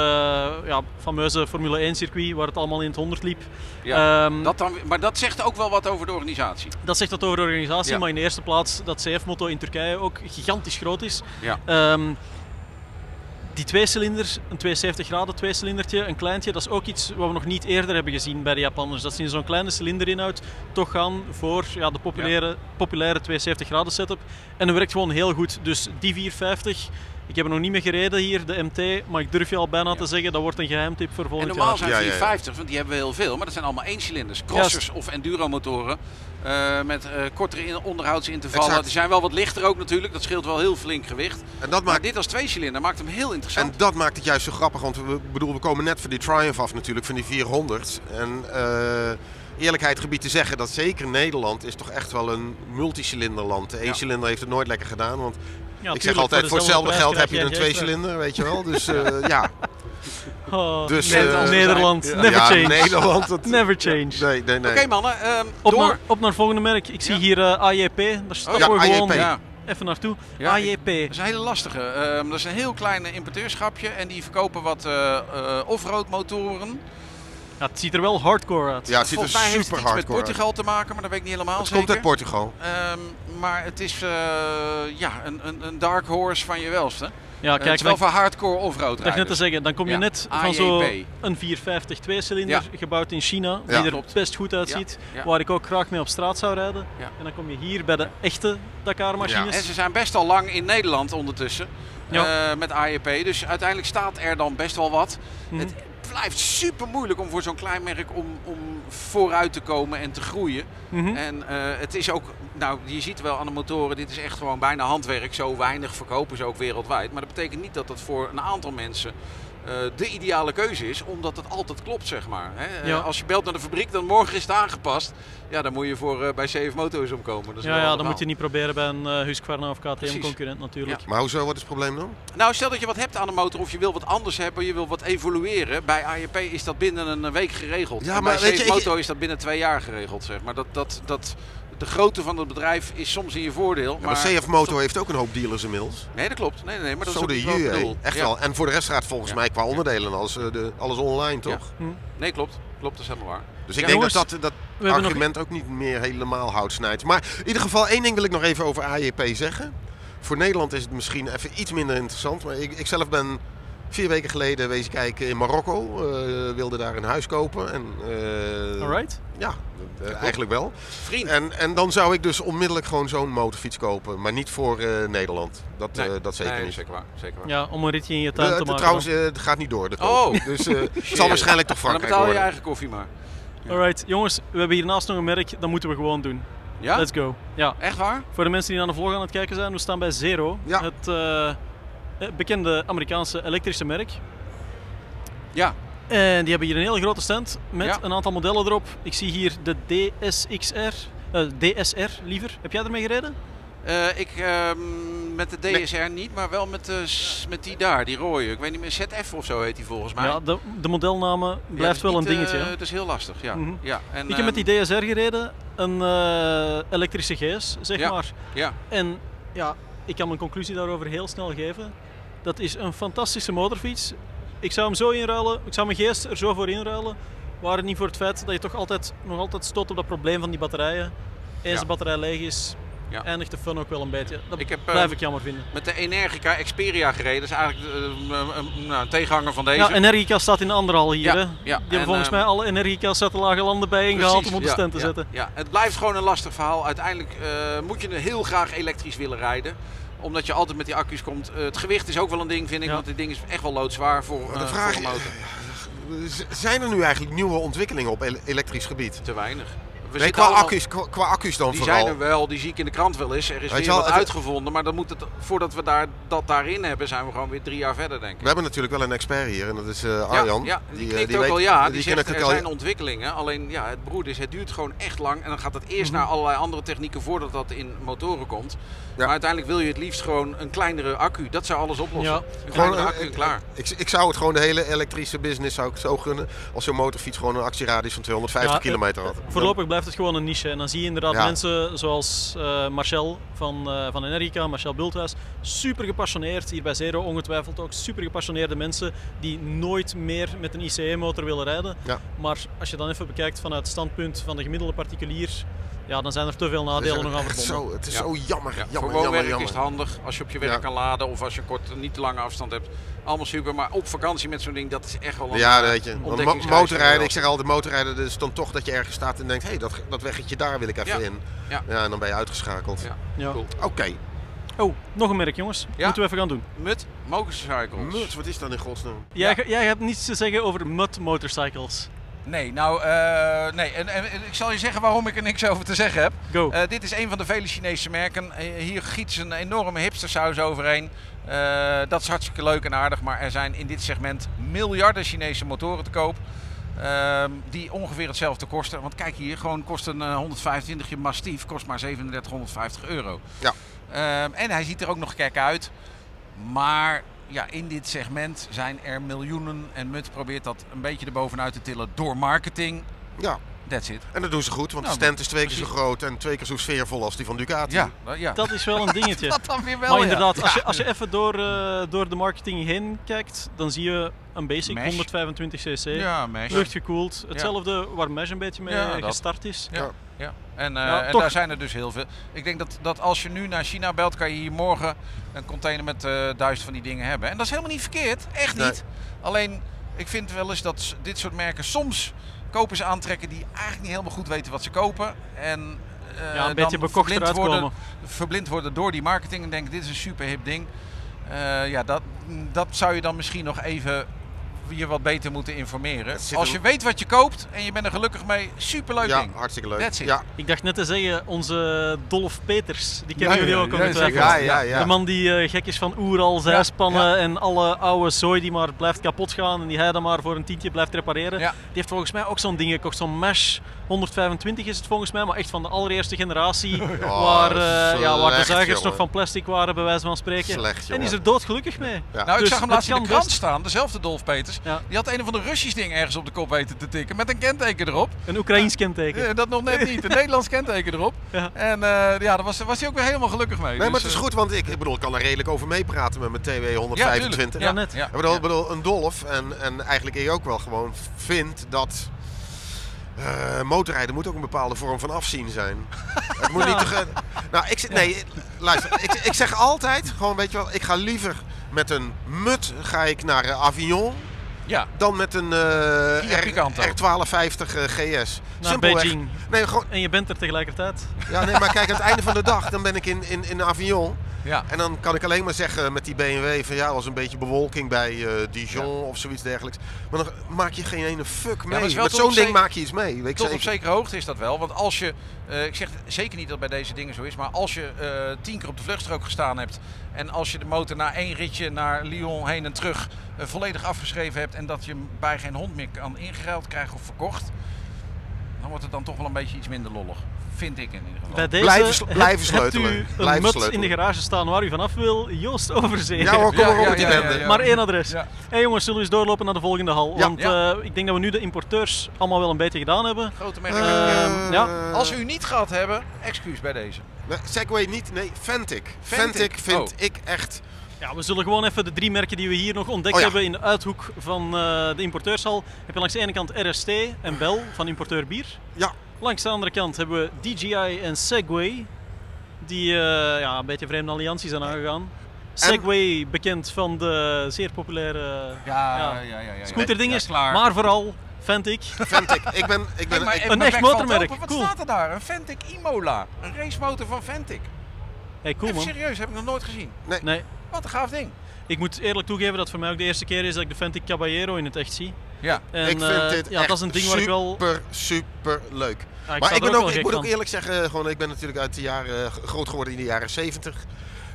[SPEAKER 2] ja, fameuze Formule 1 circuit waar het allemaal in het 100 liep.
[SPEAKER 3] Ja.
[SPEAKER 2] Ehm,
[SPEAKER 3] dat dan, maar dat zegt ook wel wat over de organisatie.
[SPEAKER 2] dat zegt dat over de organisatie,
[SPEAKER 3] Ja.
[SPEAKER 2] maar in de eerste plaats dat CF-motto in Turkije ook gigantisch groot is.
[SPEAKER 3] Ja.
[SPEAKER 2] Ehm, die tweecilinder, een 72 graden tweecilindertje, een kleintje, dat is ook iets wat we nog niet eerder hebben gezien bij de Japanners. Dat ze in zo'n kleine cilinderinhoud toch gaan voor ja, de populaire, populaire 72 graden setup. En dat werkt gewoon heel goed. Dus die 450, ik heb er nog niet mee gereden hier, de MT, maar ik durf je al bijna te zeggen, dat wordt een geheimtip voor
[SPEAKER 3] En
[SPEAKER 2] volgend jaar.
[SPEAKER 3] normaal zijn
[SPEAKER 4] Ja, ja, ja.
[SPEAKER 3] 450, want die hebben we heel veel, maar dat zijn allemaal eencilinders. Crossers of enduro-motoren eh, met eh, kortere in- onderhoudsintervallen.
[SPEAKER 4] Exact.
[SPEAKER 3] Die zijn wel wat lichter ook natuurlijk, dat scheelt wel heel flink gewicht.
[SPEAKER 4] En dat
[SPEAKER 3] Maar
[SPEAKER 4] maakt
[SPEAKER 3] dit als tweecilinder maakt hem heel
[SPEAKER 4] En
[SPEAKER 3] interessant.
[SPEAKER 4] dat maakt het juist zo grappig, want we, bedoel, we komen net van die Triumph af natuurlijk, van die 400. En eh, eerlijkheid gebied te zeggen dat zeker Nederland is toch echt wel een multicilinderland. De
[SPEAKER 3] Ja.
[SPEAKER 4] eencilinder heeft het nooit lekker gedaan, want
[SPEAKER 2] Ja,
[SPEAKER 4] ik
[SPEAKER 2] tuurlijk,
[SPEAKER 4] zeg altijd voor hetzelfde
[SPEAKER 2] dezelfde
[SPEAKER 4] geld
[SPEAKER 2] prijs
[SPEAKER 4] heb je een
[SPEAKER 2] krijg jij
[SPEAKER 4] tweecilinder, weet je wel. Dus eh, ja,
[SPEAKER 2] extra. Oh,
[SPEAKER 4] Dus,
[SPEAKER 2] Nederland,
[SPEAKER 4] eh,
[SPEAKER 2] Nederland, never
[SPEAKER 4] ja
[SPEAKER 2] change.
[SPEAKER 4] Nederland. Dat,
[SPEAKER 2] Never change.
[SPEAKER 4] nee, nee, nee.
[SPEAKER 3] Oké mannen, ehm,
[SPEAKER 2] Op,
[SPEAKER 3] door.
[SPEAKER 2] naar, op naar het volgende merk. Ik zie
[SPEAKER 3] Ja.
[SPEAKER 2] hier eh AJP. Daar stappen
[SPEAKER 4] ja,
[SPEAKER 2] we gewoon
[SPEAKER 4] AJP.
[SPEAKER 3] Ja,
[SPEAKER 2] even naartoe.
[SPEAKER 3] Ja,
[SPEAKER 2] AJP.
[SPEAKER 3] dat is een hele lastige. Ehm, dat is een heel klein eh, importeurschapje en die verkopen wat eh eh off-road motoren.
[SPEAKER 2] Ja, het ziet er wel hardcore uit.
[SPEAKER 4] Ja, het ziet er
[SPEAKER 3] Volgens mij heeft
[SPEAKER 4] super
[SPEAKER 3] het iets met
[SPEAKER 4] hardcore uit.
[SPEAKER 3] Portugal te maken, maar dat weet ik niet helemaal
[SPEAKER 4] Het
[SPEAKER 3] zeker.
[SPEAKER 4] komt uit Portugal.
[SPEAKER 3] Ehm, maar het is eh, ja, een, een, een dark horse van je welste.
[SPEAKER 2] Ja,
[SPEAKER 3] Eh, het
[SPEAKER 2] kijk,
[SPEAKER 3] is wel
[SPEAKER 2] dan,
[SPEAKER 3] voor hardcore off-road
[SPEAKER 2] ik dacht net te
[SPEAKER 3] rijders.
[SPEAKER 2] zeggen, dan kom je
[SPEAKER 3] Ja,
[SPEAKER 2] net van
[SPEAKER 3] AJP.
[SPEAKER 2] zo'n 450 2-cilinder gebouwd in China, die
[SPEAKER 4] Ja.
[SPEAKER 2] er
[SPEAKER 3] Klopt.
[SPEAKER 2] best goed uitziet,
[SPEAKER 3] Ja, ja.
[SPEAKER 2] waar ik ook graag mee op straat zou rijden.
[SPEAKER 3] Ja.
[SPEAKER 2] En dan kom je hier bij de echte
[SPEAKER 3] En
[SPEAKER 2] Dakar-machines.
[SPEAKER 3] ze zijn best al lang in Nederland ondertussen.
[SPEAKER 2] Ja.
[SPEAKER 3] eh, met AEP. Dus uiteindelijk staat er dan best wel wat.
[SPEAKER 2] Mhm.
[SPEAKER 3] Het blijft super moeilijk om voor zo'n klein merk om, om vooruit te komen en te groeien.
[SPEAKER 2] Mhm.
[SPEAKER 3] En eh, het is ook, nou je ziet wel aan de motoren, dit is echt gewoon bijna handwerk. Zo weinig verkopen ze ook wereldwijd. Maar dat betekent niet dat dat voor een aantal mensen eh, de ideale keuze is. Omdat het altijd klopt, zeg maar. Hè? Eh,
[SPEAKER 2] Ja.
[SPEAKER 3] Als je belt naar de fabriek, dan morgen is het aangepast. Ja, dan moet je voor eh, bij CF Moto's omkomen. Dat is
[SPEAKER 2] Ja,
[SPEAKER 3] een
[SPEAKER 2] ja,
[SPEAKER 3] ander
[SPEAKER 2] dan moet je
[SPEAKER 3] verhaal.
[SPEAKER 2] niet proberen bij een eh, Husqvarna of
[SPEAKER 3] Precies.
[SPEAKER 2] KTM-concurrent natuurlijk.
[SPEAKER 4] Maar hoezo, wat is het probleem dan?
[SPEAKER 3] Nou, stel dat je wat hebt aan de motor of je wil wat anders hebben, je wil wat evolueren. Bij AEP is dat binnen een eh, week geregeld.
[SPEAKER 4] Ja,
[SPEAKER 3] En
[SPEAKER 4] maar
[SPEAKER 3] bij
[SPEAKER 4] weet je, ik-
[SPEAKER 3] Moto is dat binnen twee jaar geregeld, zeg maar. Dat, dat, dat, de grootte van het bedrijf is soms in je voordeel.
[SPEAKER 4] Ja, maar, CF Moto heeft ook een hoop dealers inmiddels.
[SPEAKER 3] Nee, dat klopt. Nee, nee, nee, maar dat
[SPEAKER 4] Zo
[SPEAKER 3] is ook
[SPEAKER 4] de
[SPEAKER 3] niet wat ik
[SPEAKER 4] je,
[SPEAKER 3] bedoel.
[SPEAKER 4] echt
[SPEAKER 3] Ja.
[SPEAKER 4] wel. En voor de rest gaat volgens
[SPEAKER 3] Ja. Hm.
[SPEAKER 4] mij qua onderdelen en alles, eh, de, alles online toch?
[SPEAKER 3] Nee, klopt. Klopt, dat is helemaal waar.
[SPEAKER 4] Dus ik
[SPEAKER 2] Ja,
[SPEAKER 4] denk
[SPEAKER 2] jongens,
[SPEAKER 4] dat dat, dat
[SPEAKER 2] We hebben nog
[SPEAKER 4] argument ook niet meer helemaal hout snijdt. Maar in ieder geval, één ding wil ik nog even over AJP zeggen. Voor Nederland is het misschien even iets minder interessant. Maar ik, ik zelf ben vier weken geleden wezen kijken in Marokko. eh, wilde daar een huis kopen. En, eh,
[SPEAKER 2] Alright.
[SPEAKER 4] Ja, eh, eigenlijk wel.
[SPEAKER 3] Vriend.
[SPEAKER 4] En, en dan zou ik dus onmiddellijk gewoon zo'n motorfiets kopen. Maar niet voor eh, Nederland. Dat, eh, dat zeker
[SPEAKER 3] nee,
[SPEAKER 4] niet.
[SPEAKER 3] Zeker waar. Zeker waar.
[SPEAKER 2] Ja, om een ritje in je tuin
[SPEAKER 4] Eh,
[SPEAKER 2] te
[SPEAKER 4] de-
[SPEAKER 2] maken.
[SPEAKER 4] trouwens, eh, het gaat niet door. De koop.
[SPEAKER 3] Oh.
[SPEAKER 4] Dus eh, het zal waarschijnlijk toch
[SPEAKER 3] Maar dan
[SPEAKER 4] Frankrijk
[SPEAKER 3] betaal je je
[SPEAKER 4] worden.
[SPEAKER 3] eigen koffie maar.
[SPEAKER 2] Alright, jongens, we hebben hiernaast nog een merk, dat moeten we gewoon doen.
[SPEAKER 3] Ja?
[SPEAKER 2] Let's go. Ja.
[SPEAKER 3] Echt waar?
[SPEAKER 2] Voor de mensen die naar de vlog aan het kijken zijn, we staan bij Zero.
[SPEAKER 4] Ja.
[SPEAKER 2] Het eh, eh, bekende Amerikaanse elektrische merk.
[SPEAKER 3] Ja.
[SPEAKER 2] En die hebben hier een hele grote stand met
[SPEAKER 3] Ja.
[SPEAKER 2] een aantal modellen erop. Ik zie hier de DSXR. eh, DSR liever. Heb jij ermee gereden?
[SPEAKER 3] Eh, ik ehm, met de DSR niet, maar wel met, de, s- met die daar, die rode. Ik weet niet meer, ZF of zo heet die volgens mij.
[SPEAKER 2] Ja, de, de modelnamen blijft
[SPEAKER 3] Ja,
[SPEAKER 2] wel
[SPEAKER 3] dat
[SPEAKER 2] een
[SPEAKER 3] is niet,
[SPEAKER 2] dingetje.
[SPEAKER 3] eh,
[SPEAKER 2] hè.
[SPEAKER 3] Het is heel lastig, ja.
[SPEAKER 2] Mhm.
[SPEAKER 3] ja. En,
[SPEAKER 2] ik heb met
[SPEAKER 3] ehm,
[SPEAKER 2] die DSR gereden, een eh, elektrische GS, zeg
[SPEAKER 3] Ja.
[SPEAKER 2] maar.
[SPEAKER 3] Ja,
[SPEAKER 2] En ja, ik kan mijn conclusie daarover heel snel geven. Dat is een fantastische motorfiets. Ik zou hem zo inruilen, ik zou mijn geest er zo voor inruilen. Waren het niet voor het feit dat je toch altijd, nog altijd stoot op dat probleem van die batterijen. Eens
[SPEAKER 3] Ja.
[SPEAKER 2] de batterij leeg is,
[SPEAKER 3] Ja.
[SPEAKER 2] eindigt de fun ook wel een beetje. Dat
[SPEAKER 3] Ik heb,
[SPEAKER 2] blijf
[SPEAKER 3] eh,
[SPEAKER 2] ik jammer vinden.
[SPEAKER 3] met de Energica Xperia gereden. Dat is eigenlijk eh, een- een- nou, een tegenhanger van deze.
[SPEAKER 2] Ja, Energica staat in de andere hal hier.
[SPEAKER 3] Ja,
[SPEAKER 2] hè.
[SPEAKER 3] ja.
[SPEAKER 2] Die hebben
[SPEAKER 3] En,
[SPEAKER 2] volgens
[SPEAKER 3] ehm,
[SPEAKER 2] mij alle Energica's uit de lage landen bijeengehaald om op de
[SPEAKER 3] ja,
[SPEAKER 2] stand te
[SPEAKER 3] ja,
[SPEAKER 2] zetten.
[SPEAKER 3] Ja, het blijft gewoon een lastig verhaal. Uiteindelijk eh, moet je heel graag elektrisch willen rijden omdat je altijd met die accu's komt. Eh, het gewicht is ook wel een ding, vind ik.
[SPEAKER 2] Ja.
[SPEAKER 3] Want dit ding is echt wel loodzwaar voor,
[SPEAKER 4] de
[SPEAKER 3] eh,
[SPEAKER 4] vraag- eh,
[SPEAKER 3] voor een motor.
[SPEAKER 4] Z- Zijn er nu eigenlijk nieuwe ontwikkelingen op ele- elektrisch gebied?
[SPEAKER 3] Te weinig. We
[SPEAKER 4] Nee,
[SPEAKER 3] zitten
[SPEAKER 4] qua,
[SPEAKER 3] allemaal-
[SPEAKER 4] accu's, qua, qua accu's dan
[SPEAKER 3] Die
[SPEAKER 4] vooral.
[SPEAKER 3] zijn er wel, die zie ik in de krant wel eens. Er is
[SPEAKER 4] je
[SPEAKER 3] weer
[SPEAKER 4] wel,
[SPEAKER 3] wat
[SPEAKER 4] het-
[SPEAKER 3] uitgevonden, maar dan moet het, voordat we daar, dat daarin hebben, zijn we gewoon weer drie jaar verder, denk ik.
[SPEAKER 4] We hebben natuurlijk wel een expert hier en dat is eh,
[SPEAKER 3] Ja,
[SPEAKER 4] Arjan.
[SPEAKER 3] Ja, die,
[SPEAKER 4] eh,
[SPEAKER 3] knikt ook
[SPEAKER 4] weet-
[SPEAKER 3] al ja. Die,
[SPEAKER 4] ken
[SPEAKER 3] zegt
[SPEAKER 4] ik
[SPEAKER 3] er
[SPEAKER 4] ook al-
[SPEAKER 3] zijn ontwikkelingen. Alleen ja, het broed is, het duurt gewoon echt lang. En dan gaat het eerst
[SPEAKER 4] Mhm.
[SPEAKER 3] naar allerlei andere technieken voordat dat in motoren komt. Maar uiteindelijk wil je het liefst gewoon een kleinere accu. Dat zou alles oplossen.
[SPEAKER 2] Ja.
[SPEAKER 3] Een
[SPEAKER 4] Gewoon,
[SPEAKER 3] kleinere
[SPEAKER 4] eh,
[SPEAKER 3] accu en klaar.
[SPEAKER 4] Ik, ik zou het gewoon de hele elektrische business zou ik zo gunnen. Als zo'n motorfiets gewoon een actieradius van 250
[SPEAKER 2] Ja, eh,
[SPEAKER 4] kilometer had.
[SPEAKER 2] Voorlopig blijft het gewoon een niche. En dan zie je inderdaad
[SPEAKER 4] Ja.
[SPEAKER 2] mensen zoals eh, Marcel van, eh van Energica, Marcel Bulthuis. Super gepassioneerd, hier bij Zero ongetwijfeld ook. Super gepassioneerde mensen die nooit meer met een ICE-motor willen rijden.
[SPEAKER 4] Ja.
[SPEAKER 2] Maar als je dan even bekijkt vanuit het standpunt van de gemiddelde particulier, ja, dan zijn er te veel
[SPEAKER 4] Dat is
[SPEAKER 2] nadelen nog aan
[SPEAKER 4] echt
[SPEAKER 2] verbonden.
[SPEAKER 4] zo, Dus het is
[SPEAKER 3] Ja.
[SPEAKER 4] zo jammer,
[SPEAKER 3] Ja,
[SPEAKER 4] jammer,
[SPEAKER 3] voor woonwerk
[SPEAKER 4] jammer, jammer.
[SPEAKER 3] is het handig als je op je werk
[SPEAKER 4] Ja.
[SPEAKER 3] kan laden of als je een kort, niet te lange afstand hebt. Allemaal super, maar op vakantie met zo'n ding, dat is echt wel een
[SPEAKER 4] Ja,
[SPEAKER 3] eh,
[SPEAKER 4] dat weet je. Want mo-
[SPEAKER 3] ontdekkingsreis
[SPEAKER 4] motorrijden,
[SPEAKER 3] wel.
[SPEAKER 4] ik zeg altijd motorrijden, dus dan toch dat je ergens staat en denkt, hé, hey, dat, dat weggetje daar wil ik even
[SPEAKER 3] Ja.
[SPEAKER 4] in.
[SPEAKER 3] Ja.
[SPEAKER 4] en dan ben je uitgeschakeld.
[SPEAKER 3] Ja.
[SPEAKER 2] Ja.
[SPEAKER 3] Cool.
[SPEAKER 4] Oké,
[SPEAKER 2] Oh, nog een merk jongens.
[SPEAKER 3] Ja.
[SPEAKER 2] Moeten we even gaan doen.
[SPEAKER 3] Mut, motorcycles.
[SPEAKER 4] Muts, wat is dat in godsnaam?
[SPEAKER 2] Jij, jij hebt niets te zeggen over Mud Motorcycles.
[SPEAKER 3] Nee, nou, eh, nee. En, en, en ik zal je zeggen waarom ik er niks over te zeggen heb.
[SPEAKER 2] Go.
[SPEAKER 3] Eh, dit is een van de vele Chinese merken. Eh, hier giet ze een enorme hipstersaus overheen. Eh, dat is hartstikke leuk en aardig, maar er zijn in dit segment miljarden Chinese motoren te koop. ehm, die ongeveer hetzelfde kosten. Want kijk hier, gewoon kost een eh, 125 je mastief, kost maar 3750 euro.
[SPEAKER 4] Ja.
[SPEAKER 3] Ehm, en hij ziet er ook nog gek uit. Maar ja, in dit segment zijn er miljoenen. En Mut probeert dat een beetje erbovenuit te tillen door marketing.
[SPEAKER 4] Ja,
[SPEAKER 3] That's it.
[SPEAKER 4] en dat doen ze goed, want
[SPEAKER 3] Nou,
[SPEAKER 4] de stand is twee keer zo
[SPEAKER 3] precies.
[SPEAKER 4] groot en twee keer zo sfeervol als die van Ducati.
[SPEAKER 3] Ja, ja.
[SPEAKER 2] Dat is wel een dingetje.
[SPEAKER 3] dat dan weer wel.
[SPEAKER 2] Maar
[SPEAKER 3] ja.
[SPEAKER 2] inderdaad, als je, als je even door, eh, door de marketing heen kijkt, dan zie je een basic
[SPEAKER 3] Mesh.
[SPEAKER 2] 125 cc.
[SPEAKER 3] Ja, mesh.
[SPEAKER 2] Luchtgekoeld. Hetzelfde waar Mesh een beetje mee
[SPEAKER 3] Ja, dat.
[SPEAKER 2] gestart is.
[SPEAKER 3] Ja. ja. En, eh,
[SPEAKER 4] Nou,
[SPEAKER 2] Ja,
[SPEAKER 3] en
[SPEAKER 2] toch.
[SPEAKER 3] daar zijn er dus heel veel. Ik denk dat, dat als je nu naar China belt, kan je hier morgen een container met eh, duizend van die dingen hebben. En dat is helemaal niet verkeerd. Echt
[SPEAKER 4] Nee.
[SPEAKER 3] niet. Alleen, ik vind wel eens dat s- dit soort merken soms kopers aantrekken die eigenlijk niet helemaal goed weten wat ze kopen. En eh,
[SPEAKER 2] Ja, een
[SPEAKER 3] dan
[SPEAKER 2] beetje bekocht
[SPEAKER 3] verblind
[SPEAKER 2] eruit
[SPEAKER 3] worden,
[SPEAKER 2] komen.
[SPEAKER 3] Verblind worden door die marketing en denken, dit is een super hip ding. Eh, ja, dat, dat zou je dan misschien nog even je wat beter moeten informeren.
[SPEAKER 4] Het zit
[SPEAKER 3] Als
[SPEAKER 4] er-
[SPEAKER 3] je weet wat je koopt en je bent er gelukkig mee, superleuk
[SPEAKER 4] Ja,
[SPEAKER 3] ding.
[SPEAKER 4] hartstikke leuk.
[SPEAKER 3] That's it.
[SPEAKER 4] Ja,
[SPEAKER 2] Ik dacht net te zeggen, onze Dolf Peters, die kennen
[SPEAKER 3] Ja,
[SPEAKER 2] jullie
[SPEAKER 3] ja,
[SPEAKER 2] ook
[SPEAKER 3] ja,
[SPEAKER 2] ongetwijfeld.
[SPEAKER 3] zeker.
[SPEAKER 4] ja, ja, ja.
[SPEAKER 2] De man die eh, gek is van oeral, zijspannen
[SPEAKER 3] ja.
[SPEAKER 2] en alle oude zooi die maar blijft kapot gaan en die hij dan maar voor een tientje blijft repareren.
[SPEAKER 3] Ja.
[SPEAKER 2] Die heeft volgens mij ook zo'n ding gekocht, zo'n Mesh 125 is het volgens mij, maar echt van de allereerste generatie waar, eh, ja, waar de
[SPEAKER 4] Oh, slecht,
[SPEAKER 2] zuigers nog
[SPEAKER 4] jongen.
[SPEAKER 2] van plastic waren, bij wijze van spreken.
[SPEAKER 4] Slecht,
[SPEAKER 2] en die is
[SPEAKER 4] jongen.
[SPEAKER 2] er doodgelukkig mee.
[SPEAKER 4] Ja.
[SPEAKER 3] Nou, ik
[SPEAKER 2] Dus
[SPEAKER 3] zag hem
[SPEAKER 2] dat
[SPEAKER 3] laatst in de
[SPEAKER 2] kan
[SPEAKER 3] krant
[SPEAKER 2] best.
[SPEAKER 3] staan, dezelfde Dolf Peters.
[SPEAKER 2] Ja.
[SPEAKER 3] Die had een of de Russisch ding ergens op de kop weten te tikken met een kenteken erop.
[SPEAKER 2] Een Oekraïns kenteken.
[SPEAKER 3] Eh, Dat nog net niet, een Nederlands kenteken erop.
[SPEAKER 2] Ja.
[SPEAKER 3] En eh, ja, daar was, was hij ook weer helemaal gelukkig mee.
[SPEAKER 4] Nee, maar
[SPEAKER 3] Dus,
[SPEAKER 4] het is
[SPEAKER 3] eh,
[SPEAKER 4] goed, want ik, ik bedoel, ik kan er redelijk over meepraten met mijn TW
[SPEAKER 3] Ja,
[SPEAKER 4] 125.
[SPEAKER 3] tuurlijk.
[SPEAKER 2] Ja, net.
[SPEAKER 4] Ik bedoel, ik bedoel, een dolf en, en eigenlijk ik ook wel gewoon vindt dat eh, motorrijden moet ook een bepaalde vorm van afzien zijn. het moet niet te ge- Nou, ik zit, nee, luister, ik, ik zeg altijd gewoon, weet je wel, ik ga liever met een mut ga ik naar eh, Avignon
[SPEAKER 3] Ja.
[SPEAKER 4] dan met een eh
[SPEAKER 3] Kia
[SPEAKER 4] R,
[SPEAKER 3] Picanto.
[SPEAKER 4] 1250 GS.
[SPEAKER 2] Naar
[SPEAKER 4] Simpelweg-
[SPEAKER 2] Beijing.
[SPEAKER 4] Nee, gewoon,
[SPEAKER 2] En je bent er tegelijkertijd.
[SPEAKER 4] ja, nee, maar kijk, aan het einde van de dag, dan ben ik in, in, in Avignon.
[SPEAKER 3] Ja.
[SPEAKER 4] En dan kan ik alleen maar zeggen met die BMW van ja, er was een beetje bewolking bij eh, Dijon of zoiets dergelijks. Maar dan maak je geen ene fuck
[SPEAKER 3] maar het
[SPEAKER 4] mee.
[SPEAKER 3] is wel
[SPEAKER 4] met
[SPEAKER 3] tot
[SPEAKER 4] zo'n
[SPEAKER 3] op
[SPEAKER 4] ding
[SPEAKER 3] zee-
[SPEAKER 4] maak je iets mee. Weet ik
[SPEAKER 3] Tot op
[SPEAKER 4] zeker.
[SPEAKER 3] zekere hoogte is dat wel. Want als je, eh, ik zeg zeker niet dat het bij deze dingen zo is, maar als je eh, tien keer op de vluchtstrook gestaan hebt en als je de motor na één ritje naar Lyon heen en terug eh, volledig afgeschreven hebt en dat je hem bij geen hond meer kan ingeruild krijgen of verkocht, dan wordt het dan toch wel een beetje iets minder lollig. Vind ik in ieder geval.
[SPEAKER 2] Bij deze
[SPEAKER 4] Blijven sl- blijven
[SPEAKER 2] hebt-
[SPEAKER 4] sleutelen.
[SPEAKER 2] Hebt u een
[SPEAKER 4] Blijven
[SPEAKER 2] mut
[SPEAKER 4] sleutelen.
[SPEAKER 2] in de garage staan waar u vanaf wil? Joost Overzee.
[SPEAKER 4] Ja hoor, kom
[SPEAKER 3] Ja,
[SPEAKER 4] maar op
[SPEAKER 3] ja,
[SPEAKER 4] met die
[SPEAKER 3] ja, ja,
[SPEAKER 4] bende.
[SPEAKER 3] ja.
[SPEAKER 2] Maar één adres.
[SPEAKER 3] Ja.
[SPEAKER 2] Hey jongens, zullen we eens doorlopen naar de volgende hal?
[SPEAKER 4] Ja.
[SPEAKER 2] Want
[SPEAKER 3] Ja.
[SPEAKER 2] eh, ik denk dat we nu de importeurs allemaal wel een beetje gedaan hebben.
[SPEAKER 3] Grote
[SPEAKER 4] Eh,
[SPEAKER 3] merken.
[SPEAKER 2] Ehm, ja.
[SPEAKER 4] eh,
[SPEAKER 3] Als we u niet gehad hebben, excuus bij deze.
[SPEAKER 4] nee, Segway niet, nee, Fantic.
[SPEAKER 3] Fantic.
[SPEAKER 4] Fantic vind
[SPEAKER 3] Oh.
[SPEAKER 4] ik echt...
[SPEAKER 2] Ja, we zullen gewoon even de drie merken die we hier nog ontdekt
[SPEAKER 4] Oh ja.
[SPEAKER 2] hebben in de uithoek van eh, de importeurshal. Heb je langs de ene kant RST en Bel van importeur bier.
[SPEAKER 4] Ja,
[SPEAKER 2] Langs de andere kant hebben we DJI en Segway. Die eh, ja, een beetje vreemde allianties zijn aangegaan. Segway bekend van de zeer populaire ja,
[SPEAKER 3] ja. ja.
[SPEAKER 2] scooterdinges.
[SPEAKER 3] Ja, klaar.
[SPEAKER 2] maar vooral, vind ik,
[SPEAKER 4] Fantic. ik ben... Ik
[SPEAKER 3] Nee,
[SPEAKER 4] ben
[SPEAKER 3] maar
[SPEAKER 4] ik-
[SPEAKER 3] even
[SPEAKER 2] Een
[SPEAKER 3] mijn
[SPEAKER 2] echt
[SPEAKER 3] bek valt
[SPEAKER 2] motormerk.
[SPEAKER 3] open. Wat
[SPEAKER 2] Cool.
[SPEAKER 3] staat er daar? Een Fantic Imola. Een racemotor van Fantic.
[SPEAKER 2] hey, cool
[SPEAKER 3] Even
[SPEAKER 2] man.
[SPEAKER 3] serieus, heb ik nog nooit gezien.
[SPEAKER 2] Nee,
[SPEAKER 3] Wat een gaaf ding.
[SPEAKER 2] ik moet eerlijk toegeven dat het voor mij ook de eerste keer is dat ik de Fantic Caballero in het echt zie.
[SPEAKER 3] Ja.
[SPEAKER 2] En,
[SPEAKER 4] ik
[SPEAKER 2] eh,
[SPEAKER 4] vind dit
[SPEAKER 2] ja,
[SPEAKER 4] echt
[SPEAKER 2] dat is een ding waar ik wel...
[SPEAKER 4] super, super leuk.
[SPEAKER 2] Ja, ik
[SPEAKER 4] maar
[SPEAKER 2] sta
[SPEAKER 4] ik,
[SPEAKER 2] er
[SPEAKER 4] ben ook,
[SPEAKER 2] wel
[SPEAKER 4] ik
[SPEAKER 2] gek
[SPEAKER 4] moet ook
[SPEAKER 2] van.
[SPEAKER 4] eerlijk zeggen, gewoon, ik ben natuurlijk uit de jaren, eh, groot geworden in de jaren 70.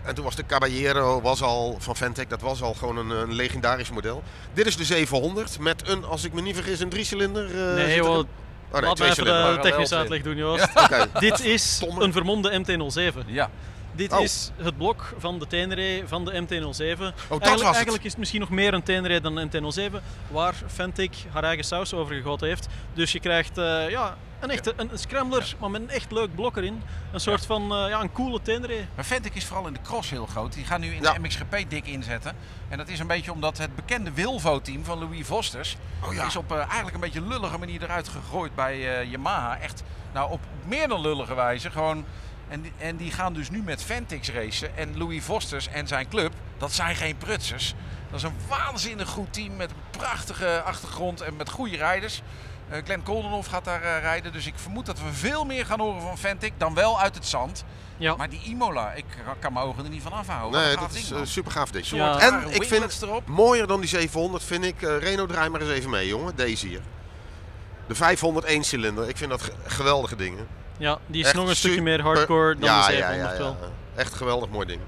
[SPEAKER 4] En toen was de Caballero was al, van Ventec, dat was al gewoon een, een legendarisch model. Dit is de 700 met een, als ik me niet vergis, een driecilinder. eh, zit
[SPEAKER 2] Nee,
[SPEAKER 4] erin.
[SPEAKER 2] joh,
[SPEAKER 4] Oh nee,
[SPEAKER 2] laat mij
[SPEAKER 4] twee
[SPEAKER 2] even
[SPEAKER 4] cilinder.
[SPEAKER 2] de
[SPEAKER 3] maar
[SPEAKER 2] technische
[SPEAKER 3] wel
[SPEAKER 2] uitleg doen, Joost.
[SPEAKER 4] Oké.
[SPEAKER 2] Dit is
[SPEAKER 4] Stomme.
[SPEAKER 2] een vermomde MT-07.
[SPEAKER 3] Ja.
[SPEAKER 2] Dit
[SPEAKER 4] Oh.
[SPEAKER 2] is het blok van de Tenere van de MT-07.
[SPEAKER 4] was
[SPEAKER 2] eigenlijk,
[SPEAKER 4] het.
[SPEAKER 2] eigenlijk is het misschien nog meer een Tenere dan een MT-07, waar Fantic haar eigen saus over gegoten heeft. Dus je krijgt eh, ja, een echte een, een scrambler, maar met een echt leuk blok erin. Een soort van eh, ja, een coole Tenere.
[SPEAKER 3] Maar Ventic is vooral in de cross heel groot. Die gaan nu in
[SPEAKER 4] Ja.
[SPEAKER 3] de MXGP dik inzetten. En dat is een beetje omdat het bekende Wilvo-team van Louis Vosters...
[SPEAKER 4] Oh ja.
[SPEAKER 3] is op eh, eigenlijk een beetje lullige manier eruit gegooid bij eh, Yamaha. Echt, nou op meer dan lullige wijze gewoon... En, die- en die gaan dus nu met Ventix racen. En Louis Vosters en zijn club, dat zijn geen prutsers. Dat is een waanzinnig goed team met een prachtige achtergrond en met goede rijders. Eh Glenn Koldenhoff gaat daar eh, rijden. Dus ik vermoed dat we veel meer gaan horen van Ventic dan wel uit het zand.
[SPEAKER 2] Ja.
[SPEAKER 3] Maar die Imola, ik kan- kan mijn ogen er niet van afhouden. Wat
[SPEAKER 4] Nee,
[SPEAKER 3] een gaaf
[SPEAKER 4] dat is eh,
[SPEAKER 3] ding, man.
[SPEAKER 4] super gaaf dit.
[SPEAKER 2] Ja.
[SPEAKER 3] Wat rare
[SPEAKER 4] En ik
[SPEAKER 3] winglets
[SPEAKER 4] vind
[SPEAKER 3] erop.
[SPEAKER 4] mooier dan die 700 vind ik, eh, Reno draai maar eens even mee jongen, deze hier. De 501 cilinder, ik vind dat ge- geweldige dingen.
[SPEAKER 2] Ja, die is
[SPEAKER 4] Echt
[SPEAKER 2] nog een stukje
[SPEAKER 4] super-
[SPEAKER 2] meer hardcore dan
[SPEAKER 4] ja,
[SPEAKER 2] de
[SPEAKER 4] ja,
[SPEAKER 2] 700
[SPEAKER 4] ja, ja.
[SPEAKER 2] wel.
[SPEAKER 4] Echt geweldig mooi ding.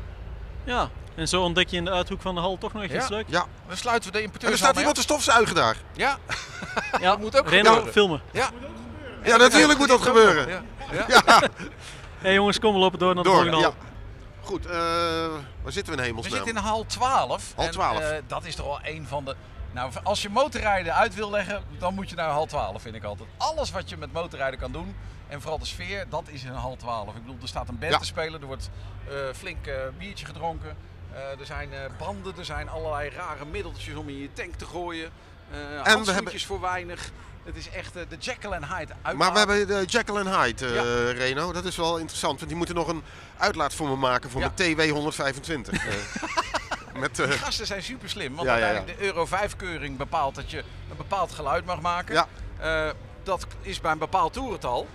[SPEAKER 2] Ja, en zo ontdek je in de uithoek van de hal toch nog echt
[SPEAKER 3] Ja.
[SPEAKER 2] iets leuks.
[SPEAKER 4] Ja.
[SPEAKER 3] Dan sluiten we de
[SPEAKER 4] En
[SPEAKER 3] importeur.
[SPEAKER 4] er staat iemand te stofzuigen daar.
[SPEAKER 3] Ja,
[SPEAKER 2] Ja,
[SPEAKER 3] moet ook
[SPEAKER 2] Reno,
[SPEAKER 3] gebeuren.
[SPEAKER 2] filmen.
[SPEAKER 4] Ja, natuurlijk moet dat gebeuren.
[SPEAKER 3] Ja. Ja.
[SPEAKER 2] hey, jongens, kom, we lopen door naar de
[SPEAKER 4] Door,
[SPEAKER 2] volgende
[SPEAKER 4] ja.
[SPEAKER 2] hal.
[SPEAKER 4] Goed, eh, waar zitten we in
[SPEAKER 3] We
[SPEAKER 4] hemelsnaam?
[SPEAKER 3] zitten in hal 12.
[SPEAKER 4] nou- Hal
[SPEAKER 3] En,
[SPEAKER 4] 12.
[SPEAKER 3] eh, dat is toch wel een van de... Nou, als je motorrijden uit wil leggen, dan moet je naar hal 12, vind ik altijd. Alles wat je met motorrijden kan doen, en vooral de sfeer, dat is in hal 12. Ik bedoel, er staat een band
[SPEAKER 4] Ja.
[SPEAKER 3] te spelen, er wordt eh, flink eh, biertje gedronken. Eh, er zijn eh, banden, er zijn allerlei rare middeltjes om in je tank te gooien. Eh handschoentjes
[SPEAKER 4] hebben-
[SPEAKER 3] voor weinig. Het is echt eh, de Jekyll en Hyde uit.
[SPEAKER 4] Maar we hebben de Jekyll en Hyde, eh, Reno. Dat is wel interessant, want die moeten nog een uitlaat voor me maken voor
[SPEAKER 3] Ja.
[SPEAKER 4] mijn TW125. eh. met, eh,
[SPEAKER 3] gasten zijn super slim, want
[SPEAKER 4] Ja, ja, ja.
[SPEAKER 3] uiteindelijk de Euro 5-keuring bepaalt dat je een bepaald geluid mag maken.
[SPEAKER 4] Ja.
[SPEAKER 3] Eh, dat is bij een bepaald toerental.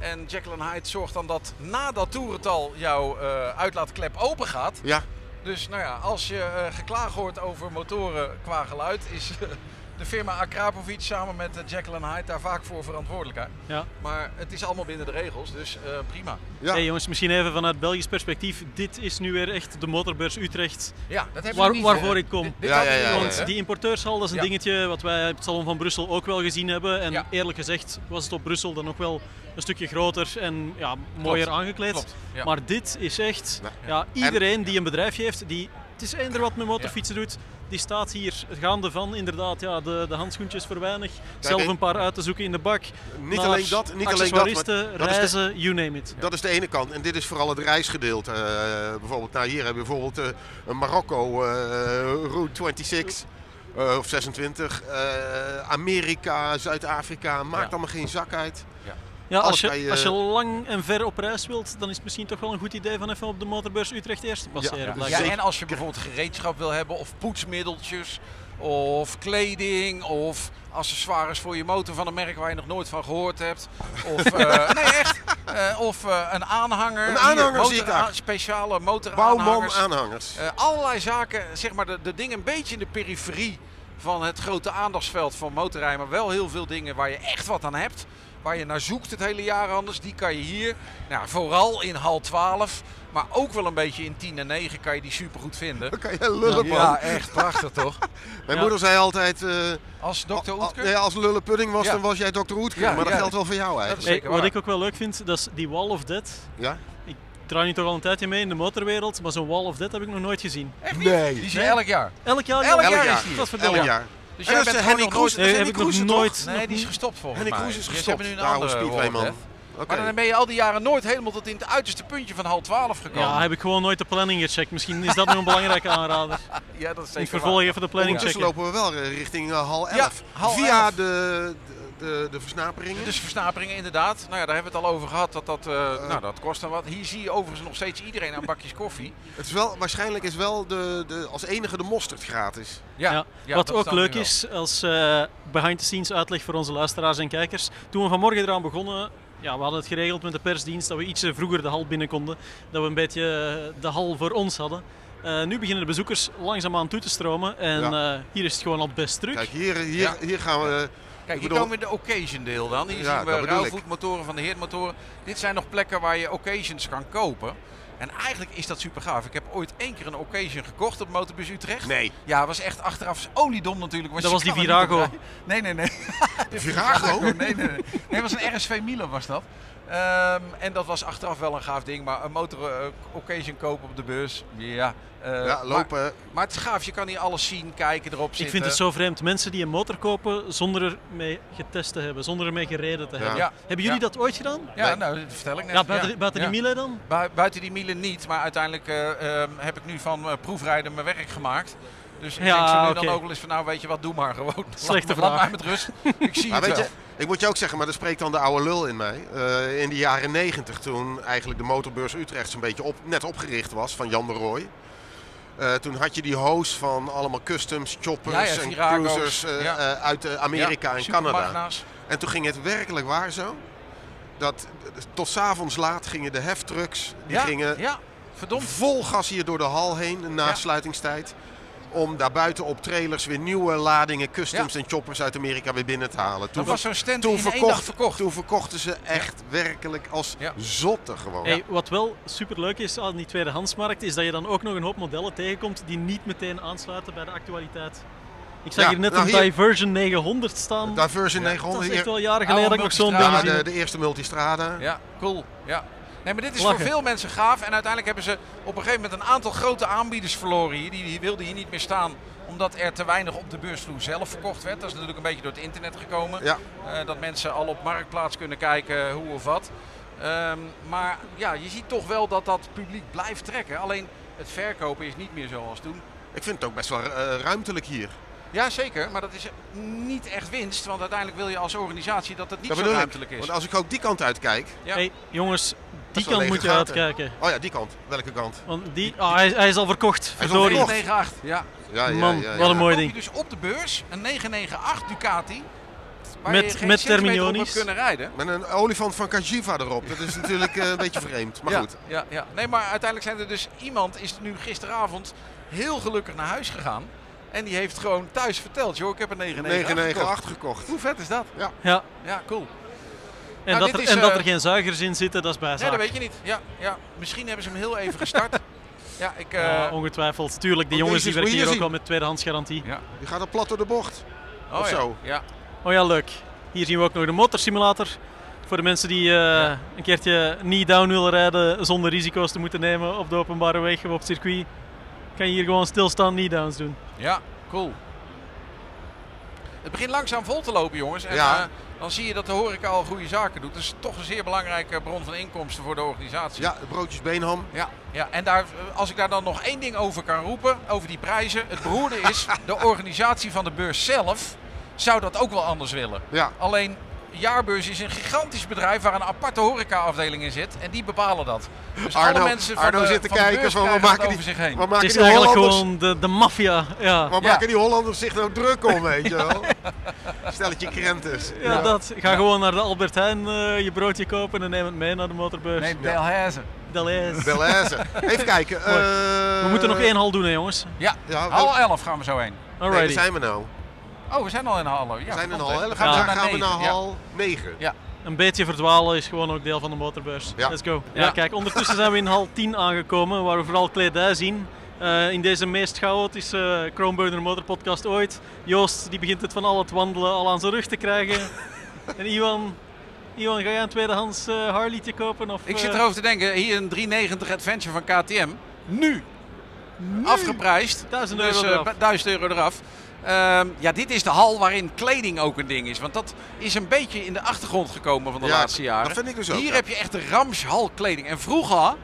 [SPEAKER 3] En Jacqueline Hyde zorgt dan dat na dat toerental jouw eh, uitlaatklep open gaat.
[SPEAKER 4] ja,
[SPEAKER 3] Dus nou ja, als je eh geklaag hoort over motoren qua geluid, is eh, de firma Akrapovic samen met eh, Jacqueline Hyde daar vaak voor verantwoordelijk.
[SPEAKER 2] Ja.
[SPEAKER 3] Maar het is allemaal binnen de regels, dus eh, prima.
[SPEAKER 4] Ja.
[SPEAKER 2] Hey jongens, misschien even vanuit Belgisch perspectief. Dit is nu weer echt de motorbeurs Utrecht.
[SPEAKER 3] Ja, dat hebben we
[SPEAKER 2] Waar-
[SPEAKER 3] niet,
[SPEAKER 2] waarvoor
[SPEAKER 3] eh,
[SPEAKER 2] ik kom.
[SPEAKER 3] dit- dit
[SPEAKER 4] Ja,
[SPEAKER 3] hadden
[SPEAKER 4] ja,
[SPEAKER 3] we
[SPEAKER 4] ja,
[SPEAKER 3] niet,
[SPEAKER 4] ja,
[SPEAKER 2] Want
[SPEAKER 4] Eh,
[SPEAKER 3] hè?
[SPEAKER 4] ja.
[SPEAKER 2] die importeurshal, dat is een
[SPEAKER 3] Ja.
[SPEAKER 2] dingetje wat wij op het Salon van Brussel ook wel gezien hebben. En
[SPEAKER 3] Ja.
[SPEAKER 2] eerlijk gezegd was het op Brussel dan ook wel een stukje groter en ja, mooier aangekleed.
[SPEAKER 3] klopt, ja.
[SPEAKER 2] Maar dit is echt,
[SPEAKER 4] Nou,
[SPEAKER 2] ja, iedereen die een bedrijfje heeft, die het is eender wat met motorfietsen doet, die staat hier gaande van inderdaad ja, de, de handschoentjes voor weinig. Zelf
[SPEAKER 4] ik-
[SPEAKER 2] een paar uit te zoeken in de bak.
[SPEAKER 4] Niet
[SPEAKER 2] naar
[SPEAKER 4] alleen dat, niet alleen dat, maar
[SPEAKER 2] accessoiristen,
[SPEAKER 4] dat is de-
[SPEAKER 2] reizen, you name it.
[SPEAKER 4] dat is de ene kant. En dit is vooral het reisgedeelte. eh, bijvoorbeeld, nou hier hebben we bijvoorbeeld eh, een Marokko, eh, Route 26 eh, of 26. eh, Amerika, Zuid-Afrika, maakt
[SPEAKER 2] Ja.
[SPEAKER 4] allemaal geen zak uit.
[SPEAKER 2] Ja, als
[SPEAKER 4] Alles
[SPEAKER 2] je,
[SPEAKER 4] kan je-
[SPEAKER 2] als je lang en ver op reis wilt, dan is het misschien toch wel een goed idee van even op de motorbeurs Utrecht eerst te passeren.
[SPEAKER 4] Ja,
[SPEAKER 2] blijkbaar.
[SPEAKER 3] Ja,
[SPEAKER 4] Zeker.
[SPEAKER 3] en als je bijvoorbeeld gereedschap wil hebben of poetsmiddeltjes of kleding of accessoires voor je motor van een merk waar je nog nooit van gehoord hebt. Of, eh, nee, echt. Eh, of eh, een aanhanger.
[SPEAKER 4] Een aanhanger zie ik
[SPEAKER 3] motora-
[SPEAKER 4] daar.
[SPEAKER 3] Speciale
[SPEAKER 4] Bouwman
[SPEAKER 3] motoraanhangers.
[SPEAKER 4] aanhangers.
[SPEAKER 3] Eh, allerlei zaken, zeg maar de, de dingen een beetje in de periferie van het grote aandachtsveld van motorrijden. Maar wel heel veel dingen waar je echt wat aan hebt. Waar je naar zoekt het hele jaar anders. Die kan je hier, nou, vooral in hal 12, maar ook wel een beetje in 10 en 9 kan je die supergoed vinden.
[SPEAKER 4] Oké, lullen man.
[SPEAKER 3] Ja, echt prachtig toch?
[SPEAKER 4] Mijn
[SPEAKER 2] Ja.
[SPEAKER 4] moeder zei altijd... eh,
[SPEAKER 3] Als dokter
[SPEAKER 4] Al- al-
[SPEAKER 3] Oetker.
[SPEAKER 4] nee, als lullenpudding was,
[SPEAKER 3] Ja.
[SPEAKER 4] dan was jij Dr. Oetker.
[SPEAKER 3] Ja,
[SPEAKER 4] maar dat
[SPEAKER 3] ja.
[SPEAKER 4] geldt wel voor jou eigenlijk.
[SPEAKER 2] Hey,
[SPEAKER 3] zeker
[SPEAKER 2] wat
[SPEAKER 3] waar.
[SPEAKER 2] ik ook wel leuk vind, dat is die Wall of Death.
[SPEAKER 4] Ja?
[SPEAKER 2] Ik draai nu toch al een tijdje mee in de motorwereld, maar zo'n Wall of Death heb ik nog nooit gezien.
[SPEAKER 3] Die
[SPEAKER 4] Nee.
[SPEAKER 3] is er elk jaar.
[SPEAKER 2] Elk jaar?
[SPEAKER 3] Elk jaar
[SPEAKER 4] is
[SPEAKER 2] ja,
[SPEAKER 4] die.
[SPEAKER 2] Dat
[SPEAKER 4] Elk jaar.
[SPEAKER 3] Dus
[SPEAKER 4] En
[SPEAKER 3] jij
[SPEAKER 4] dat
[SPEAKER 3] bent
[SPEAKER 4] is
[SPEAKER 3] gewoon
[SPEAKER 4] Henny
[SPEAKER 3] nog
[SPEAKER 4] Kroes.
[SPEAKER 3] nooit...
[SPEAKER 2] Nee, heb ik nog
[SPEAKER 4] dat is Henny Kroes toch?
[SPEAKER 2] nooit-
[SPEAKER 3] Nee, die is gestopt volgens
[SPEAKER 4] Henny
[SPEAKER 3] mij. Dus
[SPEAKER 4] Kroes is
[SPEAKER 3] Ja, Ze
[SPEAKER 4] gestopt.
[SPEAKER 3] hebben
[SPEAKER 4] Nou,
[SPEAKER 3] nu een
[SPEAKER 4] Daarom
[SPEAKER 3] andere
[SPEAKER 4] Speedway,
[SPEAKER 3] World
[SPEAKER 4] man.
[SPEAKER 3] Head.
[SPEAKER 4] Oké.
[SPEAKER 3] Maar dan ben je al die jaren nooit helemaal tot in het uiterste puntje van hal 12 gekomen.
[SPEAKER 2] Ja, heb ik gewoon nooit de planning gecheckt. Misschien is dat nog een belangrijke aanrader.
[SPEAKER 3] Ja, dat is
[SPEAKER 2] Ik
[SPEAKER 3] zeker
[SPEAKER 2] vervolg even de planning
[SPEAKER 4] Ondertussen
[SPEAKER 2] checken.
[SPEAKER 4] lopen we wel eh, richting eh, hal 11.
[SPEAKER 3] Ja, hal
[SPEAKER 4] Via
[SPEAKER 3] 11.
[SPEAKER 4] De, de, de versnaperingen.
[SPEAKER 3] Dus versnaperingen inderdaad. Nou ja, daar hebben we het al over gehad. Dat, dat, eh, nou, dat kost dan wat. Hier zie je overigens nog steeds iedereen aan bakjes koffie.
[SPEAKER 4] het is wel, waarschijnlijk is wel de, de, als enige de mosterd gratis.
[SPEAKER 2] Ja, wat
[SPEAKER 3] dat
[SPEAKER 2] ook
[SPEAKER 3] staat
[SPEAKER 2] leuk
[SPEAKER 3] nu
[SPEAKER 2] is, als eh, behind-the-scenes uitleg voor onze luisteraars en kijkers. Toen we vanmorgen eraan begonnen, ja, we hadden het geregeld met de persdienst dat we ietsje vroeger de hal binnen konden. Dat we een beetje eh, de hal eh, voor ons hadden. Eh, nu beginnen de bezoekers langzaamaan toe te stromen. En eh, hier is het gewoon al best druk.
[SPEAKER 4] Kijk, hier, hier,
[SPEAKER 3] Ja.
[SPEAKER 4] hier gaan we...
[SPEAKER 3] Kijk, hier
[SPEAKER 4] bedoel-
[SPEAKER 3] komen de occasion deel dan. Hier
[SPEAKER 4] Ja,
[SPEAKER 3] zien
[SPEAKER 4] dat
[SPEAKER 3] we
[SPEAKER 4] bedoel ik.
[SPEAKER 3] rouwvoetmotoren van de Heertmotoren. Dit zijn nog plekken waar je occasions kan kopen. En eigenlijk is dat super gaaf. Ik heb ooit één keer een occasion gekocht op Motorbus Utrecht.
[SPEAKER 4] Nee.
[SPEAKER 3] Ja, was echt achteraf oliedom natuurlijk. want
[SPEAKER 2] Dat
[SPEAKER 3] je
[SPEAKER 2] was die
[SPEAKER 3] kan er niet op
[SPEAKER 2] Virago.
[SPEAKER 3] rijden. Nee, nee, nee.
[SPEAKER 4] Virago?
[SPEAKER 3] Nee, nee, nee. Nee, het was een RSV Milan was dat. Ehm, en dat was achteraf wel een gaaf ding. Maar een motor eh, occasion kopen op de beurs. Ja, eh,
[SPEAKER 4] Ja,
[SPEAKER 3] Maar,
[SPEAKER 4] lopen.
[SPEAKER 3] maar het is gaaf. Je kan hier alles zien, kijken, erop zitten.
[SPEAKER 2] Ik vind het zo vreemd. Mensen die een motor kopen zonder ermee getest te hebben, zonder ermee gereden te hebben.
[SPEAKER 3] Ja.
[SPEAKER 2] Hebben jullie
[SPEAKER 3] Ja.
[SPEAKER 2] dat ooit gedaan?
[SPEAKER 3] Ja, nou, dat vertel ik net.
[SPEAKER 2] Ja, buiten, buiten
[SPEAKER 3] Ja.
[SPEAKER 2] die Miele dan?
[SPEAKER 3] Bu- Buiten die mielen niet, maar uiteindelijk eh, ehm, heb ik nu van eh, proefrijden mijn werk gemaakt. Dus ik
[SPEAKER 2] Ja,
[SPEAKER 3] denk zo nu
[SPEAKER 2] oké.
[SPEAKER 3] dan ook wel eens van, nou weet je wat, doe maar gewoon.
[SPEAKER 2] Slechte
[SPEAKER 3] laat, me- Laat
[SPEAKER 2] vraag.
[SPEAKER 3] mij met rust. Ik zie
[SPEAKER 4] Maar
[SPEAKER 3] het
[SPEAKER 4] weet
[SPEAKER 3] wel.
[SPEAKER 4] je, ik moet je ook zeggen, maar dat spreekt dan de oude lul in mij. Eh, in de jaren negentig, toen eigenlijk de motorbeurs Utrecht zo'n beetje op, net opgericht was van Jan de Rooij. Eh, toen had je die hoos van allemaal customs, choppers
[SPEAKER 3] Ja, ja,
[SPEAKER 4] en
[SPEAKER 3] Virago's,
[SPEAKER 4] cruisers eh,
[SPEAKER 3] ja.
[SPEAKER 4] eh, uit eh, Amerika
[SPEAKER 3] Ja,
[SPEAKER 4] en
[SPEAKER 3] super
[SPEAKER 4] Canada.
[SPEAKER 3] magna's.
[SPEAKER 4] En toen ging het werkelijk waar zo. Dat eh, tot s'avonds laat gingen de heftrucks, die
[SPEAKER 3] ja,
[SPEAKER 4] gingen
[SPEAKER 3] ja, verdomd.
[SPEAKER 4] vol gas hier door de hal heen na
[SPEAKER 3] Ja.
[SPEAKER 4] sluitingstijd. Om daarbuiten op trailers weer nieuwe ladingen, customs en choppers uit Amerika weer binnen te halen.
[SPEAKER 3] Dat was zo'n stand
[SPEAKER 4] toen
[SPEAKER 3] in één dag
[SPEAKER 4] verkocht-
[SPEAKER 3] verkocht.
[SPEAKER 4] Toen verkochten ze echt werkelijk als
[SPEAKER 3] Ja.
[SPEAKER 4] zotten gewoon.
[SPEAKER 2] Hey, wat wel super leuk is aan die tweedehandsmarkt, is dat je dan ook nog een hoop modellen tegenkomt die niet meteen aansluiten bij de actualiteit. Ik zag
[SPEAKER 4] Ja,
[SPEAKER 2] hier net
[SPEAKER 4] nou
[SPEAKER 2] een
[SPEAKER 4] hier-
[SPEAKER 2] Diversion 900 staan.
[SPEAKER 4] Daar version
[SPEAKER 2] dat
[SPEAKER 4] 900
[SPEAKER 2] is echt
[SPEAKER 4] hier.
[SPEAKER 2] wel jaren geleden dat ik nog zo'n ding
[SPEAKER 4] Ja,
[SPEAKER 2] gezien
[SPEAKER 4] de,
[SPEAKER 2] heb.
[SPEAKER 4] de eerste Multistrada.
[SPEAKER 3] Ja, cool. Ja. Nee, maar dit is
[SPEAKER 2] Lachen.
[SPEAKER 3] voor veel mensen gaaf. En uiteindelijk hebben ze op een gegeven moment een aantal grote aanbieders verloren hier. Die, die wilden hier niet meer staan, omdat er te weinig op de beursvloer zelf verkocht werd. Dat is natuurlijk een beetje door het internet gekomen.
[SPEAKER 4] Ja.
[SPEAKER 3] Eh, dat mensen al op marktplaats kunnen kijken hoe of wat. Ehm, maar ja, je ziet toch wel dat dat publiek blijft trekken. Alleen het verkopen is niet meer zoals toen.
[SPEAKER 4] Ik vind het ook best wel eh, ruimtelijk hier.
[SPEAKER 3] Ja, zeker. Maar dat is niet echt winst. Want uiteindelijk wil je als organisatie dat het niet
[SPEAKER 4] Dat
[SPEAKER 3] zo
[SPEAKER 4] bedoel ik.
[SPEAKER 3] ruimtelijk is.
[SPEAKER 4] Want als ik ook die kant uitkijk.
[SPEAKER 3] Ja.
[SPEAKER 2] Hey, jongens, die
[SPEAKER 4] is wel
[SPEAKER 2] kant
[SPEAKER 4] lege
[SPEAKER 2] moet je
[SPEAKER 4] gaten.
[SPEAKER 2] uitkijken.
[SPEAKER 4] Oh ja, die kant. Welke kant?
[SPEAKER 2] Want die, ah, hij, hij is al verkocht.
[SPEAKER 4] is al
[SPEAKER 2] Verdorie.
[SPEAKER 4] verkocht.
[SPEAKER 3] 9,8. Ja.
[SPEAKER 4] Ja, ja,
[SPEAKER 2] Man,
[SPEAKER 4] ja, ja.
[SPEAKER 2] wat een mooi
[SPEAKER 3] koop je
[SPEAKER 2] ding.
[SPEAKER 3] dus op de beurs een 998 Ducati. Waar
[SPEAKER 2] Met-
[SPEAKER 3] je geen
[SPEAKER 2] met
[SPEAKER 3] centimeter op
[SPEAKER 2] Terminioni's.
[SPEAKER 3] hebt kunnen rijden.
[SPEAKER 4] Met een olifant van Kajiva erop. Dat is natuurlijk eh, een beetje vreemd. Maar
[SPEAKER 3] ja,
[SPEAKER 4] goed.
[SPEAKER 3] Ja, ja. Nee, maar uiteindelijk zijn er dus iemand is nu gisteravond heel gelukkig naar huis gegaan. En die heeft gewoon thuis verteld, joh, ik heb een 998 gekocht.
[SPEAKER 4] 998 gekocht.
[SPEAKER 3] Hoe vet is dat?
[SPEAKER 2] Ja,
[SPEAKER 3] Ja, cool.
[SPEAKER 2] en,
[SPEAKER 3] Nou,
[SPEAKER 2] dat,
[SPEAKER 3] dit
[SPEAKER 2] er,
[SPEAKER 3] is,
[SPEAKER 2] en
[SPEAKER 3] eh,
[SPEAKER 2] dat er geen zuigers in zitten, dat is
[SPEAKER 3] Nee,
[SPEAKER 2] bijzaak.
[SPEAKER 3] dat weet je niet. Ja, ja. Misschien hebben ze hem heel even gestart. ja, ik... eh,
[SPEAKER 2] Ja, ongetwijfeld. Tuurlijk, die
[SPEAKER 4] want
[SPEAKER 2] jongens die
[SPEAKER 4] deze
[SPEAKER 2] werken
[SPEAKER 4] is-
[SPEAKER 2] hier
[SPEAKER 4] moet je
[SPEAKER 2] ook al met tweedehandsgarantie.
[SPEAKER 3] ja.
[SPEAKER 4] Je gaat er plat door de bocht.
[SPEAKER 3] Oh,
[SPEAKER 4] Of
[SPEAKER 3] ja.
[SPEAKER 4] zo.
[SPEAKER 3] Ja.
[SPEAKER 2] Oh ja, leuk. Hier zien we ook nog de motorsimulator. Voor de mensen die eh, een keertje niet down willen rijden zonder risico's te moeten nemen op de openbare weg of op het circuit, kan je hier gewoon stilstaan knee downs doen.
[SPEAKER 3] Ja, cool. Het begint langzaam vol te lopen, jongens. En
[SPEAKER 4] Ja.
[SPEAKER 3] eh, dan zie je dat de horeca al goede zaken doet. Dat is toch een zeer belangrijke bron van inkomsten voor de organisatie.
[SPEAKER 4] Ja, broodjes beenham.
[SPEAKER 3] Ja, ja. en daar, eh, als ik daar dan nog één ding over kan roepen, over die prijzen. Het beroerde is, de organisatie van de beurs zelf zou dat ook wel anders willen.
[SPEAKER 4] Ja.
[SPEAKER 3] Alleen, Jaarbeurs is een gigantisch bedrijf waar een aparte horecaafdeling in zit. En die bepalen dat. Dus
[SPEAKER 4] Arno,
[SPEAKER 3] alle mensen van
[SPEAKER 4] Arno
[SPEAKER 3] de,
[SPEAKER 4] zit te
[SPEAKER 3] van de
[SPEAKER 4] kijken
[SPEAKER 3] beurs
[SPEAKER 4] van wat
[SPEAKER 3] krijgen het
[SPEAKER 4] maken, die,
[SPEAKER 3] over zich heen.
[SPEAKER 4] wat
[SPEAKER 2] Het
[SPEAKER 4] maken
[SPEAKER 2] is
[SPEAKER 4] die
[SPEAKER 2] eigenlijk
[SPEAKER 4] Hollanders?
[SPEAKER 2] gewoon de, de maffia. Ja. Ja.
[SPEAKER 4] Wat maken die Hollanders zich nou druk om, weet je wel? Stelletje krentes.
[SPEAKER 2] dat. Ga gewoon naar de Albert Heijn eh, je broodje kopen en neem het mee naar de motorbeurs.
[SPEAKER 3] Nee,
[SPEAKER 2] Nee.
[SPEAKER 3] Delhaize.
[SPEAKER 4] Belaise. Even kijken.
[SPEAKER 2] Mooi.
[SPEAKER 4] eh,
[SPEAKER 2] We moeten nog één hal doen, hè, jongens.
[SPEAKER 3] Ja,
[SPEAKER 4] Ja,
[SPEAKER 3] hal
[SPEAKER 4] wel-
[SPEAKER 3] 11 gaan we zo heen.
[SPEAKER 4] Nee,
[SPEAKER 2] Alrighty.
[SPEAKER 4] daar zijn we nou.
[SPEAKER 3] Oh, we zijn al in Hallo. Ja,
[SPEAKER 4] We zijn in
[SPEAKER 3] verdomd,
[SPEAKER 4] hal
[SPEAKER 3] hè.
[SPEAKER 4] 11.
[SPEAKER 3] Dan
[SPEAKER 4] Gaan,
[SPEAKER 2] Ja.
[SPEAKER 4] we- dan gaan we naar
[SPEAKER 3] negen.
[SPEAKER 4] hal 9.
[SPEAKER 3] Ja.
[SPEAKER 2] Een beetje verdwalen is gewoon ook deel van de motorbeurs.
[SPEAKER 4] Ja.
[SPEAKER 2] Let's go. Ja,
[SPEAKER 3] Ja.
[SPEAKER 2] kijk, ondertussen zijn we in hal 10 aangekomen, waar we vooral kledij zien. Eh, in deze meest chaotische uh, Kroonburner Motorpodcast ooit. Joost die begint het van al het wandelen al aan zijn rug te krijgen. en Iwan, Iwan, ga jij een tweedehands eh Harley'tje kopen? Of,
[SPEAKER 3] Ik zit
[SPEAKER 2] eh,
[SPEAKER 3] erover te denken, hier een 390 Adventure van KTM. Nu. Afgeprijsd.
[SPEAKER 2] 1000
[SPEAKER 3] Dus,
[SPEAKER 2] euro
[SPEAKER 3] eh,
[SPEAKER 2] eraf.
[SPEAKER 3] ba- 1000 euro eraf. Ehm, ja, dit is de hal waarin kleding ook een ding is. Want dat is een beetje in de achtergrond gekomen van de
[SPEAKER 4] Ja,
[SPEAKER 3] laatste jaren.
[SPEAKER 4] dat vind ik dus ook,
[SPEAKER 3] Hier
[SPEAKER 4] ja.
[SPEAKER 3] heb je echt de Ramshal kleding. En vroeger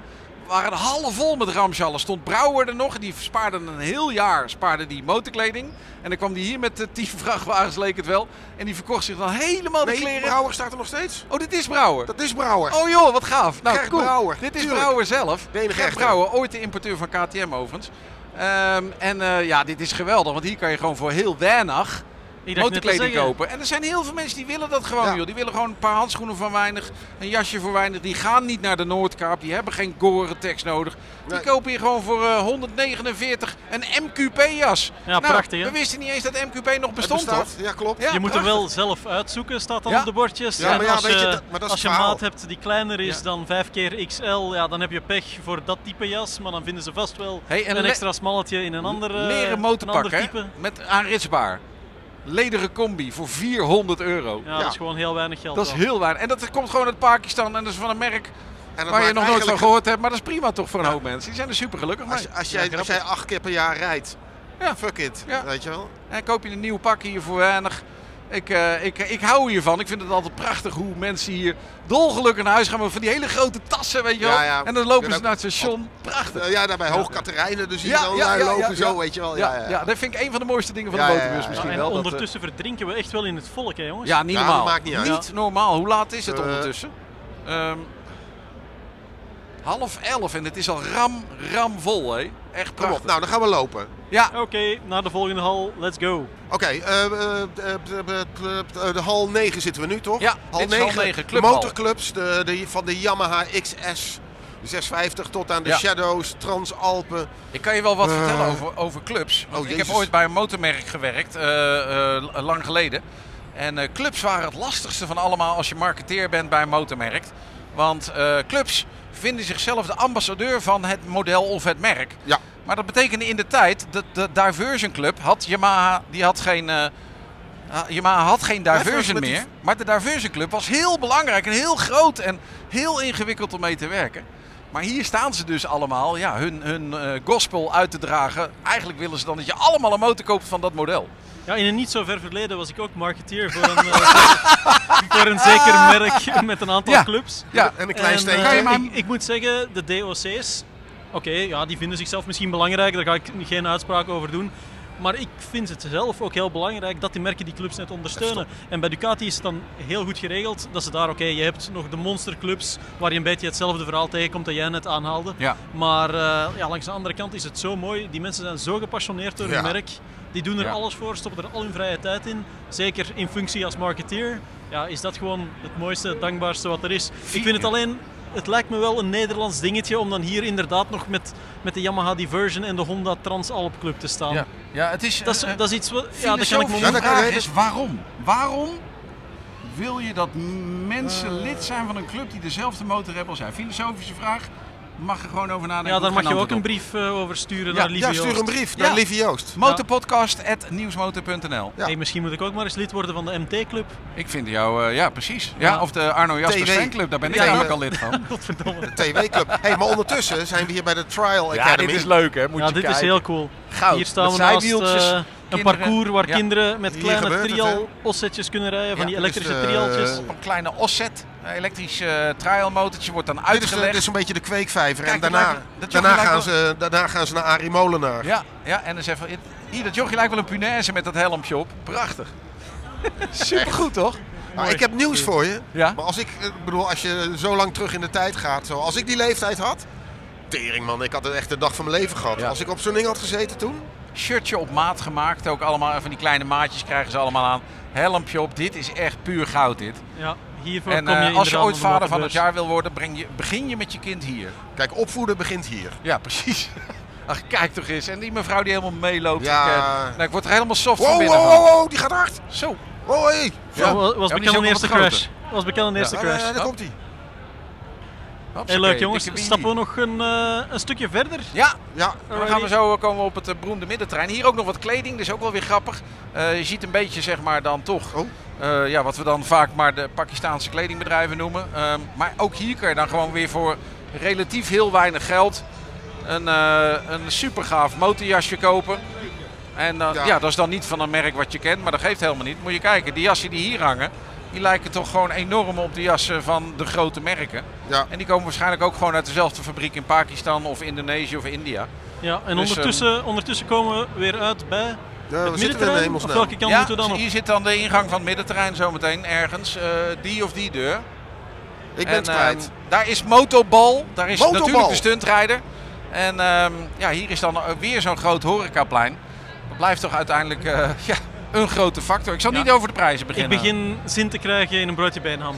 [SPEAKER 3] waren de hallen vol met Ramshallen. Stond Brouwer er nog. en Die spaarde een heel jaar spaarde die motorkleding. En dan kwam die hier met de 10 vrachtwagens, leek het wel. En die verkocht zich dan helemaal de
[SPEAKER 4] Nee,
[SPEAKER 3] kleren.
[SPEAKER 4] Brouwer staat er nog steeds.
[SPEAKER 3] Oh, dit is Brouwer.
[SPEAKER 4] Dat is Brouwer.
[SPEAKER 3] Oh joh, wat gaaf. Nou,
[SPEAKER 4] Gert
[SPEAKER 3] cool.
[SPEAKER 4] Brouwer,
[SPEAKER 3] Dit is
[SPEAKER 4] tuurlijk.
[SPEAKER 3] Brouwer zelf.
[SPEAKER 4] De enige
[SPEAKER 3] Gert
[SPEAKER 4] echte.
[SPEAKER 3] Brouwer, ooit de importeur van KTM overigens. Ehm, en eh, ja, dit is geweldig, want hier kan je gewoon voor heel weinig
[SPEAKER 2] Ik dacht net te
[SPEAKER 3] motorkleding
[SPEAKER 2] zeggen.
[SPEAKER 3] kopen. En er zijn heel veel mensen die willen dat gewoon,
[SPEAKER 4] Ja.
[SPEAKER 3] joh. Die willen gewoon een paar handschoenen van weinig, een jasje voor weinig. Die gaan niet naar de Noordkaap, die hebben geen Gore-Tex nodig. Die
[SPEAKER 4] Nee.
[SPEAKER 3] kopen hier gewoon voor eh, 149 een MQP-jas.
[SPEAKER 2] Ja, prachtig, hè?
[SPEAKER 3] Nou, We wisten niet eens dat MQP nog
[SPEAKER 4] Het
[SPEAKER 3] bestond,
[SPEAKER 4] bestaat.
[SPEAKER 3] toch?
[SPEAKER 4] Ja, klopt.
[SPEAKER 3] Ja,
[SPEAKER 2] je moet hem
[SPEAKER 3] prachtig.
[SPEAKER 2] wel zelf uitzoeken, staat dan
[SPEAKER 3] Ja.
[SPEAKER 2] op de bordjes.
[SPEAKER 4] Ja,
[SPEAKER 2] En
[SPEAKER 4] maar ja,
[SPEAKER 2] als
[SPEAKER 4] weet je,
[SPEAKER 2] je,
[SPEAKER 4] dat- maar dat
[SPEAKER 2] als
[SPEAKER 4] is
[SPEAKER 2] je
[SPEAKER 4] het
[SPEAKER 2] een
[SPEAKER 4] verhaal.
[SPEAKER 2] maat hebt die kleiner is
[SPEAKER 3] Ja.
[SPEAKER 2] dan 5 keer XL, ja, dan heb je pech voor dat type jas. Maar dan vinden ze vast wel
[SPEAKER 3] Hey, en
[SPEAKER 2] een
[SPEAKER 3] le-
[SPEAKER 2] extra smalletje in een ander, eh,
[SPEAKER 3] Leren
[SPEAKER 2] een
[SPEAKER 3] motorpak,
[SPEAKER 2] ander
[SPEAKER 3] hè?
[SPEAKER 2] type. Ja,
[SPEAKER 3] Met aanritsbaar. Lederen combi voor 400 euro.
[SPEAKER 2] dat
[SPEAKER 4] Ja.
[SPEAKER 2] is gewoon heel weinig geld.
[SPEAKER 3] Dat is
[SPEAKER 2] dan.
[SPEAKER 3] heel weinig. En dat komt gewoon uit Pakistan en dat is van een merk
[SPEAKER 4] En
[SPEAKER 3] waar
[SPEAKER 4] dat
[SPEAKER 3] je
[SPEAKER 4] maakt
[SPEAKER 3] nog nooit van
[SPEAKER 4] eigenlijk-
[SPEAKER 3] gehoord hebt. Maar dat is prima toch voor een hoop mensen. Die zijn er super gelukkig mee.
[SPEAKER 4] Als, als,
[SPEAKER 2] Ja,
[SPEAKER 4] jij, als
[SPEAKER 2] grappig.
[SPEAKER 4] jij acht keer per jaar rijdt,
[SPEAKER 3] Ja.
[SPEAKER 4] fuck it.
[SPEAKER 3] Ja.
[SPEAKER 4] Weet je wel?
[SPEAKER 3] En koop je een nieuw pak hier voor weinig. Ik, eh, ik, ik hou hiervan. Ik vind het altijd prachtig hoe mensen hier dolgelukkig naar huis gaan. Maar van die hele grote tassen, weet je wel.
[SPEAKER 4] Ja, ja.
[SPEAKER 3] En dan lopen
[SPEAKER 4] Ja,
[SPEAKER 3] ze
[SPEAKER 4] dat-
[SPEAKER 3] naar het station. Prachtig.
[SPEAKER 4] Eh, Ja, daarbij Hoog Katerijnen, dus hier zo daar lopen, zo, weet je wel. Ja, ja, ja.
[SPEAKER 3] dat vind ik een van de mooiste dingen van
[SPEAKER 4] Ja,
[SPEAKER 3] de
[SPEAKER 4] ja, ja,
[SPEAKER 3] motorbus
[SPEAKER 4] ja.
[SPEAKER 3] misschien
[SPEAKER 2] Ja, en
[SPEAKER 3] wel. dat, eh,
[SPEAKER 2] ondertussen verdrinken we echt wel in het volk, hè, jongens.
[SPEAKER 3] ja, niet
[SPEAKER 4] Ja, dat
[SPEAKER 3] normaal.
[SPEAKER 4] maakt niet uit.
[SPEAKER 3] normaal. Hoe laat is het
[SPEAKER 4] Eh.
[SPEAKER 3] ondertussen? Ehm, half elf en het is al ram, ram vol, hè? Echt
[SPEAKER 4] Kom
[SPEAKER 3] prachtig.
[SPEAKER 4] op, nou dan gaan we lopen.
[SPEAKER 3] Ja,
[SPEAKER 2] Oké, naar de volgende hal. Let's go.
[SPEAKER 4] Oké, eh, eh, eh, eh, eh, de hal 9 zitten we nu toch?
[SPEAKER 3] Ja, dit is hal 9,
[SPEAKER 4] de
[SPEAKER 3] clubhal.
[SPEAKER 4] motorclubs de, de, van de Yamaha XS 650 tot aan de
[SPEAKER 3] Ja.
[SPEAKER 4] Shadows, Transalpen.
[SPEAKER 3] Ik kan je wel wat
[SPEAKER 4] Eh.
[SPEAKER 3] vertellen over, over clubs. Want
[SPEAKER 4] Oh,
[SPEAKER 3] ik heb
[SPEAKER 4] Jezus.
[SPEAKER 3] ooit bij een motormerk gewerkt, eh, eh, lang geleden. En eh, clubs waren het lastigste van allemaal als je marketeer bent bij een motormerk. Want eh, clubs vinden zichzelf de ambassadeur van het model of het merk.
[SPEAKER 4] Ja.
[SPEAKER 3] Maar dat betekende in de tijd dat de Diversion Club had Yamaha, die had geen, eh, ha- Yamaha had geen
[SPEAKER 4] volgens
[SPEAKER 3] Diversion
[SPEAKER 4] mij die-
[SPEAKER 3] meer. Maar de Diversion Club was heel belangrijk en heel groot en heel ingewikkeld om mee te werken. Maar hier staan ze dus allemaal ja, hun, hun eh, gospel uit te dragen. Eigenlijk willen ze dan dat je allemaal een motor koopt van dat model.
[SPEAKER 2] Ja, in een niet zo ver verleden was ik ook marketeer voor een, eh, voor een zeker merk met een aantal
[SPEAKER 3] Ja.
[SPEAKER 2] clubs.
[SPEAKER 3] Ja,
[SPEAKER 4] En een klein
[SPEAKER 2] En,
[SPEAKER 4] steentje.
[SPEAKER 2] eh,
[SPEAKER 3] je maar-
[SPEAKER 2] ik, ik moet zeggen, de DOC's, oké, ja, die vinden zichzelf misschien belangrijk, daar ga ik geen uitspraak over doen. Maar ik vind het zelf ook heel belangrijk dat die merken die clubs net ondersteunen. En bij Ducati is het dan heel goed geregeld dat ze daar, oké, je hebt nog de monsterclubs waar je een beetje hetzelfde verhaal tegenkomt dat jij net aanhaalde.
[SPEAKER 3] Ja.
[SPEAKER 2] Maar eh, ja, langs de andere kant is het zo mooi. Die mensen zijn zo gepassioneerd door hun
[SPEAKER 4] Ja.
[SPEAKER 2] merk. Die doen er
[SPEAKER 3] Ja.
[SPEAKER 2] alles voor, stoppen er al hun vrije tijd in. Zeker in functie als marketeer. Ja, is dat gewoon het mooiste, het dankbaarste wat er is. Ik vind het
[SPEAKER 3] ja.
[SPEAKER 2] alleen... Het lijkt me wel een Nederlands dingetje om dan hier inderdaad nog met, met de Yamaha Diversion en de Honda Transalp Club te staan.
[SPEAKER 3] Ja, ja het is...
[SPEAKER 2] Dat, is,
[SPEAKER 3] eh, eh,
[SPEAKER 2] dat is iets wat... Ja, dat kan ik me
[SPEAKER 4] Ja,
[SPEAKER 3] de
[SPEAKER 4] dat
[SPEAKER 2] niet...
[SPEAKER 4] kan
[SPEAKER 3] vraag
[SPEAKER 4] ik-
[SPEAKER 3] is waarom? Waarom wil je dat m- mensen lid zijn van een club die dezelfde motor hebben als jij? Filosofische vraag, mag je gewoon over nadenken.
[SPEAKER 2] Ja, daar
[SPEAKER 3] hoeft
[SPEAKER 2] mag je
[SPEAKER 3] geen
[SPEAKER 2] ook een
[SPEAKER 3] antwoord
[SPEAKER 2] brief eh, over sturen
[SPEAKER 3] Ja,
[SPEAKER 2] naar Livio.
[SPEAKER 4] Ja, stuur een brief
[SPEAKER 3] Ja.
[SPEAKER 4] naar Livie Joost.
[SPEAKER 3] op. Motorpodcast.nieuwsmotor.nl
[SPEAKER 4] Ja.
[SPEAKER 2] Hey, misschien moet ik ook maar eens lid worden van de MT-club.
[SPEAKER 3] Ik vind jou, eh, ja precies. Ja,
[SPEAKER 2] Ja.
[SPEAKER 3] Of de Arno Jasper
[SPEAKER 4] TW.
[SPEAKER 3] Fanclub, daar ben ik
[SPEAKER 4] Ja.
[SPEAKER 3] namelijk al lid van.
[SPEAKER 2] Godverdomme.
[SPEAKER 4] TW Club. hey, maar ondertussen zijn we hier bij de Trial Academy.
[SPEAKER 3] leuk hè, moet
[SPEAKER 2] ja, dit is heel cool.
[SPEAKER 3] Goud,
[SPEAKER 2] Hier staan
[SPEAKER 3] met
[SPEAKER 2] we naast
[SPEAKER 3] zijwieltjes,
[SPEAKER 2] eh, een
[SPEAKER 3] kinderen.
[SPEAKER 2] parcours waar
[SPEAKER 3] Ja.
[SPEAKER 2] kinderen met
[SPEAKER 4] Hier
[SPEAKER 2] kleine
[SPEAKER 4] gebeurt het,
[SPEAKER 2] trial-ossetjes kunnen rijden, van
[SPEAKER 3] Ja,
[SPEAKER 2] die
[SPEAKER 3] dus,
[SPEAKER 2] elektrische
[SPEAKER 4] eh,
[SPEAKER 2] trialtjes.
[SPEAKER 3] Op een kleine offset, een elektrisch eh trialmotortje wordt dan
[SPEAKER 4] Dit is, eh,
[SPEAKER 3] uitgelegd.
[SPEAKER 4] dit is een beetje de kweekvijver.
[SPEAKER 3] Kijk,
[SPEAKER 4] en daarna,
[SPEAKER 3] dat lijkt- dat
[SPEAKER 4] daarna,
[SPEAKER 3] lijkt
[SPEAKER 4] gaan
[SPEAKER 3] wel-
[SPEAKER 4] ze, daarna gaan ze naar Arie Molenaar.
[SPEAKER 3] Ja, ja, en dan is even, hier dat jochie lijkt wel een punaise met dat helmpje op. Prachtig. Supergoed toch?
[SPEAKER 4] Maar ik heb nieuws voor je.
[SPEAKER 3] Ja?
[SPEAKER 4] Maar als ik, ik bedoel, als je zo lang terug in de tijd gaat, zo, als ik die leeftijd had, tering man, ik had echt de dag van mijn leven gehad.
[SPEAKER 3] Ja.
[SPEAKER 4] Als ik op zo'n ding had gezeten toen,
[SPEAKER 3] Shirtje op maat gemaakt, ook allemaal van die kleine maatjes krijgen ze allemaal aan. Helmpje op, dit is echt puur goud dit.
[SPEAKER 2] ja, hiervoor
[SPEAKER 3] En
[SPEAKER 2] kom je
[SPEAKER 3] eh, als je
[SPEAKER 2] inderdaad
[SPEAKER 3] ooit
[SPEAKER 2] op de
[SPEAKER 3] vader van het
[SPEAKER 2] motorbeurs.
[SPEAKER 3] jaar wil worden, breng je, begin je met je kind hier.
[SPEAKER 4] kijk, opvoeden begint hier.
[SPEAKER 3] Ja, precies. Ach, kijk toch eens. En die mevrouw die helemaal meeloopt.
[SPEAKER 4] Ja.
[SPEAKER 3] Ik, eh, nou, ik word er helemaal soft van
[SPEAKER 4] Wow, wow,
[SPEAKER 3] binnen
[SPEAKER 4] wow,
[SPEAKER 3] van.
[SPEAKER 4] wow, die gaat hard.
[SPEAKER 3] Zo.
[SPEAKER 4] Oh, hey.
[SPEAKER 2] Ja,
[SPEAKER 4] Zo.
[SPEAKER 2] was
[SPEAKER 3] die is
[SPEAKER 2] bekend
[SPEAKER 3] ook
[SPEAKER 2] een
[SPEAKER 3] wel
[SPEAKER 2] eerste
[SPEAKER 3] wat
[SPEAKER 2] crash. was bekend een eerste
[SPEAKER 4] Eh,
[SPEAKER 2] crash. Oh.
[SPEAKER 4] daar komt hij.
[SPEAKER 2] Hey, leuk jongens, stappen we nog een, eh, een stukje verder?
[SPEAKER 3] Ja,
[SPEAKER 4] Ja,
[SPEAKER 3] dan gaan we zo eh, komen we op het eh, beroemde middentrein. Hier ook nog wat kleding, dus ook wel weer grappig. Eh, je ziet een beetje, zeg maar, dan toch...
[SPEAKER 4] Oh.
[SPEAKER 3] eh, ja, wat we dan vaak maar de Pakistaanse kledingbedrijven noemen. Ehm, maar ook hier kan je dan gewoon weer voor relatief heel weinig geld... een, eh een super gaaf motorjasje kopen. En dan, ja.
[SPEAKER 4] Ja.
[SPEAKER 3] dat is dan niet van een merk wat je kent, maar dat geeft helemaal niet. Moet je kijken, die jassen die hier hangen, die lijken toch gewoon enorm op de jassen van de grote merken.
[SPEAKER 4] ja.
[SPEAKER 3] En die komen waarschijnlijk ook gewoon uit dezelfde fabriek in Pakistan of Indonesië of India.
[SPEAKER 2] Ja, en
[SPEAKER 3] Dus,
[SPEAKER 2] ondertussen, ondertussen komen we weer uit bij
[SPEAKER 4] Ja,
[SPEAKER 2] het
[SPEAKER 4] we zitten we in de
[SPEAKER 2] middenterrein. Of
[SPEAKER 4] hemelsnaam.
[SPEAKER 2] welke kant
[SPEAKER 3] ja,
[SPEAKER 2] moeten we dan op?
[SPEAKER 3] hier zit dan de ingang van het middenterrein zometeen ergens. eh, die of die deur.
[SPEAKER 4] Ik ben het
[SPEAKER 2] eh,
[SPEAKER 3] En,
[SPEAKER 4] kwijt.
[SPEAKER 3] ehm, daar is Motobal, daar is
[SPEAKER 4] Motobal.
[SPEAKER 3] natuurlijk de stuntrijder. En ehm, ja, hier is dan weer zo'n groot horecaplein. Dat blijft toch uiteindelijk eh, ja, een grote factor. Ik zal
[SPEAKER 2] Ja.
[SPEAKER 3] niet over de prijzen
[SPEAKER 2] Ik
[SPEAKER 3] beginnen.
[SPEAKER 2] begin zin te krijgen in een broodje bij een ham.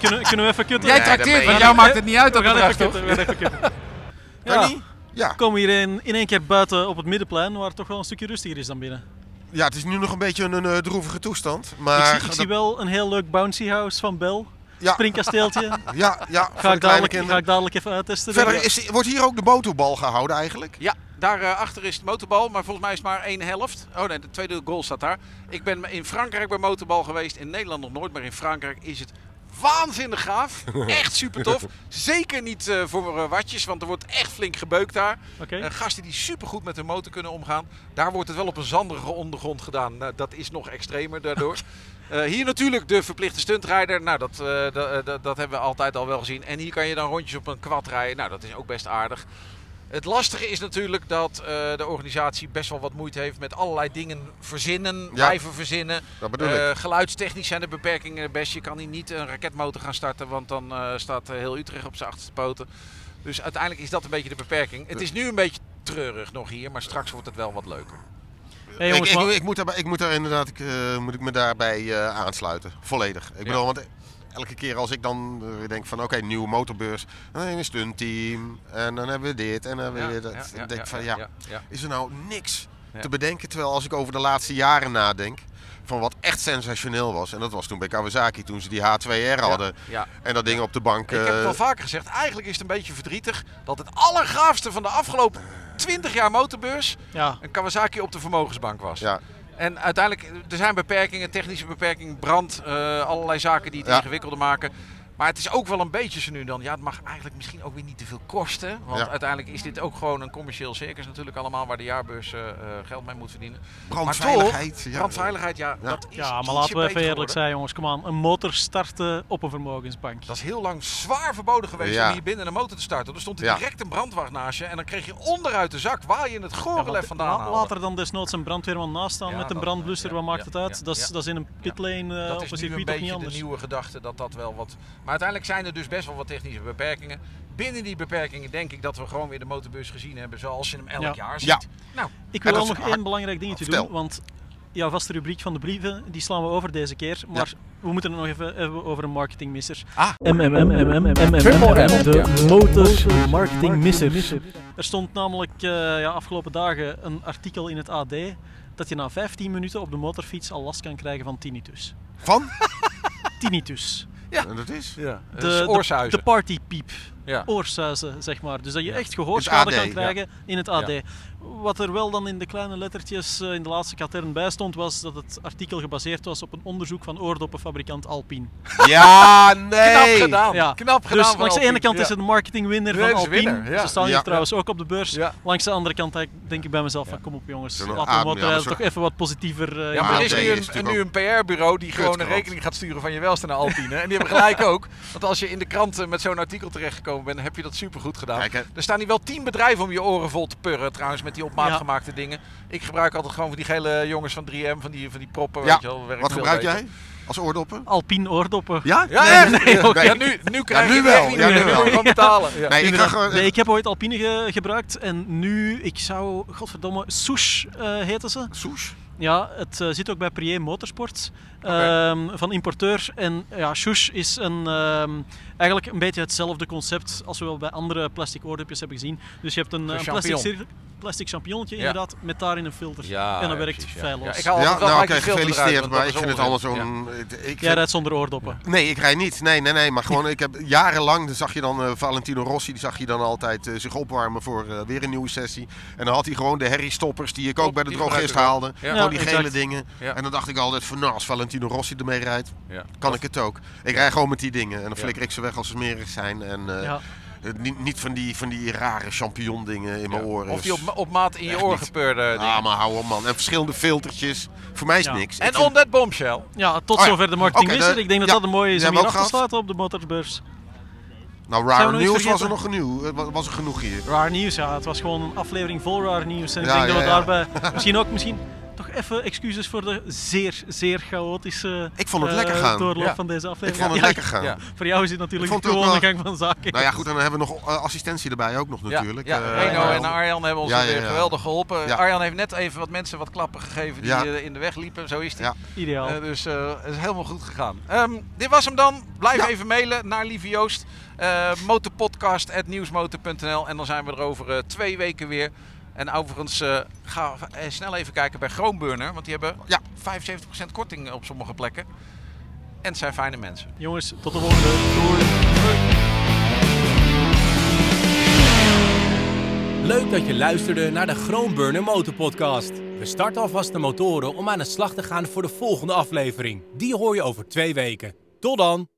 [SPEAKER 2] kunnen, kunnen we even kutten?
[SPEAKER 3] Jij
[SPEAKER 4] Nee, daar ben
[SPEAKER 3] trakteert,
[SPEAKER 4] je
[SPEAKER 3] want
[SPEAKER 4] niet.
[SPEAKER 3] jou maakt het niet uit dat
[SPEAKER 2] we gaan
[SPEAKER 3] bedrag,
[SPEAKER 2] even
[SPEAKER 3] toch?
[SPEAKER 2] kutten. We gaan even kutten.
[SPEAKER 4] Kan
[SPEAKER 2] Ja,
[SPEAKER 4] niet? Ja.
[SPEAKER 2] we komen hier in, in één keer buiten op het middenplein, waar het toch wel een stukje rustiger is dan binnen.
[SPEAKER 4] ja, het is nu nog een beetje een, eh, droevige toestand.
[SPEAKER 3] Eh,
[SPEAKER 2] Ik
[SPEAKER 4] Maar
[SPEAKER 2] zie, ik zie wel een heel leuk bouncy house van Bel.
[SPEAKER 4] Ja.
[SPEAKER 2] Springkasteeltje.
[SPEAKER 4] ja, ja, voor
[SPEAKER 2] Ga
[SPEAKER 4] de
[SPEAKER 2] ik,
[SPEAKER 4] kleine
[SPEAKER 2] dadelijk, ga
[SPEAKER 4] kinderen.
[SPEAKER 2] ik dadelijk even uittesten. denk
[SPEAKER 4] Verder
[SPEAKER 2] ik.
[SPEAKER 4] is, wordt hier ook de boterbal gehouden eigenlijk.
[SPEAKER 3] Ja, daar eh, achter is de motorbal, maar volgens mij is het maar één helft. Oh nee, de tweede goal staat daar. Ik ben in Frankrijk bij motorbal geweest, in Nederland nog nooit, maar in Frankrijk is het waanzinnig gaaf. Echt super tof. Zeker niet eh, voor eh, watjes, want er wordt echt flink gebeukt daar.
[SPEAKER 2] Oké.
[SPEAKER 3] Eh, gasten die supergoed met hun motor kunnen omgaan. Daar wordt het wel op een zanderige ondergrond gedaan. Nou, dat is nog extremer daardoor. Eh, hier natuurlijk de verplichte stuntrijder. Nou, dat, eh, da- eh, da- dat hebben we altijd al wel gezien. En hier kan je dan rondjes op een kwad rijden. Nou, dat is ook best aardig. Het lastige is natuurlijk dat eh, de organisatie best wel wat moeite heeft met allerlei dingen verzinnen,
[SPEAKER 4] Ja.
[SPEAKER 3] blijven verzinnen.
[SPEAKER 4] Dat bedoel
[SPEAKER 3] Eh,
[SPEAKER 4] ik.
[SPEAKER 3] geluidstechnisch zijn de beperkingen best. Je kan hier niet een raketmotor gaan starten, want dan eh, staat eh, heel Utrecht op zijn achterste poten. Dus uiteindelijk is dat een beetje de beperking. Het is nu een beetje treurig nog hier, maar straks wordt het wel wat leuker.
[SPEAKER 2] Hey,
[SPEAKER 4] ik,
[SPEAKER 2] jongens,
[SPEAKER 4] ik,
[SPEAKER 2] maar-
[SPEAKER 4] ik moet daar, ik moet daar inderdaad ik, eh, moet ik me daarbij eh, aansluiten. Volledig. Ik bedoel, want elke keer als ik dan eh, denk van oké, nieuwe motorbeurs. Dan hebben we een stuntteam. En dan hebben we dit. En dan hebben we
[SPEAKER 3] Ja,
[SPEAKER 4] dit. Dat,
[SPEAKER 3] ja, ja,
[SPEAKER 4] ik denk
[SPEAKER 3] ja,
[SPEAKER 4] van
[SPEAKER 3] ja,
[SPEAKER 4] ja,
[SPEAKER 3] ja, ja.
[SPEAKER 4] is er nou niks
[SPEAKER 3] Ja.
[SPEAKER 4] te bedenken. Terwijl als ik over de laatste jaren nadenk. Van wat echt sensationeel was. En dat was toen bij Kawasaki. Toen ze die H2R hadden.
[SPEAKER 3] ja.
[SPEAKER 4] En dat ding op de bank.
[SPEAKER 3] Ik heb het
[SPEAKER 4] eh,
[SPEAKER 3] al vaker gezegd, eigenlijk is het een beetje verdrietig dat het allergaafste van de afgelopen 20 jaar motorbeurs
[SPEAKER 2] ja,
[SPEAKER 3] een Kawasaki op de vermogensbank was.
[SPEAKER 4] ja,
[SPEAKER 3] En uiteindelijk, er zijn beperkingen, technische beperkingen, brand, eh, allerlei zaken die het
[SPEAKER 4] Ja.
[SPEAKER 3] ingewikkelder maken. Maar het is ook wel een beetje zo nu en dan. Ja, het mag eigenlijk misschien ook weer niet te veel kosten. Want
[SPEAKER 4] Ja.
[SPEAKER 3] uiteindelijk is dit ook gewoon een commercieel circus natuurlijk allemaal, waar de jaarbeurs eh, eh, geld mee moet verdienen.
[SPEAKER 4] brandveiligheid.
[SPEAKER 3] Maar toch,
[SPEAKER 4] ja. eh,
[SPEAKER 3] brandveiligheid, ja,
[SPEAKER 4] Ja.
[SPEAKER 3] dat is
[SPEAKER 2] ja,
[SPEAKER 3] ietsje
[SPEAKER 2] maar laten we even
[SPEAKER 3] beter
[SPEAKER 2] eerlijk
[SPEAKER 3] geworden.
[SPEAKER 2] zijn, jongens. Kom aan, een motor starten op een vermogensbank.
[SPEAKER 3] Dat is heel lang zwaar verboden geweest
[SPEAKER 4] Ja.
[SPEAKER 3] om hier binnen een motor te starten. Er stond
[SPEAKER 4] Ja.
[SPEAKER 3] direct een brandwacht naast je en dan kreeg je onderuit de zak waar je het
[SPEAKER 2] Ja,
[SPEAKER 3] gore
[SPEAKER 2] want
[SPEAKER 3] lef vandaan
[SPEAKER 2] la-
[SPEAKER 3] haalde.
[SPEAKER 2] Later dan desnoods een brandweerman naast staan
[SPEAKER 3] Ja,
[SPEAKER 2] met een
[SPEAKER 3] dat-
[SPEAKER 2] brandblusser,
[SPEAKER 3] ja,
[SPEAKER 2] wat maakt
[SPEAKER 3] ja,
[SPEAKER 2] het uit?
[SPEAKER 3] ja,
[SPEAKER 2] dat, is,
[SPEAKER 3] ja.
[SPEAKER 2] dat is in een pitlane eh,
[SPEAKER 3] dat
[SPEAKER 2] op een
[SPEAKER 3] is nu een
[SPEAKER 2] circuit toch niet
[SPEAKER 3] beetje de
[SPEAKER 2] anders?
[SPEAKER 3] nieuwe gedachte dat dat wel wat. Maar uiteindelijk zijn er dus best wel wat technische beperkingen. Binnen die beperkingen denk ik dat we gewoon weer de motorbus gezien hebben zoals je hem elk
[SPEAKER 2] Ja.
[SPEAKER 3] jaar ziet.
[SPEAKER 4] Ja.
[SPEAKER 3] Nou,
[SPEAKER 2] Ik
[SPEAKER 4] En
[SPEAKER 2] wil
[SPEAKER 4] dat
[SPEAKER 2] wel
[SPEAKER 4] is
[SPEAKER 2] nog
[SPEAKER 4] hard-
[SPEAKER 2] één belangrijk dingetje
[SPEAKER 4] Vertel.
[SPEAKER 2] doen, want jouw vaste rubriek van de brieven, die slaan we over deze keer. Maar we moeten het nog even hebben over een marketingmisser.
[SPEAKER 3] Ah.
[SPEAKER 2] MMMMMMMMM, de motor marketingmisser. Er stond namelijk eh, ja, afgelopen dagen een artikel in het AD dat je na 15 minuten op de motorfiets al last kan krijgen van tinnitus.
[SPEAKER 4] Van?
[SPEAKER 2] Tinnitus.
[SPEAKER 4] En dat is.
[SPEAKER 3] ja.
[SPEAKER 2] De,
[SPEAKER 3] de,
[SPEAKER 2] de, de partypiep.
[SPEAKER 3] eh, Ja.
[SPEAKER 2] Oorsuizen, zeg maar. Dus dat je echt
[SPEAKER 4] In
[SPEAKER 2] gehoorschade
[SPEAKER 4] het AD,
[SPEAKER 2] kan krijgen in het AD.
[SPEAKER 3] Ja.
[SPEAKER 2] Wat er wel dan in de kleine lettertjes eh, in de laatste katern bij stond, was dat het artikel gebaseerd was op een onderzoek van oordoppenfabrikant Alpine.
[SPEAKER 4] Ja, nee.
[SPEAKER 3] Knap gedaan.
[SPEAKER 2] Ja.
[SPEAKER 3] Ah, Knap gedaan.
[SPEAKER 2] dus
[SPEAKER 3] van
[SPEAKER 2] langs de ene
[SPEAKER 3] Alpine.
[SPEAKER 2] kant is
[SPEAKER 3] Ja.
[SPEAKER 2] het marketingwinner
[SPEAKER 3] Ja,
[SPEAKER 2] van
[SPEAKER 3] dat is
[SPEAKER 2] Alpine.
[SPEAKER 3] winnaar, ja.
[SPEAKER 2] Ze staan hier
[SPEAKER 4] Ja.
[SPEAKER 2] trouwens ook op de beurs.
[SPEAKER 3] Ja.
[SPEAKER 2] Langs de andere kant denk ik bij mezelf van kom op jongens,
[SPEAKER 4] Zullen we
[SPEAKER 2] laten we
[SPEAKER 4] ademen, ja,
[SPEAKER 2] motorrijden
[SPEAKER 4] maar zo-
[SPEAKER 2] toch even wat positiever eh,
[SPEAKER 3] Ja, maar er is
[SPEAKER 4] AD
[SPEAKER 3] nu
[SPEAKER 4] is
[SPEAKER 3] een,
[SPEAKER 4] natuurlijk
[SPEAKER 3] nu een PR-bureau die gewoon een
[SPEAKER 4] Kutkrant.
[SPEAKER 3] rekening gaat sturen van je welstand naar Alpine. En die hebben gelijk ook. Want als je in de krant eh, met zo'n artikel terechtgekomen bent, dan heb je dat supergoed gedaan.
[SPEAKER 4] Kijk, hè.
[SPEAKER 3] er staan hier wel tien bedrijven om je oren vol te purren trouwens, met die op maat
[SPEAKER 2] Ja.
[SPEAKER 3] gemaakte dingen. Ik gebruik altijd gewoon van die gele jongens van 3M, van die, van die proppen.
[SPEAKER 4] Ja.
[SPEAKER 3] Weet je wel, werkt
[SPEAKER 4] Wat
[SPEAKER 3] veel
[SPEAKER 4] gebruik
[SPEAKER 3] beter.
[SPEAKER 4] jij als oordoppen?
[SPEAKER 2] Alpine oordoppen.
[SPEAKER 4] Ja?
[SPEAKER 3] Ja,
[SPEAKER 4] Nee,
[SPEAKER 3] echt?
[SPEAKER 4] nee,
[SPEAKER 3] Nee,
[SPEAKER 4] nee.
[SPEAKER 3] Ja, nu, nu krijg
[SPEAKER 4] nu
[SPEAKER 3] je
[SPEAKER 4] wel.
[SPEAKER 3] echt niet
[SPEAKER 4] Ja,
[SPEAKER 3] meer.
[SPEAKER 4] nu
[SPEAKER 3] Nu
[SPEAKER 4] wel.
[SPEAKER 3] moet je gewoon betalen. Ja.
[SPEAKER 4] Nee, ik
[SPEAKER 2] Inderdaad.
[SPEAKER 4] ga gewoon-
[SPEAKER 2] Nee, ik heb ooit Alpine ge- gebruikt en nu, ik zou, godverdomme, Souche eh heten ze.
[SPEAKER 4] Soes?
[SPEAKER 2] Ja, het eh, zit ook bij Prié Motorsport
[SPEAKER 3] Oké.
[SPEAKER 2] ehm, van importeur. En ja, Souche is een, ehm, eigenlijk een beetje hetzelfde concept als we wel bij andere plastic oordopjes hebben gezien. Dus je hebt een, eh, plastic,
[SPEAKER 3] champignon.
[SPEAKER 2] cir- plastic champignonnetje
[SPEAKER 3] Ja.
[SPEAKER 2] inderdaad, met daarin een filter. en dat werkt
[SPEAKER 3] precies, ja.
[SPEAKER 2] feilloos.
[SPEAKER 3] Ja, ik
[SPEAKER 2] Jij
[SPEAKER 3] haal altijd
[SPEAKER 4] Ja,
[SPEAKER 3] wel
[SPEAKER 4] nou
[SPEAKER 3] gelijk
[SPEAKER 4] oké,
[SPEAKER 3] die filter eruit,
[SPEAKER 4] gefeliciteerd.
[SPEAKER 3] want
[SPEAKER 4] Maar
[SPEAKER 3] dat
[SPEAKER 4] ik
[SPEAKER 3] is
[SPEAKER 4] vind het allemaal
[SPEAKER 3] onzin. Ja.
[SPEAKER 4] zo'n... ik-
[SPEAKER 2] rijdt zonder oordoppen.
[SPEAKER 4] Nee, ik rij niet. Nee, nee, nee. Maar gewoon, ik heb jarenlang, dan zag je dan eh, Valentino Rossi, die zag je dan altijd eh, zich opwarmen voor eh, weer een nieuwe sessie. En dan had hij gewoon de herriestoppers die ik ook
[SPEAKER 3] Klopt,
[SPEAKER 4] bij de
[SPEAKER 3] die
[SPEAKER 4] drogist
[SPEAKER 3] gebruik ik
[SPEAKER 4] haalde.
[SPEAKER 3] ook. Ja.
[SPEAKER 4] Gewoon die
[SPEAKER 2] Ja,
[SPEAKER 4] gele
[SPEAKER 2] exact.
[SPEAKER 4] dingen.
[SPEAKER 3] Ja.
[SPEAKER 4] En dan dacht ik altijd van, nou, als Valentino Rossi ermee rijdt,
[SPEAKER 3] Ja.
[SPEAKER 4] kan ik het ook. Ik rij gewoon met die dingen. En dan flikker ik ze weg als ze smerig zijn. En eh,
[SPEAKER 2] Ja.
[SPEAKER 4] eh, niet, niet van die, van die rare champignon dingen in mijn oren.
[SPEAKER 3] Of die op,
[SPEAKER 4] Dus-
[SPEAKER 3] ma- op maat in je
[SPEAKER 4] Echt
[SPEAKER 3] oor
[SPEAKER 4] niet.
[SPEAKER 3] gepeurde
[SPEAKER 4] Ah,
[SPEAKER 3] dingen.
[SPEAKER 4] maar hou op man. En verschillende filtertjes. Voor mij is
[SPEAKER 2] Ja.
[SPEAKER 4] niks. Ik
[SPEAKER 3] En
[SPEAKER 4] vind-
[SPEAKER 3] on that bombshell.
[SPEAKER 2] Ja, tot
[SPEAKER 4] Oh ja.
[SPEAKER 2] zover de marketing
[SPEAKER 4] Oké,
[SPEAKER 2] misser.
[SPEAKER 4] de-
[SPEAKER 2] ik denk dat
[SPEAKER 4] ja.
[SPEAKER 2] dat een mooie is
[SPEAKER 4] Die
[SPEAKER 2] om
[SPEAKER 4] hebben
[SPEAKER 2] hier
[SPEAKER 4] we
[SPEAKER 2] af te
[SPEAKER 4] ook gehad.
[SPEAKER 2] sluiten op de motorbeurs.
[SPEAKER 4] Nou,
[SPEAKER 2] Zijn we
[SPEAKER 4] rare
[SPEAKER 2] nog iets
[SPEAKER 4] nieuws was er
[SPEAKER 2] vergeten?
[SPEAKER 4] nog genoeg. Eh, wa- Was er genoeg hier.
[SPEAKER 2] Raar nieuws, ja. Het was gewoon een aflevering vol raar nieuws. En ik
[SPEAKER 4] Ja,
[SPEAKER 2] denk dat we
[SPEAKER 4] ja, ja.
[SPEAKER 2] daarbij misschien ook misschien toch even excuses voor de zeer, zeer chaotische
[SPEAKER 4] Ik vond het
[SPEAKER 2] eh,
[SPEAKER 4] lekker gaan.
[SPEAKER 2] doorloop
[SPEAKER 3] Ja.
[SPEAKER 2] van deze aflevering.
[SPEAKER 4] Ik vond het
[SPEAKER 2] Ja,
[SPEAKER 4] lekker gaan.
[SPEAKER 3] ja.
[SPEAKER 2] Voor jou is het natuurlijk
[SPEAKER 4] Ik vond het
[SPEAKER 2] gewoon de
[SPEAKER 4] ook wel-
[SPEAKER 2] gang van zaken.
[SPEAKER 4] Nou ja, goed, en dan hebben we nog eh, assistentie erbij ook nog natuurlijk.
[SPEAKER 3] Ja,
[SPEAKER 4] Eh,
[SPEAKER 3] Reno
[SPEAKER 4] maar-
[SPEAKER 3] en Arjan hebben ons
[SPEAKER 4] Ja, ja,
[SPEAKER 3] weer
[SPEAKER 4] ja.
[SPEAKER 3] geweldig geholpen.
[SPEAKER 4] Ja.
[SPEAKER 3] Arjan heeft net even wat mensen wat klappen gegeven die
[SPEAKER 4] Ja.
[SPEAKER 3] eh, in de weg liepen. Zo is hij.
[SPEAKER 4] Ja.
[SPEAKER 2] Ideaal.
[SPEAKER 3] Eh, dus eh, het is helemaal goed gegaan. Ehm, dit was hem dan. Blijf
[SPEAKER 4] Ja.
[SPEAKER 3] even mailen naar lieve Joost. Eh, motorpodcast.nieuwsmotor.nl En dan zijn we er over eh, twee weken weer. En overigens, eh, ga eh, snel even kijken bij Groenburner. Want die hebben
[SPEAKER 4] Ja.
[SPEAKER 3] 75% korting op sommige plekken. En het zijn fijne mensen.
[SPEAKER 2] Jongens, tot de volgende. Doei.
[SPEAKER 1] Leuk dat je luisterde naar de Groenburner Motorpodcast. We starten alvast de motoren om aan de slag te gaan voor de volgende aflevering. Die hoor je over twee weken. Tot dan!